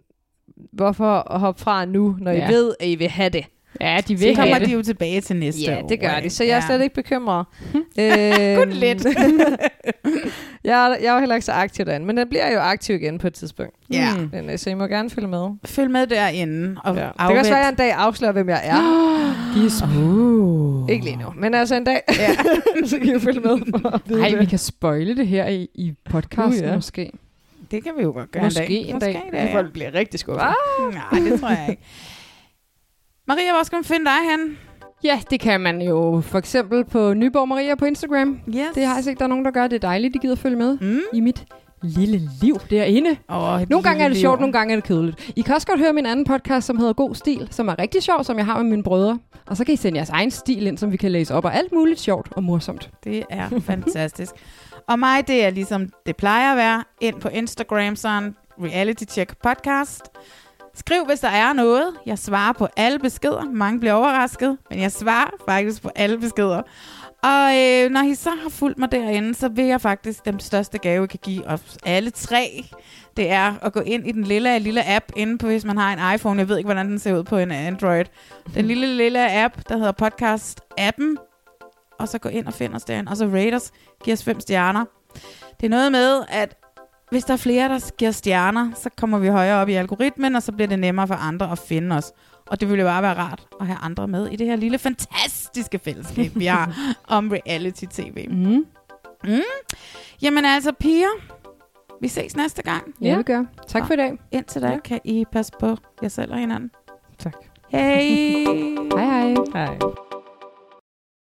Speaker 4: hvorfor hoppe fra nu, når
Speaker 2: Ja.
Speaker 4: I ved, at I vil have det?
Speaker 2: Ah, Ja, de
Speaker 1: Så
Speaker 2: vil
Speaker 1: kommer
Speaker 2: have
Speaker 1: de
Speaker 2: det.
Speaker 1: jo tilbage til næste
Speaker 4: Ja,
Speaker 1: år.
Speaker 4: det gør de,
Speaker 1: ikke?
Speaker 4: så jeg er
Speaker 1: Ja.
Speaker 4: slet ikke bekymret. Kun
Speaker 1: lidt.
Speaker 4: jeg, er- jeg er jo heller ikke så aktiv derinde, men den bliver jo aktiv igen på et tidspunkt.
Speaker 1: Ja.
Speaker 2: Mm.
Speaker 4: Men, øh, så I må gerne følge med.
Speaker 1: Følg med derinde. Og
Speaker 4: Ja.
Speaker 1: ja.
Speaker 4: Det kan også være, at jeg en dag afslører, hvem jeg er.
Speaker 2: De er smooth.
Speaker 4: Ikke lige nu, men altså en dag,
Speaker 1: Ja.
Speaker 4: så kan I følge med. For at vide
Speaker 2: Ej,
Speaker 4: det.
Speaker 2: vi kan spøjle det her i, i podcasten
Speaker 4: Uh,
Speaker 2: uh,
Speaker 4: ja.
Speaker 2: ja. måske.
Speaker 1: Det kan vi jo godt gøre
Speaker 2: Måske
Speaker 1: en dag.
Speaker 2: en dag.
Speaker 1: Måske en dag.
Speaker 4: Folk bliver rigtig skuffet.
Speaker 1: ja. Nej, det tror jeg ikke. Maria, hvor skal man finde dig hen?
Speaker 2: Ja, det kan man jo for eksempel på Nyborg Maria på Instagram.
Speaker 1: Yes.
Speaker 2: Det har jeg set, der er nogen, der gør. Det er dejligt, de gider følge med
Speaker 1: Mm.
Speaker 2: i mit lille liv derinde.
Speaker 1: Oh,
Speaker 2: Nogle gange er det sjovt, nogle gange er det kedeligt. I kan også godt høre min anden podcast, som hedder God Stil, som er rigtig sjov, som jeg har med mine brødre. Og så kan I sende jeres egen stil ind, som vi kan læse op, og alt muligt sjovt og morsomt.
Speaker 1: Det er fantastisk. Og mig, det er ligesom det plejer at være. Ind på Instagram, sådan reality check podcast. Skriv, hvis der er noget. Jeg svarer på alle beskeder. Mange bliver overrasket, men jeg svarer faktisk på alle beskeder. Og øh, når I så har fulgt mig derinde, så vil jeg faktisk den største gave, jeg kan give os alle tre. Det er at gå ind i den lille, lille app inde på, hvis man har en iPhone. Jeg ved ikke, hvordan den ser ud på en Android. Den lille, lille app, der hedder podcast-appen. Og så gå ind og find os derinde. Og så rate os. Giv os fem stjerner. Det er noget med, at hvis der er flere, der giver stjerner, så kommer vi højere op i algoritmen, og så bliver det nemmere for andre at finde os. Og det ville jo bare være rart at have andre med i det her lille fantastiske fællesskab, vi har om reality-tv. Mm. Mm. Jamen altså, piger, vi ses næste gang.
Speaker 2: Ja, vi gør. Tak for i dag.
Speaker 1: Indtil da
Speaker 2: Ja.
Speaker 1: kan I passe på jer selv og hinanden.
Speaker 4: Tak.
Speaker 1: Hej.
Speaker 2: hej hej. Hej.